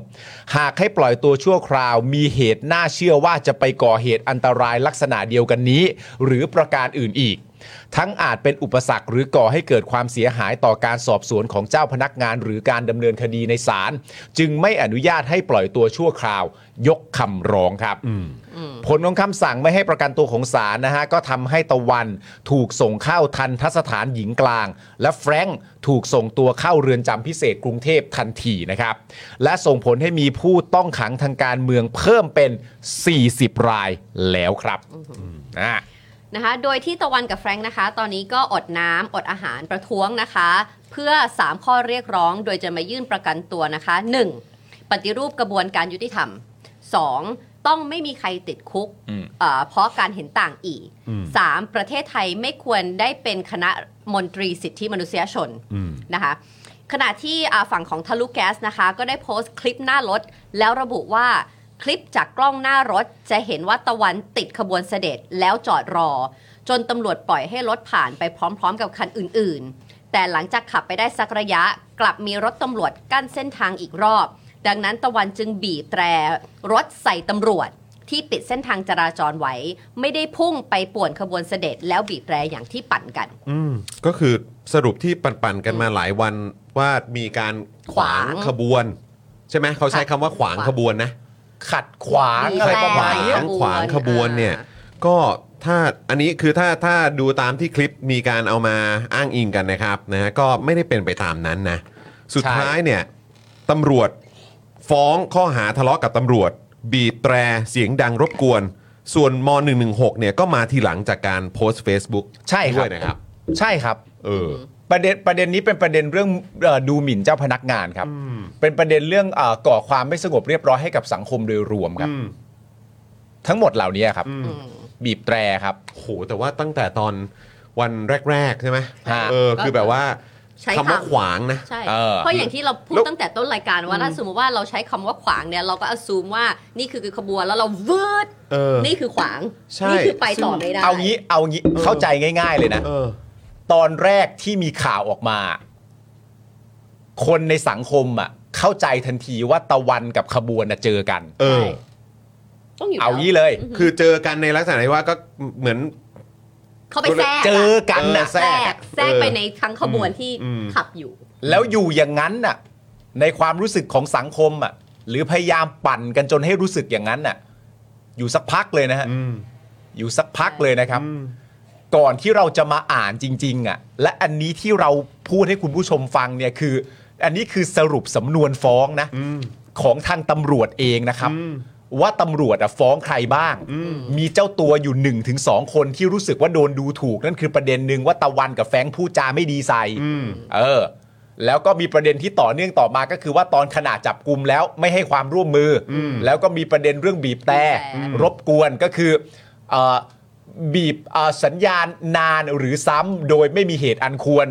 หากให้ปล่อยตัวชั่วคราวมีเหตุน่าเชื่อว่าจะไปก่อเหตุอันตรายลักษณะเดียวกันนี้ หรือประการอื่นอีก ทั้งอาจเป็นอุปสรรคหรือก่อให้เกิดความเสียหายต่อการสอบสวนของเจ้าพนักงาน หรือการดำเนินคดีในศาลจึงไม่อนุญาตให้ปล่อยตัวชั่วคราวยกคำร้องครับ ผลของคำสั่งไม่ให้ประกันตัวของศาลนะฮะ ก็ทำให้ตะวันถูกส่งเข้าทันทสถานหญิงกลาง และแฟรงค์ถูกส่งตัวเข้าเรือนจำพิเศษกรุงเทพทันทีนะครับ และส่งผลให้มีผู้ต้องขังทางการเมืองเพิ่มเป็น 40 รายแล้วครับอ่า
นะคะโดยที่ตะวันกับแฟรงค์นะคะ ตอนนี้ก็อดน้ำอดอาหารประท้วงนะคะ เพื่อ 3 ข้อเรียกร้องโดยจะมายื่นประกันตัวนะคะ 1. ปฏิรูปกระบวนการยุติธรรม 2. ต้องไม่มีใครติดคุก
อืม
เอ่อเพราะการเห็นต่างอีก 3. ประเทศไทยไม่ควรได้เป็นคณะมนตรีสิทธิมนุษยชนนะคะ ขณะที่อ่าฝั่งของทะลุแก๊สนะคะ ก็ได้โพสต์คลิปหน้ารถ แล้วระบุว่าคลิปจากกล้องหน้ารถ จะเห็นว่าตะวันติดขบวนเสด็จแล้วจอดรอ จนตำรวจปล่อยให้รถผ่านไปพร้อมๆกับคันอื่นๆ แต่หลังจากขับไปได้สักระยะ กลับมีรถตำรวจกั้นเส้นทางอีกรอบ ดังนั้นตะวันจึงบีบแตรรถใส่ตำรวจ ที่ปิดเส้นทางจราจรไว้ ไม่ได้พุ่งไปป่วนขบวนเสด็จ แล้วบีบแตรอย่างที่ปั่นกัน
อืมก็คือสรุปที่ปั่นๆกันมาหลายวันว่ามีการขวาง
ขวาง
ขบวน ใช่ไหมเขาใช้คำว่าขวางขบวนนะ
ขัดขวางอะไรประมาณ
มี
เนี้ย
แร
ขวางขบวนเนี่ย ก็ถ้าอันนี้คือถ้าถ้าดูตามที่คลิปมีการเอามาอ้างอิงกันนะครับนะฮะก็ไม่ได้เป็นไปตามนั้นนะ สุด
ใช่
ท้ายเนี่ยตำรวจฟ้องข้อหาทะเลาะกับตำรวจ บีบแตรเสียงดังรบกวน ส่วนม .116 เนี่ยก็มาทีหลังจากการโพสต์ Facebook
ใช่ค
ด้
รั
ว
บ
ยนะครับ
ใช่ครับ
เออ
ประเด็นประเด็นนี้เป็นประเด็นเรื่องเอ่อดูหมิ่นเจ้าพนักงานครับ เป็นประเด็นเรื่องเออก่อความไม่สงบเรียบร้อยให้กับสังคมโดยรวมครับ ทั้งหมดเหล่านี้ครับ บีบแตรครับ
โหแต่ว่าตั้งแต่ตอนวันแรก ๆ ใช่ไหม
ฮะ
เออ คือแบบว่า
ใช้
คำว่า
คำ
ขวางนะ
ใช่
เออ
เพราะอย่างที่เราพูด
แล้ว
ตั้งแต่ต้นรายการว่าถ้าสมมติว่าเราใช้คำว่าขวางเนี่ยเราก็อ s u m e ว่านี่คือขบวนแล้วเราวืด
เออ
นี่คือขวาง
ใช่
นี่คือไปต่อไม่ได้
เอางี้เอางี้เข้าใจง่าย ๆ เลยนะ
เออ
ตอนแรกที่มีข่าวออกมา คนในสังคมอ่ะ เข้าใจทันทีว่าตะวันกับขบวนน่ะเจอกัน
เออ
ใช่ ต้องอยู่
เอา
แล้ว
งี้เลย
คือเจอกันในลักษณะที่ว่าก็เหมือน
เขาไปแทรก
เจอกัน
เอ
นะ
อ
แทรกแทรก
เออ
ไปในทั้งขบวนที่
อืม
ขับอยู่
แล้วอยู่อย่างนั้นน่ะ ในความรู้สึกของสังคมอ่ะ หรือพยายามปั่นกันจนให้รู้สึกอย่างนั้นน่ะ อยู่สักพักเลยนะฮะ
อืม
อยู่สักพักเลยนะครับ ก่อนที่เราจะมาอ่านจริง ๆ อ่ะ และอันนี้ที่เราพูดให้คุณผู้ชมฟังเนี่ยคือ อันนี้คือสรุปสำนวนฟ้องนะ ของทางตำรวจเองนะครับ ว่าตำรวจอะฟ้องใครบ้าง มีเจ้าตัวอยู่1นถึงสคนที่รู้สึกว่าโดนดูถูก นั่นคือประเด็นหนึ่งว่าตะวันกับแฟรงค์พูดจาไม่ดีใส่เออ แล้วก็มีประเด็นที่ต่อเนื่องต่อมาก็คือว่าตอนขณะจับกลุมแล้วไม่ให้ความร่วมมืออแล้วก็มีประเด็นเรื่องบีบแต่
บีบแตร
รบกวนก็คือเออบีบเอ่อสัญญาณนานหรือซ้ำโดยไม่มีเหตุอันควร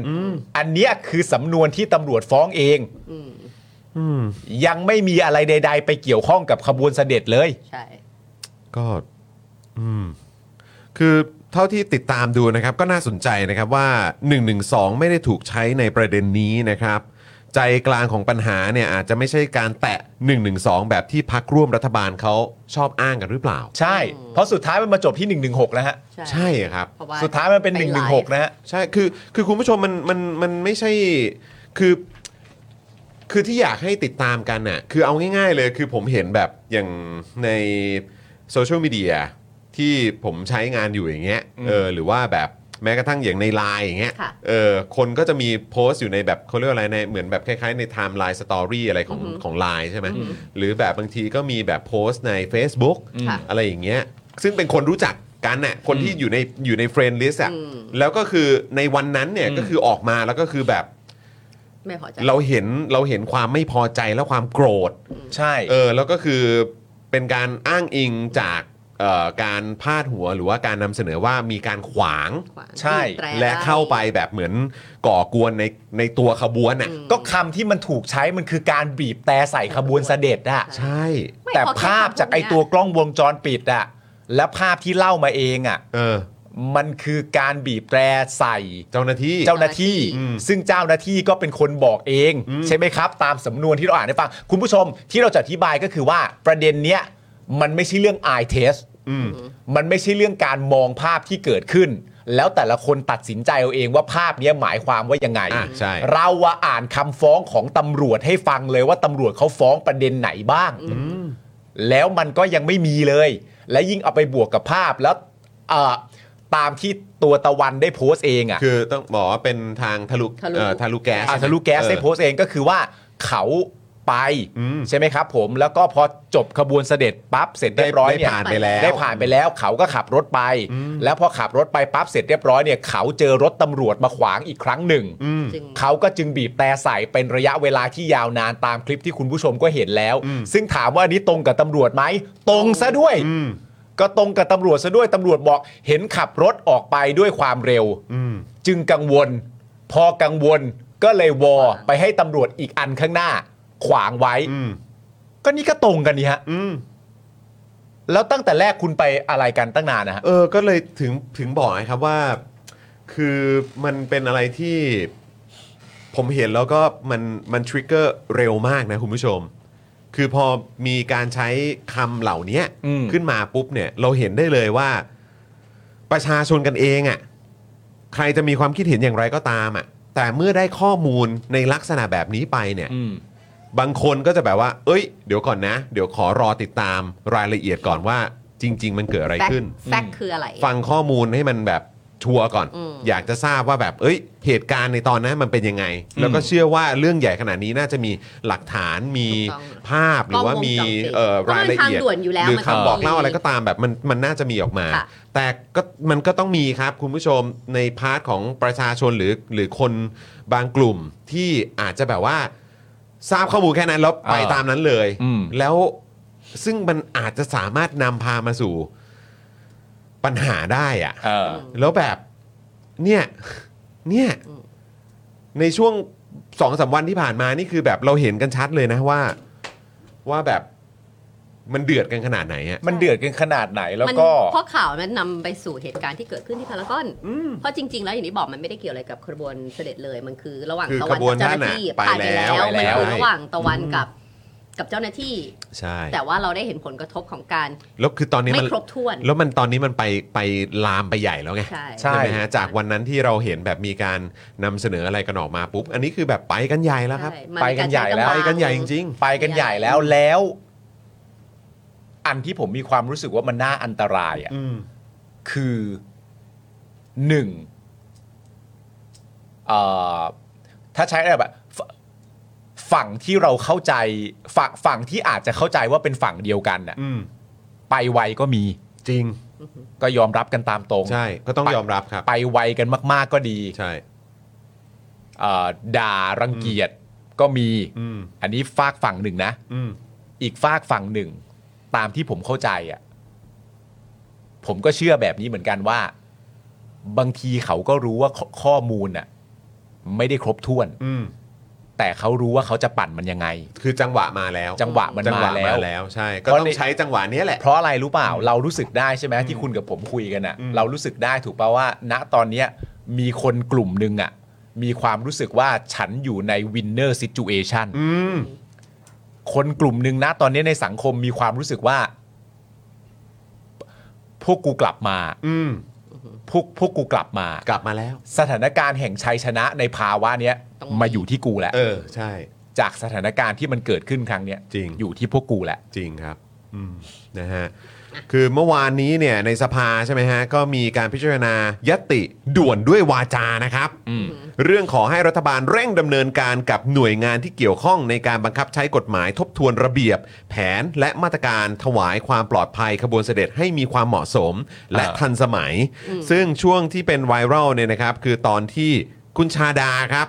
อันเนี้ยคือสำนวนที่ตำรวจฟ้องเอง ยังไม่มีอะไรใด ๆ ไปเกี่ยวข้องกับขบวนเสด็จเลย
ใช่
ก็อืมคือเท่าที่ติดตามดูนะครับ ก็น่าสนใจนะครับว่า 112 ไม่ได้ถูกใช้ในประเด็นนี้นะครับ ใจกลางของปัญหาเนี่ยอาจจะไม่ใช่การแตะ 112 แบบที่พักร่วมรัฐบาลเขาชอบอ้างกันหรือเปล่า
ใช่ เพราะสุดท้ายมันมาจบที่ 116 นะฮะ
ใช่ครับ
เพระว่
สุดท้ายมันเป็น
ไไลฟ์
116 นะฮะ
ใช่ คือ คือคุณผู้ชมมัน มัน มันไม่ใช่ คือ คือที่อยากให้ติดตามกันน่ะ คือเอาง่ายๆเลย คือผมเห็นแบบอย่างในโซเชียลมีเดียที่ผมใช้งานอยู่อย่างเงี้ย เออ หรือว่าแบบแม้กระทั่งอย่างในไลน์อย่างเงี้ย
ค่ะ
เออ คนก็จะมีโพสต์อยู่ในแบบเขาเรียกว่าอะไรในเหมือนแบบคล้ายๆในไทม์ไลน์สตอรี่อะไรของของไลน์ใช่ไหมหรือแบบบางทีก็มีแบบโพสต์ใน Facebook
ค่ะ
อะไรอย่างเงี้ย ซึ่งเป็นคนรู้จักกันน่ะ คนที่อยู่ในอยู่ในเฟรนด์ลิสต์อ่ะ แล้วก็คือในวันนั้นเนี่ย
อืม
ก็คือออกมาแล้วก็คือแบบ
ไม่พอใจ
เราเห็นเราเห็นความไม่พอใจและความโกรธ
ใช่
เออแล้วก็คือเป็นการอ้างอิงจากเอ่อการพาดหัวหรือว่าการนำเสนอว่ามีการขวาง
ขวาง
ใช่
บีบตร
และ
ด้
เข้าไปแบบเหมือนก่อกวนในในตัวขบวนน่ะ
อืม
ก็คำที่มันถูกใช้มันคือการบีบแต่ใส่ขบวนเสด็จอะ
ใช่
ไม่
แต่
พอค่
ภาพจากไอตัวกล้องวงจรปิดอะและภาพที่เล่ามาเองอะ
เออ
มันคือการบีบแตรใส่
เจ้าหน้าที่
เจ้าหน้าที่
อืม
ซึ่งเจ้าหน้าที่ก็เป็นคนบอกเอง
อืม
ใช่ไหมครับ ตามสำนวนที่เราอ่านให้ฟัง คุณผู้ชมที่เราจะอธิบายก็คือว่าประเด็นเนี้ยมันไม่ใช่เรื่อง eye test
อืม
มันไม่ใช่เรื่องการมองภาพที่เกิดขึ้น แล้วแต่ละคนตัดสินใจเอาเองว่าภาพเนี้ยหมายความว่ายังไง
อ่ะใช่
เราอะอ่านคำฟ้องของตำรวจให้ฟังเลยว่าตำรวจเขาฟ้องประเด็นไหนบ้าง แล้วมันก็ยังไม่มีเลย และยิ่งเอาไปบวกกับภาพแล้วเอ่อตามที่ตัวตะวันได้โพสต์เองอะ
คือต้องบอกว่าเป็นทางทะลุ
ทะลุ
เอ่อทะลุแก๊ส
อ่าทะลุแก๊สได้โพสต์เองก็คือว่าเขาไป
อืม
ใช่ไหมครับผมแล้วก็พอจบขบวนเสด็จปั๊บเสร็จเรียบร้อย
ได้
เนี่ย
ผ่านไปแล้ว
ได้ผ่านไปแล้วเขาก็ขับรถไป แล้วพอขับรถไปปั๊บเสร็จเรียบร้อยเนี่ยเขาเจอรถตำรวจมาขวางอีกครั้งหนึ่ง
จึง
เขาก็จึงบีบแต่ใส่เป็นระยะเวลาที่ยาวนานตามคลิปที่คุณผู้ชมก็เห็นแล้ว
อืม
ซึ่งถามว่าอันนี้ตรงกับตำรวจไหมตรงซะด้วย
อืม
ก็ตรงกับตำรวจซะด้วยตำรวจบอกเห็นขับรถออกไปด้วยความเร็ว
อืม
จึงกังวล พอกังวลก็เลยวอไปให้ตำรวจอีกอันข้างหน้า ขวางไว้
อืม
ก็นี่ก็ตรงกันนี่ฮะ
อืม
แล้วตั้งแต่แรกคุณไปอะไรกันตั้งนานนะฮะ
เออ ก็เลยถึงถึงบอกไงครับว่า คือมันเป็นอะไรที่ ผมเห็นแล้วก็มันมันทริกเกอร์เร็วมากนะคุณผู้ชม คือพอมีการใช้คำเหล่านี้
อืม
ขึ้นมาปุ๊บเนี่ย เราเห็นได้เลยว่า ประชาชนกันเองอะ่ะใครจะมีความคิดเห็นอย่างไรก็ตามอะ่ะ แต่เมื่อได้ข้อมูลในลักษณะแบบนี้ไปเนี่ย
อืม
บางคนก็จะแบบว่า เอ้ย เดี๋ยวก่อนนะ เดี๋ยวขอรอติดตามรายละเอียดก่อนว่า จริง ๆ มันเกิดอะไร
แฟก
ขึ้น
แฟกคืออะไร
ฟังข้อมูลให้มันแบบชัวร์ก่อน
อืม
อยากจะทราบว่าแบบ เอ้ย เหตุการณ์ในตอนนั้นมันเป็นยังไง แล้วก็เชื่อว่าเรื่องใหญ่ขนาดนี้น่าจะมีหลักฐานมีภาพหรือว่ามีเอ่อ
เพะ
ราย
มัน
ละ
ทาง
เอียด
ด่วนอยู่แล้
ห
ว
รือ
มัน
คำบอกเล่า
มี
อะไรก็ตามแบบมันมันน่าจะมีออกมา
ค่ะ
แต่ก็มันก็ต้องมีครับคุณผู้ชมในพาร์ทของประชาชนหรือหรือคนบางกลุ่มที่อาจจะแบบว่าทราบข้อมูลแค่นั้นแล้วไป
อ่า
ตามนั้นเลย
อืม
แล้วซึ่งมันอาจจะสามารถนำพามาสู่ปัญหาได้อะ
เออ
แล้วแบบเนี่ย เนี่ยในช่วงสองสามวันที่ผ่านมานี่คือแบบเราเห็นกันชัดเลยนะว่า ว่าแบบมันเดือดกันขนาดไหนอะ
มันเดือดกันขนาดไหนแล้ว
มัน
ก็
เพราะข่าวมันนำไปสู่เหตุการณ์ที่เกิดขึ้นที่พารากอนเพราะจริง ๆ แล้วอย่างที่บอกมันไม่ได้เกี่ยวอะไรกับขบวนเสด็จเลยมันคือระหว่าง
คือ
ตะวัน
ขบวน
กับเจ้าห
นั่นน่ะ
น้าที่
ไป
ผ่านไปแล้ว
แล้ว
มัน
ไปแล้ว
คือระหว่างตะวันกับกับเจ้าหน้าที่
ใช่
แต่ว่าเราได้เห็นผลกระทบของการ
แล้วคือตอนนี้
ไม่
มัน
ครบถ้วน
แล้วมันตอนนี้มันไปไปลามไปใหญ่แล้วไง
ใช่
ไหมฮะจากวันนั้นที่เราเห็นแบบมีการนำเสนออะไรกันออกมาปุ๊บ อันนี้คือแบบไปกันใหญ่แล้วครับ
ใช่มั
ไปกันใหญ่แล้ว
ารช้
ไป
กำง
กันใหญ่จริง
ไปกันใหญ่แล้วแล้ว อันที่ผมมีความรู้สึกว่ามันน่าอันตรายอ่ะ
ๆ อืม
คือหนึ่งเอ่อถ้าใช้อะไรแบบฝฝั่งที่เราเข้าใจฝั่งฝั่งที่อาจจะเข้าใจว่าเป็นฝั่งเดียวกันน่ะ
อืม
ไปไวก็มี
จริง
ก็ยอมรับกันตามตรง
ใช่ ก็ต้องยอมรับครับ
ไปไวกันมาก ๆ ก็ดี
ใช่
เอ่อด่ารังเกียจก็มี
อืม
อันนี้ฝากฝั่งหนึ่งนะ
อืม
อีกฝากฝั่งหนึ่ง ตามที่ผมเข้าใจอะ่ะ ผมก็เชื่อแบบนี้เหมือนกันว่า บางทีเขาก็รู้ว่าขข้อมูลน่ะ ไม่ได้ครบถ้วน
อืม
แต่เขารู้ว่าเขาจะปั่นมันยังไง
คือจังหวะมาแล้ว
จังหวะมัน
จัง
มาว
หะ
แล้
มาว แล้ว ใช่ ก็
เพราะ
ต้อ
ใน
งใช้จังหวะเนี้ยแหละ
เพราะอะไรรู้เปล่า เรารู้สึกได้ใช่ไหมที่คุณกับผมคุยกันอ่ะ เรารู้สึกได้ถูกป่าว่า ณตอนเนี้ย มีคนกลุ่มหนึ่งอ่ะ มีความรู้สึกว่าฉันอยู่ในวินเนอร์ซิจูเอชัน
อืม
คนกลุ่มหนึ่งนะตอนนี้ในสังคมมีความรู้สึกว่า พวกกูกลับมา
อืม
พวกพวกกูกลับมา
กลับมาแล้ว
สถานการณ์แห่งชัยชนะในภาวะเนี้ย
ต้อง
มาอยู่ที่กูแหละ
เออ ใช่
จากสถานการณ์ที่มันเกิดขึ้นครั้งเนี้ย
จริง
อยู่ที่พวกกูแหละ
จริงครับอืมนะฮะ คือเมื่อวานนี้เนี่ยในสภาใช่ไหมฮะ ก็มีการพิจารณายติด่วนด้วยวาจานะครับ เรื่องขอให้รัฐบาลเร่งดำเนินการกับหน่วยงานที่เกี่ยวข้องในการบังคับใช้กฎหมายทบทวนระเบียบ แผนและมาตรการถวายความปลอดภัยขบวนเสด็จให้มีความเหมาะสมและ
อ่า
ทันสมัย ซึ่งช่วงที่เป็นไวรัลเนี่ยนะครับ คือตอนที่คุณชาดาครับ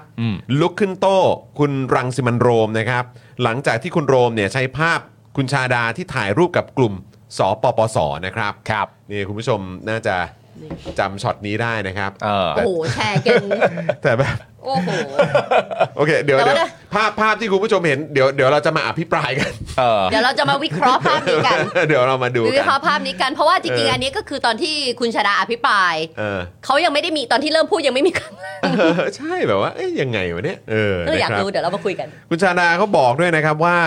ลุกขึ้นโต้คุณรังสิมันโรมนะครับ หลังจากที่คุณโรมเนี่ยใช้ภาพคุณชาดาที่ถ่ายรูปกับกลุ่มสปปสนะครับ
ครับ
นี่คุณผู้ชมน่าจะจำช็อตนี้ได้นะครับ
เออ
โอ้โหแชร์กัน
แต่แบบ
โอ้โห
โอเคเดี๋ยว
แต่
เดี๋ย
ว่าว ได้
ภาพภาพที่คุณผู้ชมเห็นเดี๋ยวเดี๋ยวเราจะมาอภิปรายกัน
เออ
เดี๋ยวเราจะมาวิเคราะห์ภาพนี้กัน
เดี๋ยวเรามาดู
วิ
กัน
เคราะห์ภาพนี้กันเพราะว่าจริง
เออ
ๆ
อั
อันนี้ก็คือตอนที่คุณชาดาอภิปราย
เอ อ
เขายังไม่ได้มีตอนที่เริ่มพูดยังไม่มีคำ
เออใช่แบบว่าเอ้ยยังไงวะเนี่ยเออ
เอออยาก
นะครับ
รู้เดี๋ยวเรามาคุยกัน
คุณชาดาเขาบอกด้วยนะครับว่า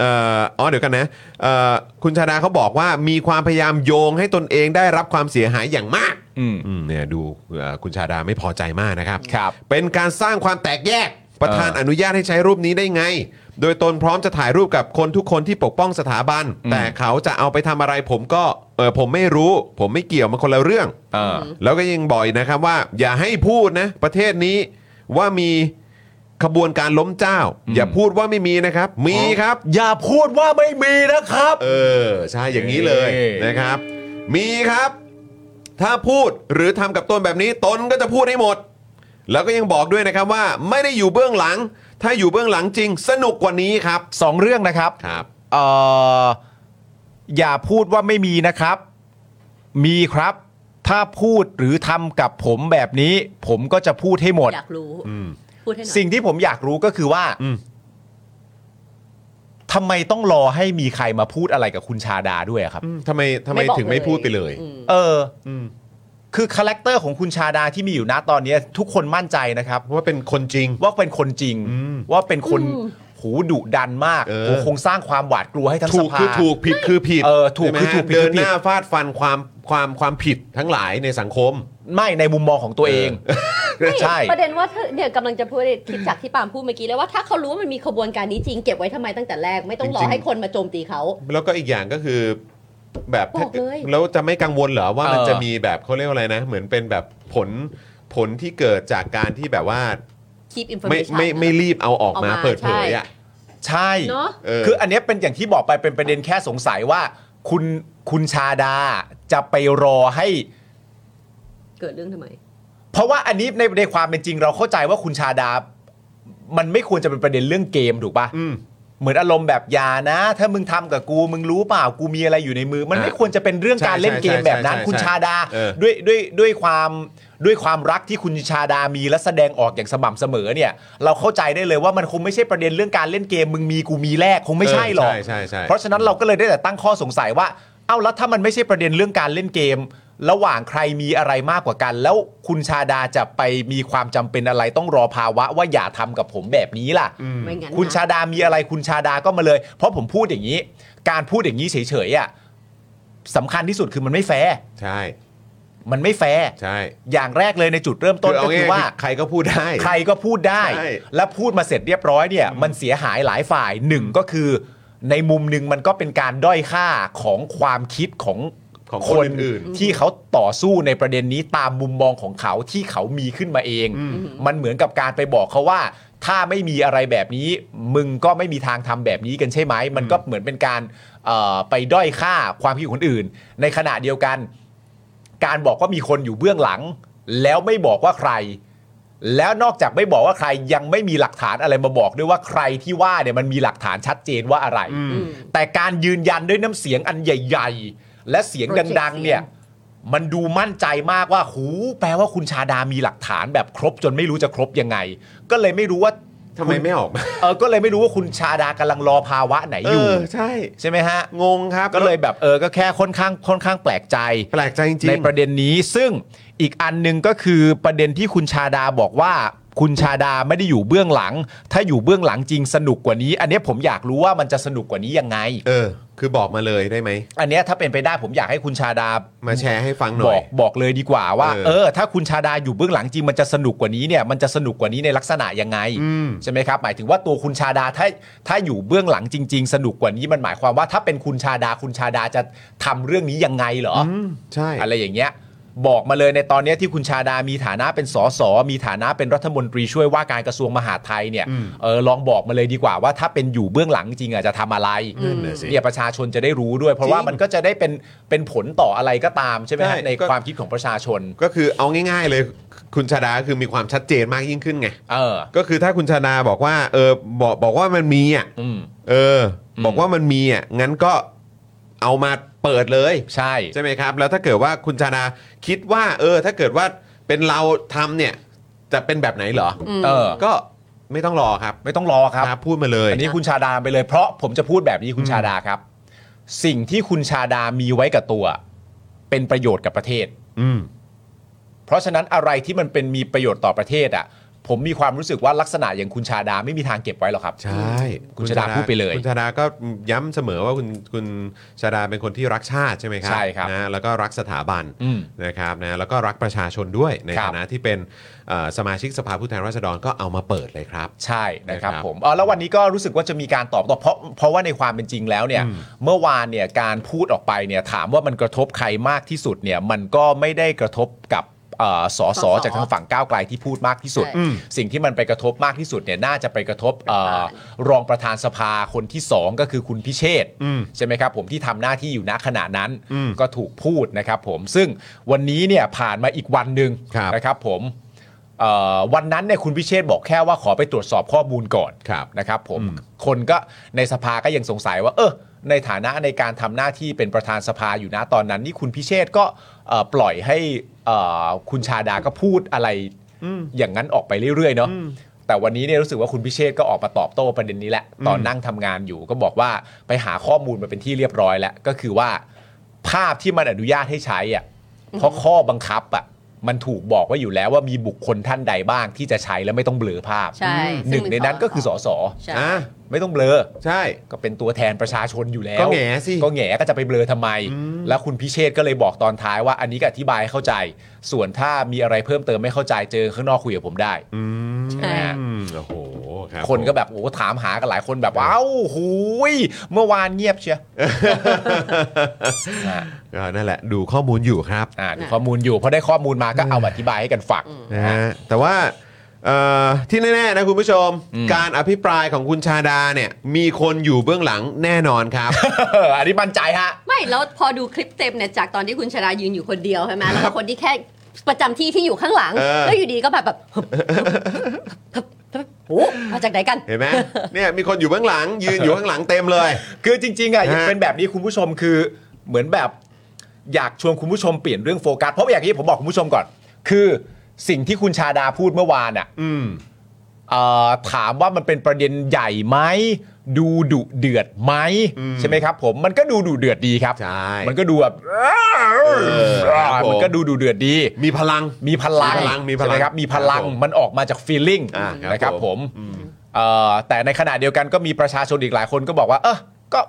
เอ่ออ๋อเดี๋ยวกันนะเอ่อคุณชาดาเขาบอกว่ามีความพยายามโยงให้ตนเองได้รับความเสียหายอย่างมาก
อืม
อืมเนี่ยดูเอ่อคุณชาดาไม่พอใจมากนะครับ
ครับ
เป็นการสร้างความแตกแยก ประธาน
เออ
อนุญาตให้ใช้รูปนี้ได้ไง โดยตนพร้อมจะถ่ายรูปกับคนทุกคนที่ปกป้องสถาบัน
อืม
แต่เขาจะเอาไปทำอะไรผมก็เออผมไม่รู้ ผมไม่เกี่ยวมันคนละเรื่อง
เออ
แล้วก็ยังบ่อยนะครับว่า อย่าให้พูดนะประเทศนี้ว่ามีขบวนการล้มเจ้า
อืม
อย่าพูดว่าไม่มีนะครับ มีครับ
อย่าพูดว่าไม่มีนะครับ
เออ ใช่อย่างนี้เลย
เอ่ย
นะครับ มีครับ ถ้าพูดหรือทำกับตนแบบนี้ตนก็จะพูดให้หมด แล้วก็ยังบอกด้วยนะครับว่าไม่ได้อยู่เบื้องหลัง ถ้าอยู่เบื้องหลังจริง สนุกกว่านี้ครับ
สองเรื่องนะครับ
ครับ
เอ่ออย่าพูดว่าไม่มีนะครับ มีครับ ถ้าพูดหรือทำกับผมแบบนี้ ผมก็จะพูดให้หมด
อยากรู้
อืม
พูดให้หน่อย
สิ่งที่ผมอยากรู้ก็คือว่า
อืม
ทำไมต้องรอให้มีใครมาพูดอะไรกับคุณชาดาด้วยอะครับ
ทำไมทำไม
บอก
ถึงไม่พูดไปเลย
อืม
เออ
อืม
คือคาแรคเตอร์ของคุณชาดาที่มีอยู่นะตอนเนี้ยทุกคนมั่นใจนะครับ
ว่าเป็นคนจริง
ว่าเป็นคนจริง ว่าเป็นคนหูดุดันมาก
เออ
โหคงสร้างความหวาดกลัวให้ทั้งส
ถูก
ภา
คือถูกผิดคือผิด
เออถูกคือ
ใช่ไหม
ถูกผิดคือผิด
เดินหน้าฟาดฟันความความความผิดทั้งหลายในสังคม
ไม่ในมุมมองของตัวเองใช่
ประเด็นว่าเธอเนี่ยกำลังจะพูดคิดจากที่ปาล์มพูดเมื่อกี้เลยว่าถ้าเขารู้ว่ามันมีขบวนการนี้จริงเก็บไว้ทำไมตั้งแต่แรกไม่ต้องรอ
จริงๆ
ให้คนมาโจมตีเขา
แล้วก็อีกอย่างก็คือแบบ
บอกเลย
แล้วจะไม่กังวลเหรอว่า
เออ
มันจะมีแบบเขาเรียกว่าอะไรนะ เหมือนเป็นแบบผลผลที่เกิดจากการที่แบบว่า
keep
ไม่
information
ไม่ไม่รีบเอาออกมา
ออกมา
เปิดเผยอ่ะ
ใช่
เนอะ
เออ
คืออันเนี้ยเป็นอย่างที่บอกไปเป็นประเด็นแค่สงสัยว่า คุณคุณชาดาจะไปรอให้
เกิดเรื่องทำไม
เพราะว่าอันนี้ในในความเป็นจริงเราเข้าใจว่าคุณชาดา มันไม่ควรจะเป็นประเด็นเรื่องเกมถูกปะ
อืม
เหมือนอารมณ์แบบอยานะ ถ้ามึงทำกับกูมึงรู้เปล่ากูมีอะไรอยู่ในมือ มัน
อ่ะ
ไม่ควรจะเป็นเรื่องการ
ใช่
เล่นเกมแบบนั้น
ใช่ใช่
คุณชาดา
เออ
ด้วยด้วยด้วยความด้วยความรักที่คุณชาดามีและแสดงออกอย่างสม่ำเสมอเนี่ย เราเข้าใจได้เลยว่ามันคงไม่ใช่ประเด็นเรื่องการเล่นเกมมึงมีกูมีแลกคงไม่ใช่หรอก
เใช่ใช่ใช่
เพราะฉะนั้นเราก็เลยได้แต่ตั้งข้อสงสัยว่า เอ้าแล้วถ้ามันไม่ใช่ประเด็นเรื่องการเล่นเกม ระหว่างใครมีอะไรมากกว่ากัน แล้วคุณชาดาจะไปมีความจำเป็นอะไรต้องรอภาวะว่าอย่าทำกับผมแบบนี้ล่ะ
ไม่งั้นนะ
คุณชาดามีอะไรคุณชาดาก็มาเลย เพราะผมพูดอย่างนี้ การพูดอย่างนี้เฉยๆอ่ะสำคัญที่สุดคือมันไม่แฟร์
ใช่
มันไม่แฟร์
ใช่
อย่างแรกเลยในจุดเริ่มต้นก็คือว่า
ใครก็พูดได้
ใครก็พูดได้
ใช่
และพูดมาเสร็จเรียบร้อยเนี่ย มันเสียหายหลายฝ่ายหนึ่งก็คือ ในมุมหนึ่งมันก็เป็นการด้อยค่าของความคิดของ
ของคนอื่น
ที่เขาต่อสู้ในประเด็นนี้ตามมุมมองของเขาที่เขามีขึ้นมาเอง มันเหมือนกับการไปบอกเขาว่า ถ้าไม่มีอะไรแบบนี้ มึงก็ไม่มีทางทำแบบนี้กันใช่ไหม มันก็เหมือนเป็นการเอ่อไปด้อยค่าความคิดของคนอื่น ในขณะเดียวกัน การบอกว่ามีคนอยู่เบื้องหลัง แล้วไม่บอกว่าใคร แล้วนอกจากไม่บอกว่าใครยังไม่มีหลักฐานอะไรมาบอกด้วยว่าใครที่ว่าเนี่ยมันมีหลักฐานชัดเจนว่าอะไร แต่การยืนยันด้วยน้ำเสียงอันใหญ่ ๆ และเสียงดัง ๆ เนี่ย มันดูมั่นใจมากว่าหูแปลว่าคุณชาดามีหลักฐานแบบครบจนไม่รู้จะครบยังไง ก็เลยไม่รู้ว่า
ทำไมไม่ออกมา
เออก็เลยไม่รู้ว่าคุณชาดากำลังรอภาวะไหน
เอ
อยู่
อใช่
ใช่ไหมฮะ
งงครับ
ก็เลยแบบเออก็แค่ค่อนข้างค่อนข้างแปลกใจ
แปลกใจจริงๆ
ในประเด็นนี้ซึ่งอีกอันหนึ่งก็คือประเด็นที่คุณชาดาบอกว่า คุณชาดาไม่ได้อยู่เบื้องหลัง ถ้าอยู่เบื้องหลังจริงสนุกกว่านี้ อันเนี้ยผมอยากรู้ว่ามันจะสนุกกว่านี้ยังไง
เออ คือบอกมาเลยได้ไหม
อันเนี้ยถ้าเป็นไปได้ผมอยากให้คุณชาดา
มาแชร์ให้ฟังห
บ
น่อ
อย กบอกเลยดีกว่าว่า
เออ
เออ ถ้าคุณชาดาอยู่เบื้องหลังจริงมันจะสนุกกว่านี้เนี่ยมันจะสนุกกว่านี้ในลักษณะยังไง
อืม
ใช่ไหมครับ หมายถึงว่าตัวคุณชาดาถ้าถ้าอยู่เบื้องหลังจริง ๆ สนุกกว่านี้มันหมายความว่าถ้าเป็นคุณชาดาคุณชาดาจะทำเรื่องนี้ยังไงเหรอ
อืม ใช่
อะไรอย่างเงี้ยบอกมาเลยในตอนเนี้ยที่คุณชาดามีฐานะเป็นสสมีฐานะเป็นรัฐมนตรีช่วยว่าการกระทรวงมหาดไทยเนี่ย
อืม
เออลองบอกมาเลยดีกว่าว่าถ้าเป็นอยู่เบื้องหลังจริงอ่ะจะทำอะไร
นั่นน่ะสิ
เนี่ยประชาชนจะได้รู้ด้วย เพราะว่า
จริง
มันก็จะได้เป็นเป็นผลต่ออะไรก็ตามใช่ไหมฮะ
ใช่
ใน
ก็
ความคิดของประชาชน
ก็คือเอาง่ายๆเลย คุณชาดาคือมีความชัดเจนมากยิ่งขึ้นไง
เออ
ก็คือถ้าคุณชาดาบอกว่า เออ บอกบอกว่ามันมีอ่ะ
อืม
เออ
อืม
บอกว่ามันมีอ่ะ งั้นก็เอามาเปิดเลย
ใช่
ใช่ไหมครับ แล้วถ้าเกิดว่าคุณชาดาคิดว่า เออ ถ้าเกิดว่าเป็นเราทำเนี่ย จะเป็นแบบไหนเหรอ
เออ
ก็ไม่ต้องรอครับ
ไม่ต้องรอครับ
ครับ พูดมาเลย
อันนี้คุณชาดาไปเลย เพราะผมจะพูดแบบนี้คุณชาดาครับ สิ่งที่คุณชาดามีไว้กับตัว เป็นประโยชน์กับประเทศ
อืม
เพราะฉะนั้นอะไรที่มันเป็นมีประโยชน์ต่อประเทศอ่ะ ผมมีความรู้สึกว่าลักษณะอย่างคุณชาดาไม่มีทางเก็บไว้หรอกครับ
ใช่
คุณชาดาพูดไปเลย
คุณชาดาก็ย้ำเสมอว่าคุณคุณชาดาเป็นคนที่รักชาติใช่ไหมครั
ใช่ครับ
นะแล้วก็รักสถาบัน
อืม
นะครับนะแล้วก็รักประชาชนด้วยใน
ครับ
ฐานะที่เป็นเอ่อสมาชิกสภาผู้แทนราษฎรก็เอามาเปิดเลยครับ
ใช่นะครับ
นะครับ
ผมเออแล้ววันนี้ก็รู้สึกว่าจะมีการตอบต่อเพราะเพราะว่าในความเป็นจริงแล้วเนี่ย
อืม
เมื่อวานเนี่ยการพูดออกไปเนี่ยถามว่ามันกระทบใครมากที่สุดเนี่ยมันก็ไม่ได้กระทบกับเอ่อสอส
ส
อ
อสอ
จากทางฝั่งก้าวไกลที่พูดมากที่สุด
ใช่
อืม
สิ่งที่มันไปกระทบมากที่สุดเนี่ยน่าจะไปกระทบเอ่อรองประธานสภาคนที่สองก็คือคุณพิเชษฐ์
อืม
ใช่ไหมครับผมที่ทำหน้าที่อยู่ณขณะนั้น
อืม
ก็ถูกพูดนะครับผมซึ่งวันนี้เนี่ยผ่านมาอีกวันหนึ่ง
ครับ
นะครับผม เอ่อวันนั้นเนี่ยคุณพิเชษฐ์บอกแค่ว่าขอไปตรวจสอบข้อมูลก่อน
ครับ
นะครับผม
อืม
คนก็ในสภาก็ยังสงสัยว่า เออในฐานะในการทำหน้าที่เป็นประธานสภาอยู่นะตอนนั้น นี่คุณพิเชษฐ์ก็เอ่อปล่อยให้เอ่อคุณชาดาก็พูดอะไรอย่างนั้นออกไปเรื่อยๆเนาะแต่วันนี้เนี่ยรู้สึกว่าคุณพิเชษฐ์ก็ออกมาตอบโต้ประเด็นนี้แหละตอน
อืม
นั่งทำงานอยู่ ก็บอกว่าไปหาข้อมูลมาเป็นที่เรียบร้อยแล้วก็คือว่า ภาพที่มันอนุญาตให้ใช้อ่ะ เพราะข้อบังคับอ่ะมันถูกบอกไว้อยู่แล้วว่ามีบุคคลท่านใดบ้างที่จะใช้แล้วไม่ต้องเบลอภาพ
ใช่
ห
ซึ่
นึ่งในนั้นก็คือสส
ใช่
อ่ะ
ไม่ต้องเบลอ
ใช่
ก็เป็นตัวแทนประชาชนอยู่แล้ว
ก็แหง่สิ
ก็แหง่ก็จะไปเบลอทำไม แล้วคุณพิเชษก็เลยบอกตอนท้ายว่าอันนี้ก็อธิบายให้เข้าใจ ส่วนถ้ามีอะไรเพิ่มเติมไม่เข้าใจเจอข้างนอกคุยกับผมได้ใช่ไหมฮะ
อืมโอ้โหครับ
คนก็แบบโอ้โหถามหากันหลายคนแบบว่าเอ้าหูยเมื่อวานเงียบเชียวอ่ะ
ก็นั่นแหละ ดูข้อมูลอยู่ครับ
อ่าดูข้อมูลอยู่พอได้ข้อมูลมาก็เอาอธิบายให้กันฟัง
นะฮะแต่ว่าเอ่อที่แน่ๆนะคุณผู้ชม การอภิปรายของคุณชาดาเนี่ย มีคนอยู่เบื้องหลังแน่นอนครับ
เอออันนี้มั่นใจฮะ
ไม่แล้วพอดูคลิปเต็มเนี่ยจากตอนที่คุณชรายืนอยู่คนเดียวใช่ไหม แล้วก็คนที่แค่ประจำที่ที่อยู่ข้างหลัง
เออ
แล้วอยู่ดีก็แบบแบบฮึบฮึบฮึบโอ้มาจากไหนกัน
เห็นไหม เนี่ยมีคนอยู่เบื้องหลัง ยืนอยู่ข้างหลังเต็มเลย
คือจริงๆอ่ะ
ฮะ
เป็นแบบนี้คุณผู้ชมคือเหมือนแบบอยากชวนคุณผู้ชมเปลี่ยนเรื่องโฟกัสเพราะอย่างที่ผมบอกคุณผู้ชมก่อน คือสิ่งที่คุณชาดาพูดเมื่อวานอ่ะเอ่อถามว่ามันเป็นประเด็นใหญ่ไหมดูดุเดือดไหมใช่ไหมครับ ผมมันก็ดูดุเดือดดีครับ
ใช่
มันก็ดูแบบ
อครับผม
มันก็ดูดุเดือดดี
มีพลัง
มีพลัง
มีพลังมีพลัง
ใช่ไหครับมีพลั
ครั
ง
บผม
มันออกมาจากฟีลลิ่ง
อ่าครับ
นะครับ
ผ
ผม มเอ่อแต่ในขณะเดียวกันก็มีประชาชนอีกหลายคนก็บอกว่า เออก็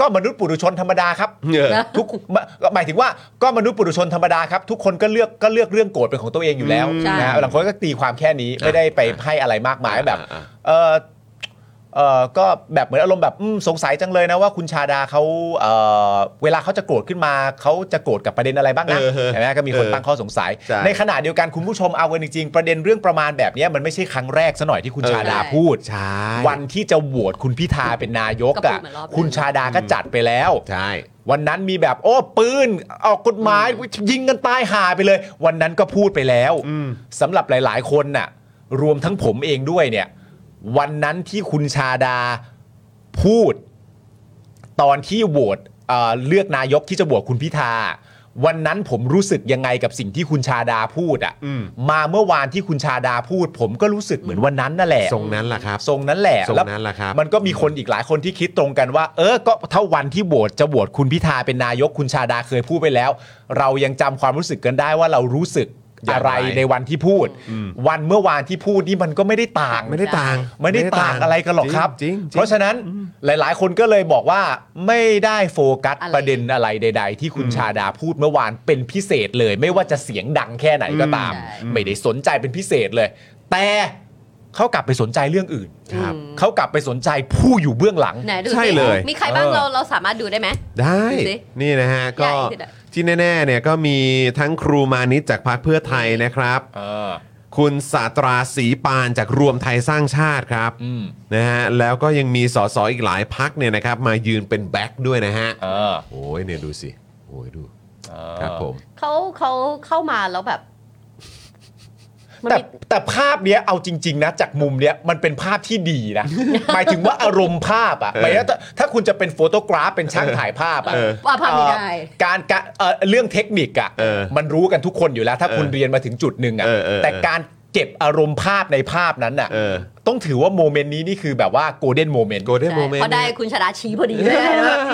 ก็มนุษย์ปุถุชนธรรมดาครับ
เออ
ทุกหมหมายถึงว่าก็มนุษย์ปุถุชนธรรมดาครับ ทุกคนก็เลือกก็เลือกเรื่องโกรธเป็นของตัวเองอยู่แล้ว
ใช่
นะฮะหลังคนก็ตีความแค่นี้ไม่ได้ไปให้อะไรมากมายแบบ
อ่า
เออเออก็แบบเหมือนอารมณ์แบบอืมสงสัยจังเลยนะว่าคุณชาดาเขาเอ่อเวลาเขาจะโกรธขึ้นมาเขาจะโกรธกับประเด็นอะไรบ้างนะ
เออ
ใช่ไหมก็มีคน
เออ
ตั้งข้อสงสัย
ใช่
ในขณะเดียวกันคุณผู้ชมเอาเงินจริงๆ ประเด็นเรื่องประมาณแบบเนี้ยมันไม่ใช่ครั้งแรกซะหน่อยที่คุณ
เออ
ชาดาพูด
ใช่
วันที่จะโหวตคุณพิธาเป็นนายก
ก็พู
อ่ะ
ดมารอบหนึ่ง
คุณชาดาก็จัดไปแล้ว
ใช่
วันนั้นมีแบบโอ้ปืนออกกฎหมายยิงกันตายหาไปเลย วันนั้นก็พูดไปแล้วสำหรับหลาย ๆ คนน่ะ รวมทั้งผมเองด้วยเนี่ย วันนั้นที่คุณชาดาพูด ตอนที่โหวตเอ่อเลือกนายกที่จะโหวตคุณพิธา วันนั้นผมรู้สึกยังไงกับสิ่งที่คุณชาดาพูดอะ่ะ
อืม
มาเมื่อวานที่คุณชาดาพูด ผมก็รู้สึกเหมือนวันนั้นนั่นแหละ
ทรงนั้นแหละครับ
ทรงนั้นแหละ
ทรง
แล้ว
นั้นแหละครับ
มันก็มีคนอีกหลายคนที่คิดตรงกันว่า เออ ก็ถ้าวันที่โหวตจะโหวตคุณพิธาเป็นนายกคุณชาดาเคยพูดไปแล้ว เรายังจำความรู้สึกกันได้ว่าเรารู้สึกอะไรในวันที่พูด วันเมื่อวานที่พูดนี่มันก็ไม่ได้ต่าง
ไม่ได้ต่าง
ไม่ได้ต่างอะไรกันหรอกครับ
จริงๆจ
เพ
ริง
ราะฉะนั้นหลาย ๆ คนก็เลยบอกว่าไม่ได้โฟกัสประเด็นอะไรใด ๆ ที่คุณชาดาพูดเมื่อวานเป็นพิเศษเลย ไม่ว่าจะเสียงดังแค่ไหนก็ตาม
ใช่
ไม่ได้สนใจเป็นพิเศษเลย แต่เขากลับไปสนใจเรื่องอื่น
ครับ
เขากลับไปสนใจผู้อยู่เบื้องหลัง
ไหนดูสิ
ใช่เลย
มีใครบ้าง
เออ
เราเราสามารถดูได้ไหม
ได้
ดูสิ
นี่นะฮะ ก็
ใหญ่ขึ้นอะ
ที่แน่ๆเนี่ยก็มีทั้งครูมานิตจากพรรคเพื่อไทยนะครับ
เออ
คุณสาตราศรีปานจากรวมไทยสร้างชาติครับ
อืม
นะฮะแล้วก็ยังมีสสอีกหลายพักเนี่ยนะครับ มายืนเป็นแบ็คด้วยนะฮะ
เออ
โอ้ยเนี่ยดูสิโอ้ยดู
เออ
ครับผม
เขาเขาเข้ามาแล้วแบบมัน
แต่
มี
แต่ภาพเนี้ยเอาจริง ๆ นะ จากมุมเนี้ยมันเป็นภาพที่ดีนะ หมายถึงว่าอารมณ์ภาพอะหมายถึงว่าถ้าถ้าคุณจะเป็นโฟโตกราฟเป็นช่างถ่ายภาพอะ
เออ
ว่าภาพไม่ได้
เอ่อการการเอ่อเรื่องเทคนิคอะ
เออ
มันรู้กันทุกคนอยู่แล้ว ถ้าคุณ
เออ
เรียนมาถึงจุดหนึ่งอะ
เออเออเออ
แต่การเก็บอารมณ์ภาพในภาพนั้นอะ
เออ
ต้องถือว่าโมเมนต์นี้นี่คือแบบว่าโกลเด้นโมเมนต์
โกลเด้น
ใช่
โมเมน
พอ
ต์
ได้คุณชราชี้พอดีเลย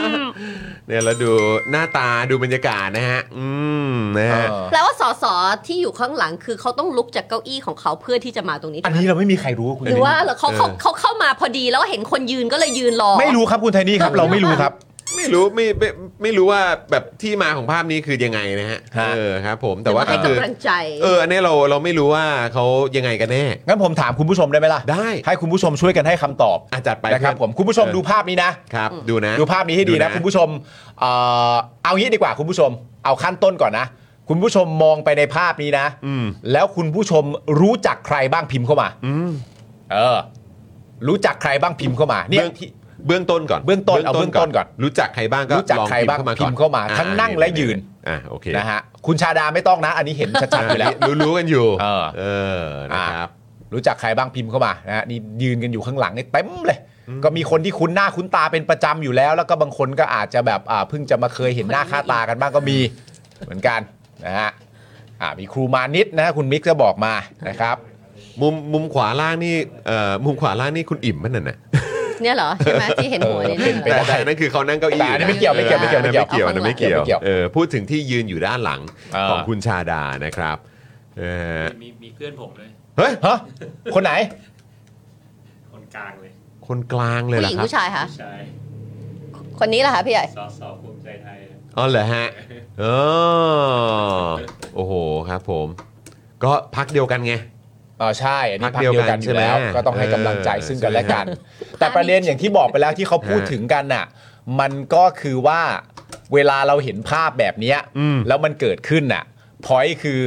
อืม
เนี่ยแล้วดูหน้าตาดูบรรยากาศนะฮะ อืมนะฮะ
แปลว่าสสที่อยู่ข้างหลังคือเขาต้องลุกจากเก้าอี้ของเขาเพื่อที่จะมาตรงนี้
อันนี้เราไม่มีใครรู้คุณ
หรือว่าเหรอเขาเขา
เออ
เขาเข้ามาพอดีแล้วเห็นคนยืนก็เลยยืนรอ
ไม่รู้ครับคุณไทนี่ครับ เราไม่รู้ครับ
ไม่รู้ไม่ไม่ไม่รู้ว่าแบบที่มาของภาพนี้คือยังไงนะฮะ
ฮะ
เออครับ ผมแต่ว่า
หรือว่า
ก็คือก
ให้ำลังใจ
เอออันนี้เราเราไม่รู้ว่าเขายังไงกันแน่
งั้นผมถามคุณผู้ชมได้ไหมล่ะ
ได้
ให้คุณผู้ชมช่วยกันให้คำตอบ
อ่ะจัดไป
นะครับผมคุณผู้ชมดูภาพนี้นะ
ครับดูนะ
ดูภาพนี้ให้ดีนะคุณผู้ชมเอ่อเอางี้ดีกว่าคุณผู้ชม เอาขั้นต้นก่อนนะ คุณผู้ชมมองไปในภาพนี้นะ
อืม
แล้วคุณผู้ชมรู้จักใครบ้างพิมพ์เข้ามาเออ รู้จักใครบ้างพิมพ์เข้ามาเนี่ย
เบื้อง
ที่
เบื้องต้นก่อน
เบื้องต้นเอาเบื้องต้นก่อน
รู้จักใครบ้างก็
รู้จัก
ลอ
ใครบ้าง
พิมพ์
พิ
เข้าม
พ์
มาก่อน
เข้ามาทั้งนั่ง
อ่
และยืน
อ่ะโอเค
นะฮะคุณชาดาไม่ต้องนะ อันนี้เห็นชัดๆอยู่แล้ว
รู้รู้กันอยู่
เออ
เออนะครับ
รู้จักใครบ้างพิมพ์เข้ามานะฮะนี่ยืนกันอยู่ข้างหลังนี่เต็มเลย ก็มีคนที่คุ้นหน้าคุ้นตาเป็นประจำอยู่แล้ว แล้วก็บางคนก็อาจจะแบบอ่าเพิ่งจะมาเคยเห็นหน้าค่าตากันบ้างก็มีเหมือนกันนะฮะอ่ามีครูมานิดนะ คุณมิกจะบอกมานะครับ
มุมมุมขวาล่างนี่เอ่อมุมขวาล่างนี่คุณอิ่มมันน่ะนะ
เนี่ยเหรอ ใช่ไหมที่เห็นหัวเนี่ย
เออเป็นไป
แต่
เหรอ
แต่อันนั่นคือเขานั่งเก้าอี้
แต่อันนี้ไม่เกี่ยวไม่เกี่ยวไม่เกี่ยว
อออันนั้นไม่เกี่ยวอันนั้นไม่เกี่ยว
ไม่เกี่ยว
เออพูดถึงที่ยืนอยู่ด้านหลัง
เออ
ของคุณชาดานะครับเออ
มีมีเพื่อนผมเลย
เฮ้ยฮะคนไหน
คนกลางเลย
คนกลางเลย
ผู้
เห
ห
รอ
ญิง
ครับ
ผู้ชายคะ
ใช่
คนนี้เหรอคะพี่ใหญ่
สอสอภูมิใจไทย
อ๋อเหรอฮะเออโอ้โหครับผม ก็พักเดียวกันไง
อ๋อใช่อันนี้
พรรค
พักเดียวกัน
เดียวกัน
อยู่แล้ว
ใช่ไหม
ก็ต้องให้กำลังใจ
เออ
ซึ่งกันและกัน
ใช่ไหม
แต่ประเด็นอย่างที่บอกไปแล้วที่เขาพูด
ฮะ
ถึงกันน่ะ มันก็คือว่าเวลาเราเห็นภาพแบบเนี้ย
อืม
แล้วมันเกิดขึ้นน่ะพอยคือ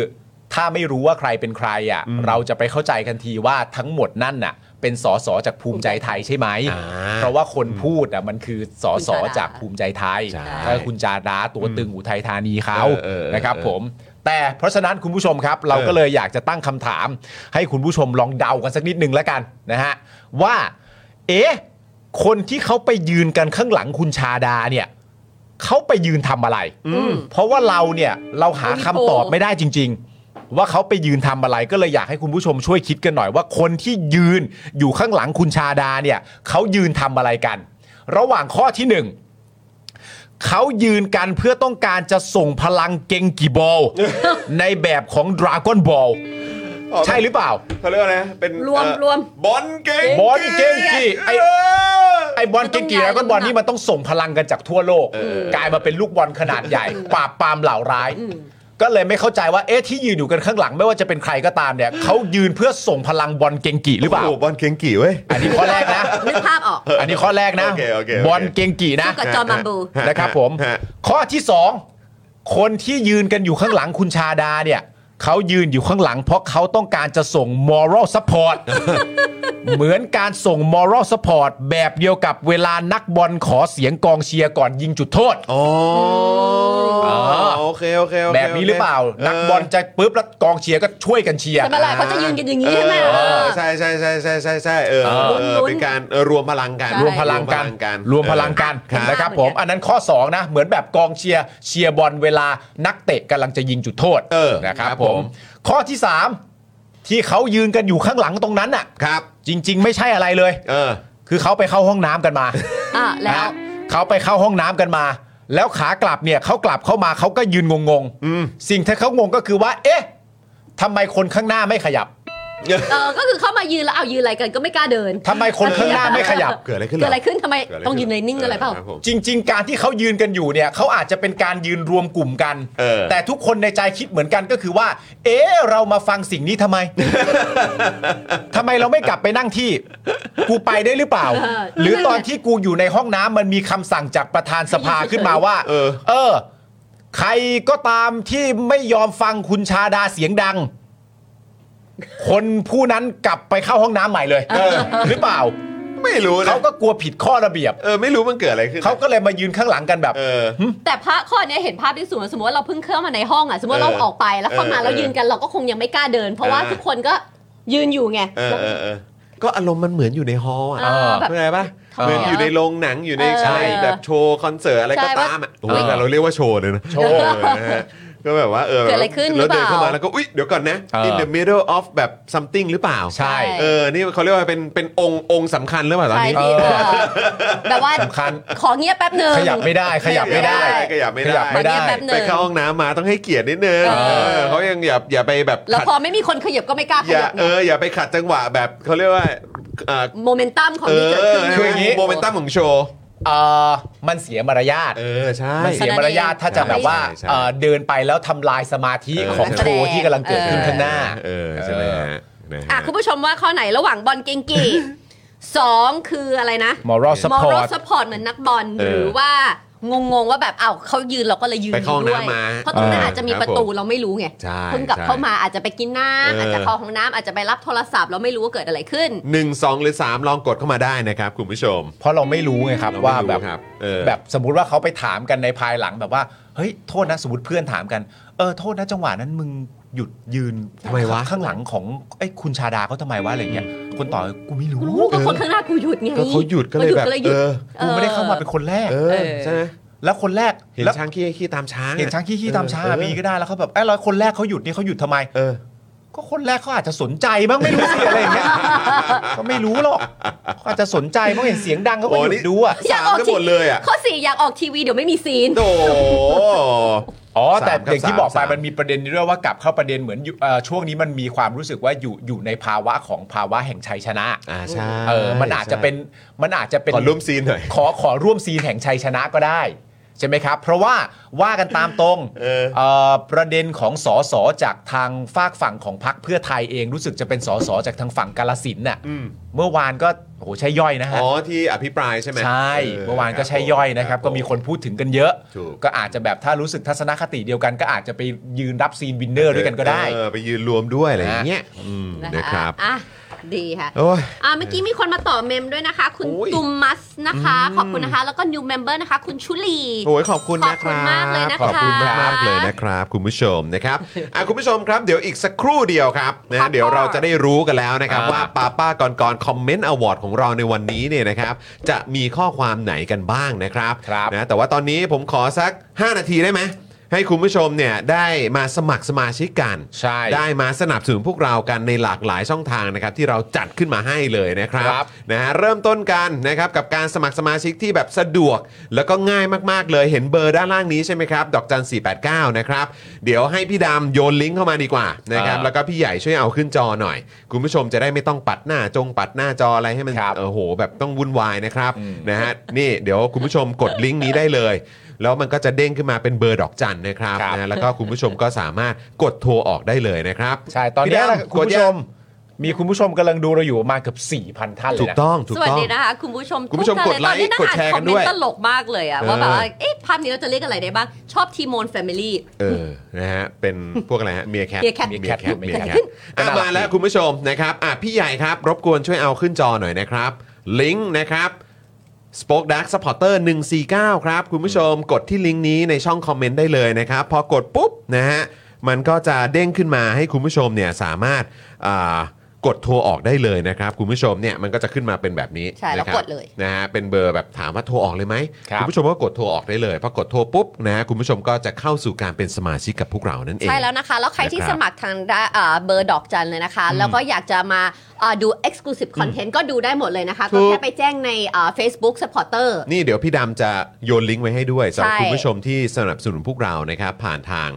ถ้าไม่รู้ว่าใครเป็นใครอ่ะ
อืม
เราจะไปเข้าใจกันทีว่าทั้งหมดนั่นน่ะ เป็นสสจากภูมิใจไทยใช่ไหม
อ่า
เพราะว่าคนพูดอ่ะมันคือสส
คุณจาดา
จากภูมิใจไทย
ใช่
ถ้าคุณจาดาตัวตึงอุทัยธานีเขา
เออเออเออ
นะครับผม แต่เพราะฉะนั้นคุณผู้ชมครับ เราก็เลยอยากจะตั้งคำถาม ให้คุณผู้ชมลองเดากันสักนิดหนึ่งแล้วกันนะฮะว่า เอ๊ะคนที่เขาไปยืนกันข้างหลังคุณชาดาเนี่ยเขาไปยืนทำอะไร
อืม
เพราะว่าเราเนี่ยเราหาคำตอบไม่ได้จริง ๆ ว่าเขาไปยืนทำอะไรก็เลยอยากให้คุณผู้ชมช่วยคิดกันหน่อยว่าคนที่ยืนอยู่ข้างหลังคุณชาดาเนี่ยเขายืนทำอะไรกัน ระหว่างข้อที่หนึ่งเขายืนกันเพื่อต้องการจะส่งพลังเกงกีบอ ล ในแบบของดราก้อนบอลใช่หรือเปล่า
เขาเรียกว่าอะไรนะเป็น
รวม
เอ่อ
รวม
บอลเก่ง
บอลเก่งกี่ไอ้
เออ
ไอ้บอลเกงกีดราก้อนบอลนี่มันต้องส่งพลังกันจากทั่วโลก กลายมาเป็นลูกบอลขนาดใหญ่ ปราบปรามเหล่าร้าย ก็เลยไม่เข้าใจว่าเอ๊ะที่ยืนอยู่กันข้างหลังไม่ว่าจะเป็นใครก็ตามเนี่ยเขายืนเพื่อส่งพลังบอลเกงกีหรือเปล่า
โโบอลเคียงกี่เว้ย
อันนี้ข้อแรกนะ
นึกภาพออก
อันนี้ข้อแรกนะ
โอเคโอเคโอเค
บอลเกงกีนะ
สู้กับจอร์นมาบู
นะครับผม
ฮะ
ข้อที่สองคนที่ยืนกันอยู่ข้างหลังคุณชาดาเนี่ยเขายืนอยู่ข้างหลัง เพราะเขาต้องการจะส่ง moral support เหมือนการส่ง moral support แบบเดียวกับเวลานักบอลขอเสียงกองเชียร์ก่อนยิงจุดโทษ
อ๋อ
อ๋อ
โอเคโอเคโอเค
แบบนี้หรือเปล่า นักบอลจะปุ๊บแล้วกองเชียร์ก็ช่วยกันเชียร์
ใช่ไหมล่ะเขาจะยืนกันอย่างนี้ใช่ไหม
เออใช่ใช่ใช่ใช่ใช่ใช่เออ
เออ
เออเป็นการเออรวมพลังกัน
ใช่
รวมพลังกันร
ร
ว
ว
ม
ม
พ
พ
ลั
ลั
ง
ง
กั
กัน น
นะครับผมอันนั้นข้อสองนะเหมือนแบบกองเชียร์เชียร์บอลเวลานักเตะกำลังจะยิงจุดโทษ
เออ
นะครับ
ครับ
ผ
ผม ม
ข้อที่สามที่เขายืนกันอยู่ข้างหลังตรงนั้นน่ะ
ครับ
จริง ๆ ไม่ใช่อะไรเลย
เออ
คือเขาไปเข้าห้องน้ำกันมา
อ่ะแล้ว
นะเขาไปเข้าห้องน้ำกันมา แล้วขากลับเนี่ยเขากลับเข้ามาเขาก็ยืนงง
อืม
ๆสิ่งที่เขางงก็คือว่า เอ๊ะทำไมคนข้างหน้าไม่ขยับ
เออก็คือเข้ามายืนแล้วเอายืนอะไรกันก็ไม่กล้าเดิน
ทำไมคนข้างหน้าไม่ขยับ
เกิดอะไรขึ้นห
เกิดอะไรขึ้นทำไม
เกิดะร
ต้องยืนในนิ่งอะไรเปล่า
ครับผม
จริง ๆ การที่เขายืนกันอยู่เนี่ยเขาอาจจะเป็นการยืนรวมกลุ่มกัน
เออ
แต่ทุกคนในใจคิดเหมือนกันก็คือว่า เอ๊ะเรามาฟังสิ่งนี้ ทำไม ทำไมเราไม่กลับไปนั่งที่ กูไปได้หรือเปล่า
เออ
หรือตอนที่กูอยู่ในห้องน้ำมันมีคำสั่งจากประธานสภาขึ้นมาว่า
เออ
เออ ใครก็ตามที่ไม่ยอมฟังคุณชาดาเสียงดัง คนผู้นั้นกลับไปเข้าห้องน้ำใหม่เลยหรือเปล่า
ไม่รู้นะ
เขาก็กลัวผิดข้อระเบียบ
เออไม่รู้มันเกิดอะไรขึ้น
เขาก็เลยมายืนข้างหลังกันแบบ
เออ
แต่พระข้อเนี้ยเห็นภาพที่สุดสมมติว่าเราเพิ่งเข้ามาในห้องอ่ะ สมมติเรา
เออ
ออกไปแล้วเข้ามา
เออ
แล้วยืนกันเราก็คงยังไม่กล้าเดิน เพราะว่า
เออ
ทุกคนก็ยืนอยู่ไง
เออเออเออก็อารมณ์มันเหมือนอยู่ในฮอลล์อ่ะ
เออแบบ
เข้าใจปะ
ทำ
เห
ไม
มือนอยู่ในโรงหนังอยู่ใน
เออ
ใช่แบบโชว์คอนเสิร์ตอะไรก็ตามอ่ะโอ้
ใช่
โห
ว่า
แต่เราเรียกว่าโชว์เลยนะ
โชว์
เออ นะฮะก็แบบว่าเออ
เกิดอะไรขึ้นหรื
แล้
อ
ว
เปล่า
เดินเข้ามาแล้วก็อุ๊ยเดี๋ยวก่อนนะ
เออ
in the middle of แบบ something หรือเปล่า
ใช่
เออนี่เขาเรียกว่าเป็นเป็นองค์องค์สำคัญหรือเปล่าตอน
ใช่
นี้
พี่
เออ
เออแบบว่า
สำคัญ
ขอเงียบแป๊บหนึง
ขยับไม่ได้ขยับไม่ได้
ขยับไม่
ขยั
ได้
บไม่
ขอ
ได้
เงียบแป๊บหนึ่ง
ไปเข้าห้องน้ำมาต้องให้เกียรตินิดนึง
เออ
เออเขายังอย่าอย่าไปแบบ
แล้ว
ขัด
พอไม่มีคนขยับก็ไม่กล้าข
อย่า
ยับ
เอออย่าไปขัดจังหวะแบบเขาเรียกว่าเออ
โมเมนตัมของ
เอ
ที่เกิ
อ
ดขึ้น
คืออย่างงี้
โมเมนตัมของโชว์
เออมันเสียมารยาท
เออใช่
มันเสียมารยาทถ้าจะแบบว่า
ใช่ใช่
เอ่อเดินไปแล้วทำลายสมาธิของโชว์ที่กำลังเกิดขึ้น
เออ
ข้างหน้า
เออใช่ไหมฮะนะฮะ
อ่ะคุณผู้ชมว่าข้อไหนระหว่างบอลเกงกี สองคืออะไรนะม
moral
อร
support
สปอร์ตเหมือนนักบอล
เออ
หรือว่างงๆว่าแบบเอ้าวเขายืนเราก็เลยยืน
ไปเข้าห้อง
ด้วย
น้ำมา
เพราะตรงนั้น
เออ
อาจจะมี
ครับ
ประตู
ผม
เราไม่รู้ไง
ใช่
เพิ่งกลับ
ใช่
เข้ามาอาจจะไปกิน
เอออ
น้ำอาจจะเข้าห้องน้ำอาจจะไปรับโทรศัพท์เราไม่รู้ว่าเกิดอะไรขึ้น
หนึ่งสองหรือสามลองกดเข้ามาได้นะครับคุณผู้ชม
เพราะเราไม่รู้ไงครับ
เร
ว่า
ไม่รู้
แบบ
ครับเออ
แบบสมมติว่าเขาไปถามกันในภายหลังแบบว่าเฮ้ยโทษนะสมมติเพื่อนถามกันเออโทษนะจังหวะนั้นมึงหยุดยืน
ทำไมวะ
ข้างหลังของไอ้คุณชาดาเขาทำไมวะอะไรเงี้ยคนต่อบกูไม่รู้
รู้ก็คนข้างหน้ากูหยุดไง
ก็เขาหยุดก็เลยแบบ
ขาห
เอ
ยุด
อ
กูไม่ได้เข้ามาเป็นคนแรก
เอ
เอ
อ
อ
ใช่ไหม
แล้วคนแรก
เห็น
แล้ว
ช้างขี้ขี้ตามช้างอะ
เห็นช้างขี้ขี้ตามช้าง
เอ
อะ
อ
มีก็ได้แล้วเขาแบบไอ้ร้อยคนแรกเขาหยุดนี่เขาหยุดทำไม
เออ
ก็คนแรกเขาอาจจะสนใจบ้างไม่รู้สิอะไรอย่างเงี้ย ก็ไม่รู้หรอกเขาอาจจะสนใจบ้างเห็นเสียงดังเขาก็
โอ้
หยุ
นี่
ดดูอ่ะ
อยาก
สาม
ออก
กัน
ที
หมดเลยอ่ะ
ข้อสี่อยากออกทีวีเดี๋ยวไม่มีซีน
โอ้โห
อ๋อแต่
สามครับ
อย่างที่บอกไป
สาม
มันมีประเด็นนี้ด้วยว่ากลับเข้าประเด็นเหมือนอยู่เอ่อช่วงนี้มันมีความรู้สึกว่าอยู่อยู่ในภาวะของภาวะแห่งชัยชนะ
อ่าใช่
เออมันอาจจะเป็นมันอาจจะเป็น
ขอร่วมซีนหน่อย
ขอขอร่วมซีนแห่งชัยชนะก็ได้ ใช่ไหมครับ เพราะว่าว่ากันตามตรง
เออ
เอ่อประเด็นของสสจากทางฝากฝั่งของพักเพื่อไทยเองรู้สึกจะเป็นสสจากทางฝั่งกาลสินธุ์น่ะเมื่อวานก็โอ้โหใช่ย่อยนะฮะ
อ๋อที่อภิปรายใช่ไหม
ใช่
เ
เมื่อวานก็ใช่ย่อยนะครับ
ผ
ก็มีคนพูดถึงกันเยอะ
ถูก
ก็อาจจะแบบถ้ารู้สึกทัศนคติเดียวกัน ก็อาจจะไปยืนรับซีนวินเนอร์ด้วยกันก็ได้
เออไปยืนรวมด้วยอะไรอย่างเงี้ยอืม
นะ
นะคะ ครับ
อ่ะ ดีค่ะ
โอ้ย
อ่าเมื่อกี้มีคนมาต่อเมมด้วยนะคะ คุณ
โอ้ย
ตุมมัสนะคะ ขอบคุณนะคะ แล้วก็ new member นะคะ คุณชุลี
โอ้ยขอบคุณนะครั
ขอบคุ
บ
ณมากเลยนะคะ
ขอบคุณมากๆเลยนะครับคุณผู้ชมนะครับอ่ะคุณผู้ชมครับเดี๋ยวอีกสักครู่เดียวครับ
ครั
นะ
บ
เดี๋ยวเราจะได้รู้กันแล้วนะครับ
อ่า
ว่าป้าป้าก่อนก่อนคอมเมนต์อวอร์ดของเราในวันนี้เนี่ยนะครับจะมีข้อความไหนกันบ้างนะครับนะแต่ว่าตอนนี้ผมขอสัก 5 นาทีได้ไหมให้คุณผู้ชมเนี่ยได้มาสมัครสมาชิกกัน
ใช่
ได้มาสนับสนุนพวกเรากันในหลากหลายช่องทางนะครับที่เราจัดขึ้นมาให้เลยนะครับ
ครับ
นะฮะเริ่มต้นกันนะครับกับการสมัครสมาชิกที่แบบสะดวก แล้วก็ง่ายมากๆเลยเห็นเบอร์ด้านล่างนี้ใช่ไหมครับดอกจัน 489 นะครับ เดี๋ยวให้พี่ดำโยนลิงก์เข้ามาดีกว่านะครับ
อ่า
แล้วก็พี่ใหญ่ช่วยเอาขึ้นจอหน่อย คุณผู้ชมจะได้ไม่ต้องปัดหน้าจงปัดหน้าจออะไรให้มัน
ครับ
โอ้โห แบบต้องวุ่นวายนะครับนะฮะนี่เดี๋ยวคุณผู้ชมกดลิงก์นี้ได้เลย แล้วมันก็จะเด้งขึ้นมาเป็นเบอร์ดอกจันนะครับ
ครับ
นะแล้วก็คุณผู้ชมก็สามารถกดโทรออกได้เลยนะครับ
ใช่ตอนเนี้ย
พี่ดำ
คุ
ก
ณ
ด
ผู้
ยั
ช
ง
ม มีคุณผู้ชมกำลังดูเราอยู่ประมาณเกือบ4,000ท่านเลย
ถู
นะ
กต้องถูก
สวัส
ต้อง
ดีนะคะ คุณผู้ชม
คุณผู้ชม
ทุท่าน
กดไลค์
เยตอนนี้นั่ง
กดแชร์
อ่า
กันด้วย
คอมเมตตลกมากเลยอะ
เออ
ว่าแบบว่าเอ๊ะภาพนี้เราจะเรียกอะไรได้บ้าง ชอบทีโมนแฟมิลี่
เออนะฮะเป็นพวกอะไรฮะเมียแคท
Meerkat
เมียแคท
Meerkat
เมียแคท
Meerkat
อ่ะมาแล้วคุณผู้ชมนะครับอ่ะพี่ใหญ่ครับ รบกวนช่วยเอาขึ้นจอหน่อยนะครับ ลิงก์นะครับ Spoke Dark Supporter 149 ครับ คุณผู้ชมกดที่ลิงก์นี้ในช่องคอมเมนต์ได้เลยนะครับ พอกดปุ๊บนะฮะมันก็จะเด้งขึ้นมาให้คุณผู้ชมเนี่ยสามารถอ่ากดโทรออกได้เลยนะครับ คุณผู้ชมเนี่ยมันก็จะขึ้นมาเป็นแบบนี้
ใช่แล้
นะ
ว
ครับ
กดเลย
นะฮะเป็นเบอร์แบบถามว่าโทรออกเลยไหม
ครับ
ณผู้ชมก็กดโทรออกได้เลยพอกดโทรปุ๊บนะฮะคุณผู้ชมก็จะเข้าสู่การเป็นสมาชิกกับพวกเรานั่นเอง
ใช่แล้วนะคะ แล้วใครที่
นะครับ
สมัครทางด้านอ่าเบอร์ดอกจันเลยนะคะ แล้วก็อยากจะมาอ่าดู Exclusive Content ก็ดูได้หมดเลยนะคะ
ถู
ก็
ก
แค่ไปแจ้งในอ่า Facebook Supporter
นี่เดี๋ยวพี่ดำจะโยนลิงก์ไว้ให้ด้วยสำหรับ
ใช่
คุณผู้ชมที่สนับสนุนพวกเรานะครับผ่านทาง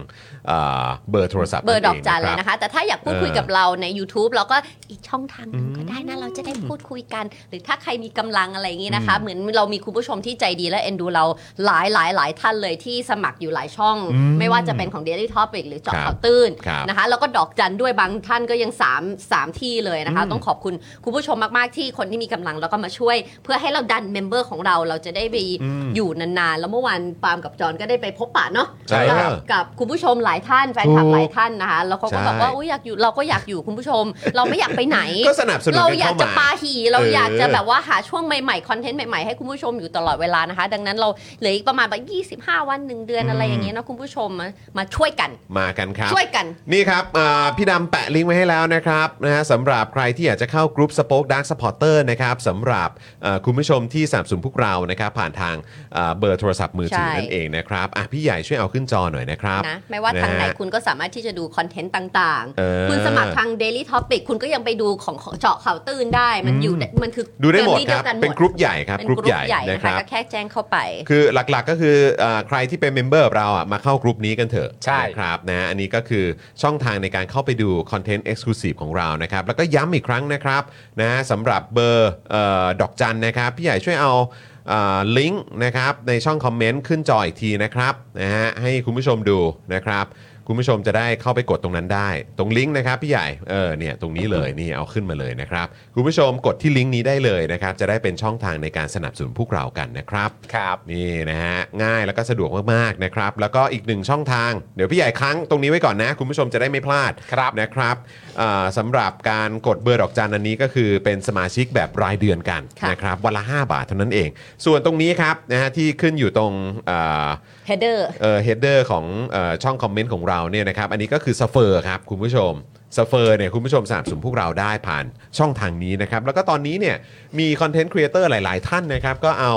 เอ่อเบอร์โทรศัพท์
เบอร์ดอกจันเล
งครั
ย
บ
นะคะ แต่ถ้าอยากพูดคุย
เออ
กับเราใน YouTube เราก็อีกช่องทางหนึงก็ได้นะ เราจะได้พูดคุยกัน หรือถ้าใครมีกำลังอะไรอย่างนี้นะคะ เหมือนเรามีคุณผู้ชมที่ใจดีและเอ็นดูเราหลายหลายหลายท่านเลยที่สมัครอยู่หลายช่อง
อืม
ไม่ว่าจะเป็นของ Daily Topic หรือเจาะ
ครับ
ข่าวตื้น
ครับ
นะคะ แล้วก็ดอกจันด้วยบางท่านก็ยัง3มที่เลยนะคะ ต้องขอบคุณคุณผู้ชมมากๆที่คนที่มีกำลังแล้วก็มาช่วย เพื่อให้เราดันเมมเบอร์ของเราเราจะได้ไป
อืม
อยู่นานๆแล้วเมื่อวานปาล์มกับจอนก็ได้ไปพบปะเนาะ
ใช่ครับ
กับกับคุณผู้ชมหลายท่านแฟนคลับหลายท่านนะคะแล้ว เขาก็แบบว่า
ใช่
อุ๊ยอยากอยู่เราก็อยากอยู่คุณผู้ชม เราไม่อยากไปไหน
ก็สนับสนุน
เรา
กัน
อยาก
เข้า
จะ
มา
ปาหีเราอยากจะ
เออ
แบบว่าหาช่วงใหม่ๆคอนเทนต์ใหม่ๆให้คุณผู้ชมอยู่ตลอดเวลานะคะ ดังนั้นเราเหลืออีกประมาณแบบ25 วันหนึ่งเดือน
อืม
อะไรอย่างเงี้ยนะคุณผู้ชมมามาช่วยกัน
มากันครับ
ช่วยกัน
นี่ครับอ่าพี่ดำแปะลิงก์ไว้ให้แล้วนะครับนะฮะสำหรับใครที่อยากจะเข้ากรุ๊ป Spoke Dark Supporter นะครับสำหรับเอ่อคุณผู้ชมที่สนับสนุนพวกเรานะครับผ่านทางเอ่อเบอร์โทรศัพท์มือถือ
ใช่
นั่นเองนะครับอ่ะพี่ใหญ่ช่วยเอาขึ้นจอหน่อยนะครับ
นะไม่ว่าทางไหน
นะฮะ
คุณก็สามารถที่จะดูคอนเทนต์ต่าง
เออ
คุณสมัครทาง Daily Topic คุณก็ยังไปดูของของเจาะข่าวตื่นได้ มันอยู่
อืม
ได้มันคือ
ดูได้หมด
ฟมิลี่
ค
เย
รับ
วกันหมด
เป็นกรุ๊ปใหญ่ครับ
เป็น
กรุ๊ปใหญ่นะ
นะ
ค
คะ
รับ
ก็แค่แจ้งเข้าไป
คือหลักๆก็คือเอ่อใครที่เป็นเมมเบอร์กับเราอ่ะมาเข้ากรุ๊ปนี้กันเถอะ
ใช่
นะครับนะอันนี้ก็คือช่องทางในการเข้าไปดูคอนเทนต์เอ็กซ์คลูซีฟของเรานะครับ แล้วก็ย้ำอีกครั้งนะครับนะสำหรับเบอร์เออดอกจันนะครับ พี่ใหญ่ช่วยเอาเอ่อลิงก์นะครับในช่องคอมเมนต์ขึ้นจออีกทีนะครับนะฮะให้คุณผู้ชมดูนะครับ คุณผู้ชมจะได้เข้าไปกดตรงนั้นได้ ตรงลิงก์นะครับพี่ใหญ่เออเนี่ยตรงนี้เลยนี่เอาขึ้นมาเลยนะครับคุณผู้ชมกดที่ลิงก์นี้ได้เลยนะครับจะได้เป็นช่องทางในการสนับสนุนพวกเรากันนะครับ
ครับ
นี่นะฮะง่ายแล้วก็สะดวกมาก ๆ นะครับ แล้วก็อีกหนึ่งช่องทาง เดี๋ยวพี่ใหญ่ค้างตรงนี้ไว้ก่อนนะ คุณผู้ชมจะได้ไม่พลาด
ครับ
นะครับอ่าสำหรับการกดเบอร์ดอกจันอันนี้ก็คือเป็นสมาชิกแบบรายเดือนกัน
ค่ะ
นะครับวันละ 5 บาทเท่านั้นเอง ส่วนตรงนี้ครับนะฮะที่ขึ้นอยู่ตรงอ่า
Header
เอ่อเฮดเดอร์ของเออช่องคอมเมนต์ของเราเนี่ยนะครับอันนี้ก็คือสเฟอร์ครับคุณผู้ชมสเฟอร์เนี่ยคุณผู้ชมสนับสนุนพวกเราได้ผ่านช่องทางนี้นะครับแล้วก็ตอนนี้เนี่ยมีคอนเทนต์ครีเอเตอร์หลาย ๆ ท่านนะครับก็เอา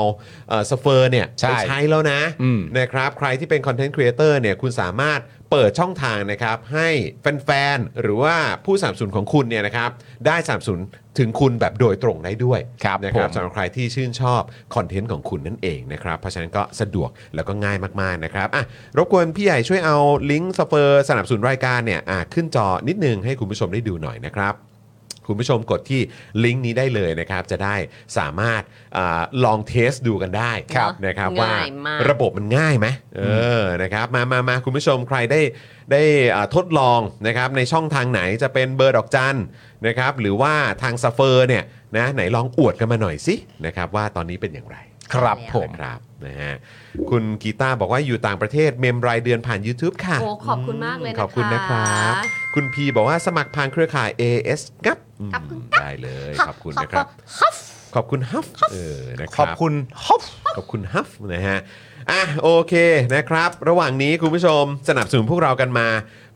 เอ่อสเฟอร์เนี่ย
ใช่
ไปใช้แล้วนะ
อืม
นะครับใครที่เป็นคอนเทนต์ครีเอเตอร์เนี่ยคุณสามารถ เปิดช่องทางนะครับให้แฟนๆ หรือว่าผู้สนับสนุนของคุณเนี่ยนะครับได้สนับสนุนถึงคุณแบบโดยตรงได้ด้วย
ครับ
นะครับ
ผม
สำหรับใครที่ชื่นชอบคอนเทนต์ของคุณนั่นเองนะครับ เพราะฉะนั้นก็สะดวกแล้วก็ง่ายมากๆนะครับอ่ะรบกวนพี่ใหญ่ช่วยเอาลิงก์สเปอร์สนับสนุนรายการเนี่ยอ่ะขึ้นจอนิดนึงให้คุณผู้ชมได้ดูหน่อยนะครับ คุณผู้ชมกดที่ลิงก์นี้ได้เลยนะครับ จะได้สามารถอาลองเทสดูกันได้
ครับ
นะครับว่า
ง่ายมาก
ระบบมันง่ายไหมเออนะครับมามามาคุณผู้ชมใครได้ได้อ่าทดลองนะครับในช่องทางไหนจะเป็นเบอร์ดอกจันนะครับหรือว่าทางซัฟเฟอร์เนี่ยนะไหนลองอวดกันมาหน่อยสินะครับว่าตอนนี้เป็นอย่างไร
ครับผม
นะครับนะฮะคุณกีตาร์บอกว่าอยู่ต่างประเทศเมมรายเดือนผ่าน YouTube ค่ะ
โอ้ขอบคุณมากเลยนะคะ
ขอบคุณนะครับ คุณพีบอกว่าสมัครผ่านเครือข่าย AS ครับอืม
ขอบคุณครับ
ได้เลย ขอบคุณนะครับ
ฮัฟ
ขอบคุณฮัฟเออนะค
ข
รั
อบคุณฮอป
ขอบคุณฮัฟนะฮะ อ่ะโอเคนะครับ ระหว่างนี้คุณผู้ชมสนับสนุนพวกเรากันมา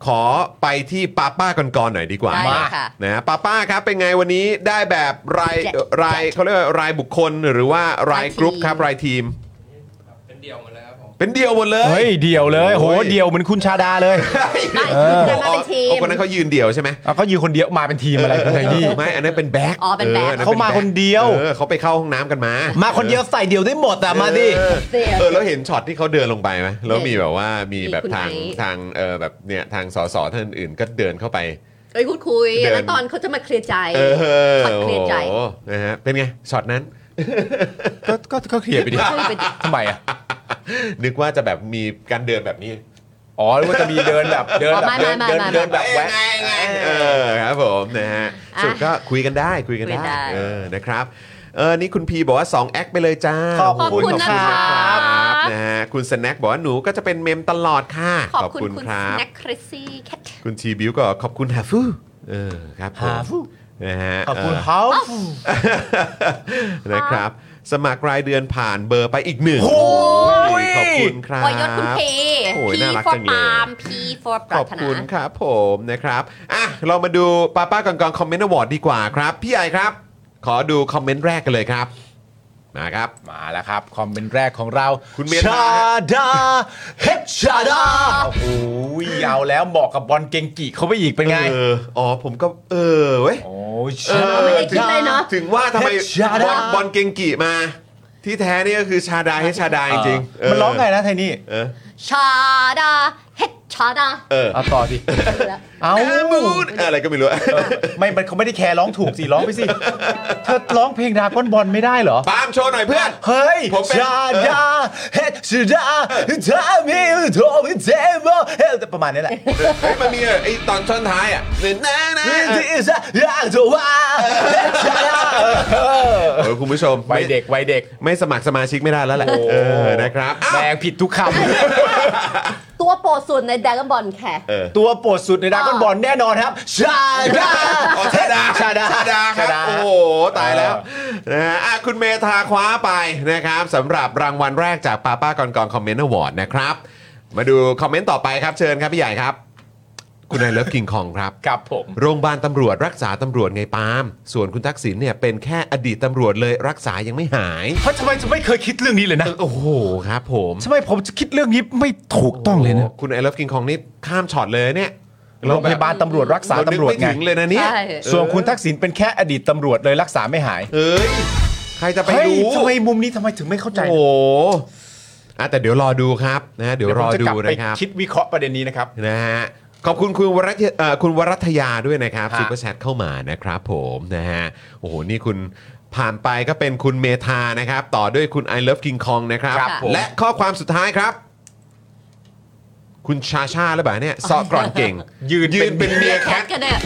ขอไปที่ป้าป้าก่อนๆหน่อยดีกว่า
ได้เลยค่ะ
นฮป้าป้าครับเป็นไงวันนี้ได้แบบราย
แจ็ค
รายเขาเรียกว่ารายบุคคลหรือว่าราย
รายทีม
กรุ๊ปครับรายทีม
เป็นเดี่ยวหมดเลยครับผม
เป็นเดียวหมดเลย
เฮ้ยเดียวเลยโห
โอ้ย
เดียวเหมือนคุณชาดาเลย
ได้คือกันมาเป็นทีม
อ๋อคนนั้นเขายืนเดียวใช่ไหม
เอาเขายืนคนเดียวมาเป็นทีมอะไรกันเลยนี่
ไม่ อันนั้นเป็นแบ็ค
อ๋อเป็นแบ็ค
อออั
เขามา
ป็แบ็
คนเดียว
เออเขาไปเข้าห้องน้ำกันมา
มา
มา
คนเดียวใส่เดียวได้หมดอะมาดิ
เออแล้วเห็นช็อตที่เขาเดินลงไปไหมแล้วมีแบบว่ามี
มี
แบบ
คุณ
ทาง
ไอซ์
ทางเออแบบเนี่ยทางสสท่านอื่นก็เดินเข้าไป
เอ้ยพูดคุย
เดิน
แล้วตอนเขาจะมาเคลียร์ใจ
เออ
ช็อตเคลียร์ใจ
โอ้โหนะฮะเป็นไงช็อตนั้น
ก็ก็ก็เคลียร์ไปดิ
คุยไปดิ
ทำไมอะ
นึกว่าจะแบบมีการเดินแบบนี้
อ๋อหรือว่าจะมีเดินแบบเดินแบบ
ไม่
เดิน
ไม่
เดิน
ไม่
เดินแบบแวะ
เออครับผมนะฮะ
อ่ะ
สุดก็คุยกันได้คุยกัน
คุยได้
ได้เออนะครับเออนี่คุณพีบอกว่า 2 แอคไปเลยจ้า
ขอบคุณ
โโหขอบคุณ
นะ
นะค
ครั
รับ บนะฮะคุณสแน็คบอกว่าหนูก็จะเป็นเมมตลอดค่ะ
ขอบคุณคุณ
ครั
ส
บ
แน็คคริสซี่แคท
คุณทีบิวก็ขอบคุณฮาฟูเออครับผม
หาฟู่
นะฮะ
ขอบคุณ
เ
เขา
นะครับ สมัครรายเดือนผ่านเบอร์ไปอีกหนึ่ง
โอ้ย
ขอบคุณครับ
โอยยศคุณเพ
โอ้ย
P
น่ารัก
for
จังเลย
Palm P for ป
ข
รา
อบ
ถนา
คุณครับผมนะครับอ่ะเรามาดูป้าป้าก่อนกองคอมเมนต์อวอร์ดดีกว่าครับ พี่ใหญ่ครับ ขอดูคอมเมนต์แรกกันเลยครับ มาครับ
มาแล้วครับ คอมเมนต์แรกของเรา
คุณเมธา
ชาดาเฮดชาดาโอ้โหยาวแล้วเหมาะกับบอลเกงกิเขาไปอีกเป็นไง
เอออ๋อผมก็เออเว้ย
โอ้
เอ
ชา
อ
เราไม่ได้คิดเลยเนาะ
ถึงว่าทำไม
เฮดชา
บ
ดา
อลบอลเกงกิมา ที่แท้นี่ก็คือชาดาให้ชาดาจริงๆเ
มันร้องไงนะไทนี่
เออ
ชาดาเฮดชาดา
เออ
เอาต่อดิเอา
เอ้ามูดอะไรก็ไม่ รู้
ไม่มันเขาไม่ได้แคร์ร้องถูกสิ ร้องไป สิ เธอร้องเพลงดราก้อนบอลไม่ได้เหรอ
ปาล์มโชว์หน่อยเพื่อน
เฮ้ย
ผมเป็น
ชา ดาเฮชดาทามิโทมิเทโมเฮประมาณนี้แหละ
เฮ้ยมันมีไอ้ตอนช่อนท้ายอ่ะเน่นะนะ
นี่ที่สะยากจะว่าเฮชดา
เออคุณผู้ชม
วัยเด็กวัยเด็ก
ไม่สมัครสมาชิกไม่ได้แล้วแหละ
โอ้
เออ นะครับอ้าว
แรงผิดทุกค
ตัวโปรดส่วนในแดกบอลแค่
เออ
ำ ตัวโปรดสุดในดราก้อนบอลแน่นอนครับ ชาดา
อ๋อชาดา
ชาดา
ชาดาครับ
ชาดา
โอ้โห ตายแล้วนะฮะอ่ะคุณเมธาคว้าไปนะครับสำหรับรางวัลแรกจากป้าป้าก่อนกองคอมเมนต์อวอร์ดนะครับ มาดูคอมเมนต์ต่อไปครับเชิญครับพี่ใหญ่ครับ คุณนายเลิฟกิงคองครับ
กับผม
โรงพยาบาลตำรวจรักษาตำรวจไงปาล์มส่วนคุณทักษิณเนี่ยเป็นแค่อดีตตำรวจเลยรักษายังไม่หาย
เพราะทำไมจะไม่เคยคิดเรื่องนี้เลยนะ
โอ้โหครับผม
ทำไมผมจะคิดเรื่องนี้ไม่ถูกต้องเลยนะ
คุณไอ o ล e ฟกิงคองนี่ข้ามช็อตเลยเนี่ย
โรงพยาบาลตำรวจรักษา
เานึก
ตำรวจ
ไม่
ไง
ถึงเลยนะเนี่ย
ใช่
ส่วนคุณทักษิณเป็นแค่อดีตตำรวจเลยรักษาไม่หาย
เอ้ย ใครจะไป
เฮ้ย
รู้
ทำไมมุมนี้ทำไมถึงไม่เข้าใจ
โอ้โหอ่ะแต่เดี๋ยวรอดูครับนะเดี๋ยว
เดี๋ยว
ร
ผม
อ
จะ
ดู
กลับไป
นะครับ
คิดวิเคราะห์ประเด็นนี้นะครับ
นะฮะขอบคุณคุณวรัตเอ่อคุณวรัตยาด้วยนะครับ
ฮะ
ซูเปอร์แชทเข้ามานะครับผมนะฮะโอ้โหนี่คุณผ่านไปก็เป็นคุณเมธานะครับ ต่อด้วยคุณ I Love King Kong นะครับ
ครับผม
และข้อความสุดท้ายครับ คุณชาชาหรือเปล่าเนี่ยซอกร่อนเก่ง
ยืน
ยืนเป็นเมียแค
แค
ท
ทกันเนี่ย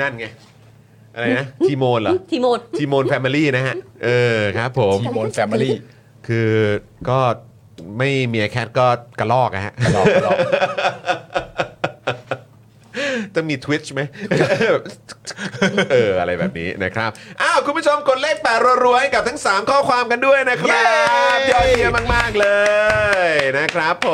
นั่นไง อะไรนะ ทีโมนเหรอ
ทีโมด
ทีโมนแฟมิลี่นะฮะ เออครับผม
ทีมอนแฟมิลี่
คือก็ไม่เมียแคทก็กระลอกอะฮะ
หลอกหลอก
จะมี Twitch ไหม เออ อะไรแบบนี้นะครับ อ้าว คุณผู้ชมกดเลขแปดรัวๆให้กับทั้ง 3 ข้อความกันด้วยนะครับย
เย้
อดเยี่ยมมาก ๆ เลยนะครับผ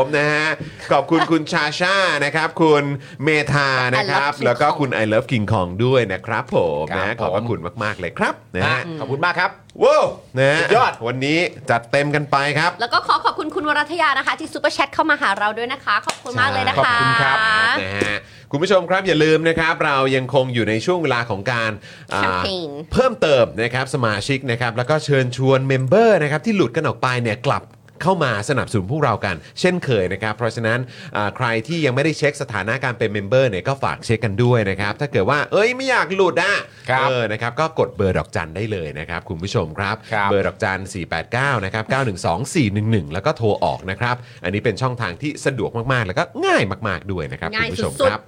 มนะฮะ ขอบคุณคุณชาชานะครับ คุณเมธานะครับ
I love King
แล้วก็
Kong
คุณ I love King Kong ด้วยนะครับผม
ครับ
นะขอบพระ
ผม
คุณมาก ๆ เลยครับนะ
นะ
ฮะ
ขอบคุณมากครับ
ว้าวนะฮะ
สุดยอด
วันนี้จัดเต็มกันไปครับ
แล้วก็ขอขอบคุณคุณวรัทยานะคะ ที่ซูเปอร์แชทเข้ามาหาเราด้วยนะคะ ขอบคุณมากเลยนะคะ
ขอบคุณครับ
นะฮะคุณผู้ชมครับอย่าลืมนะครับเรายังคงอยู่ในช่วงเวลาของการอ่า
แคมเปญ
เพิ่มเติมนะครับสมาชิกนะครับแล้วก็เชิญชวนเมมเบอร์นะครับที่หลุดกันออกไปเนี่ยกลับเข้ามาสนับสนุนพวกเรากัน เช่นเคยนะครับ เพราะฉะนั้นอ่าใครที่ยังไม่ได้เช็คสถานะการเป็นเมมเบอร์เนี่ยก็ฝากเช็คกันด้วยนะครับถ้าเกิดว่าเอ้ยไม่อยากหลุดอ่ะ
ครับ
เออนะครับก็กดเบอร์ดอกจันได้เลยนะครับคุณผู้ชมครับ
ครับ
เบอร์ดอกจัน 489 นะครับ 912 411 แล้วก็โทรออกนะครับ อันนี้เป็นช่องทางที่สะดวกมาก ๆ แล้วก็ง่ายมาก ๆ ด้วยนะครับคุ
ง่าย
ณผู้
สุ
ชม
ดๆ
ครับ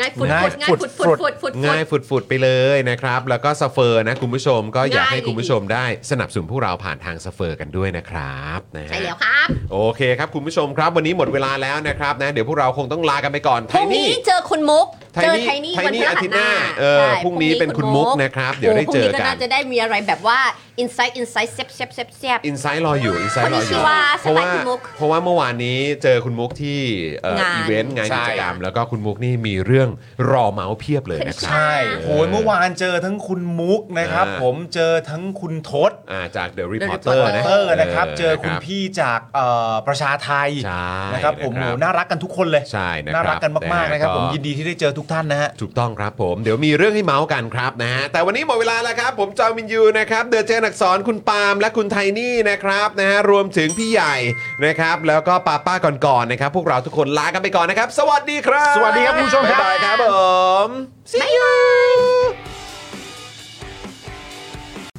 ง่ายฟุดๆ
ง่าย
ง่าย
ฟุ
ฟุด
ดๆ
ฟุดฟุดฟุด
ง่ายฝุดๆไปเลยนะครับ แล้วก็สเฟอร์นะคุณผู้ชมก็อยาก
ง่าย
ให้คุณผู้ชมได้สนับสนุนพวกเราผ่านทางสเฟอร์กันด้วยนะครับนะฮะ
ใช่แล้วครับ
โอเคครับคุณผู้ชมครับ วันนี้หมดเวลาแล้วนะครับนะเดี๋ยวพวกเราคงต้องลากันไปก่อน
พรุ่งนี้เจอคุณมุก เจอไทนี่
ไท
วัน
นี่
พฤ
อา
หัส
ทิตย์
ห
หน้า
น้า
เออ
ใช่
พรุ่งนี้เป็นคุณมุกนะครับ เดี๋ยวได้เจอ
โโหพรุ่งนี้
กั
ก็
น
น่าจะได้มีอะไรแบบว่า insight insight เซฟเซฟเซฟเซฟ
อินไซต์รออยู่อินไซต์รออ
คนที่ชื่
ยู่
อว่า
เพราะว่า
สไตล์คุณมุก
เพราะว่าเมื่อวานนี้เจอคุณมุกที่เอ่อง
าน
อีเวนต์งาน
ใช่
กิจกรรม แล้วก็คุณมุกนี่มีเรื่องรอเมาส์เพียบเลยนะค
ใช่
รับ
ใช่โหยเมื่อวานเจอทั้งคุณมุกนะครับ
อ่า
ผมเจอทั้งคุณทศ
อ่าจาก The
The
Reporter นะ
เตอร์นะครับ เจอคุณ
รับ
พี่จากเอ่อประชาไทย
ใช่
นะครับ ผม
นะครับ
โหน่ารักกันทุกคนเลย
ใช่นะครับ
น่ารักกันมากๆนะครับ
นะฮะก็
ผมยินดีที่ได้เจอทุกท่านนะฮะ
ถูกต้องครับผมเดี๋ยวมีเรื่องให้เมาส์กันครับนะฮะแต่วันนี้หมดเวลาแล้วครับ ผมจอมินยูนะครับเดอะเจนอักสอนคุณปาล์มและคุณไทนี่นะครับนะฮะรวมถึงพี่ใหญ่นะครับ แล้วก็ป้าป้าก่อนๆนะครับ พวกเราทุกคนลากันไปก่อนนะครับ สวัสดีครับ
สวัสดีครับคุณผู้ชมครับ
บ๊ายบายครับผม See you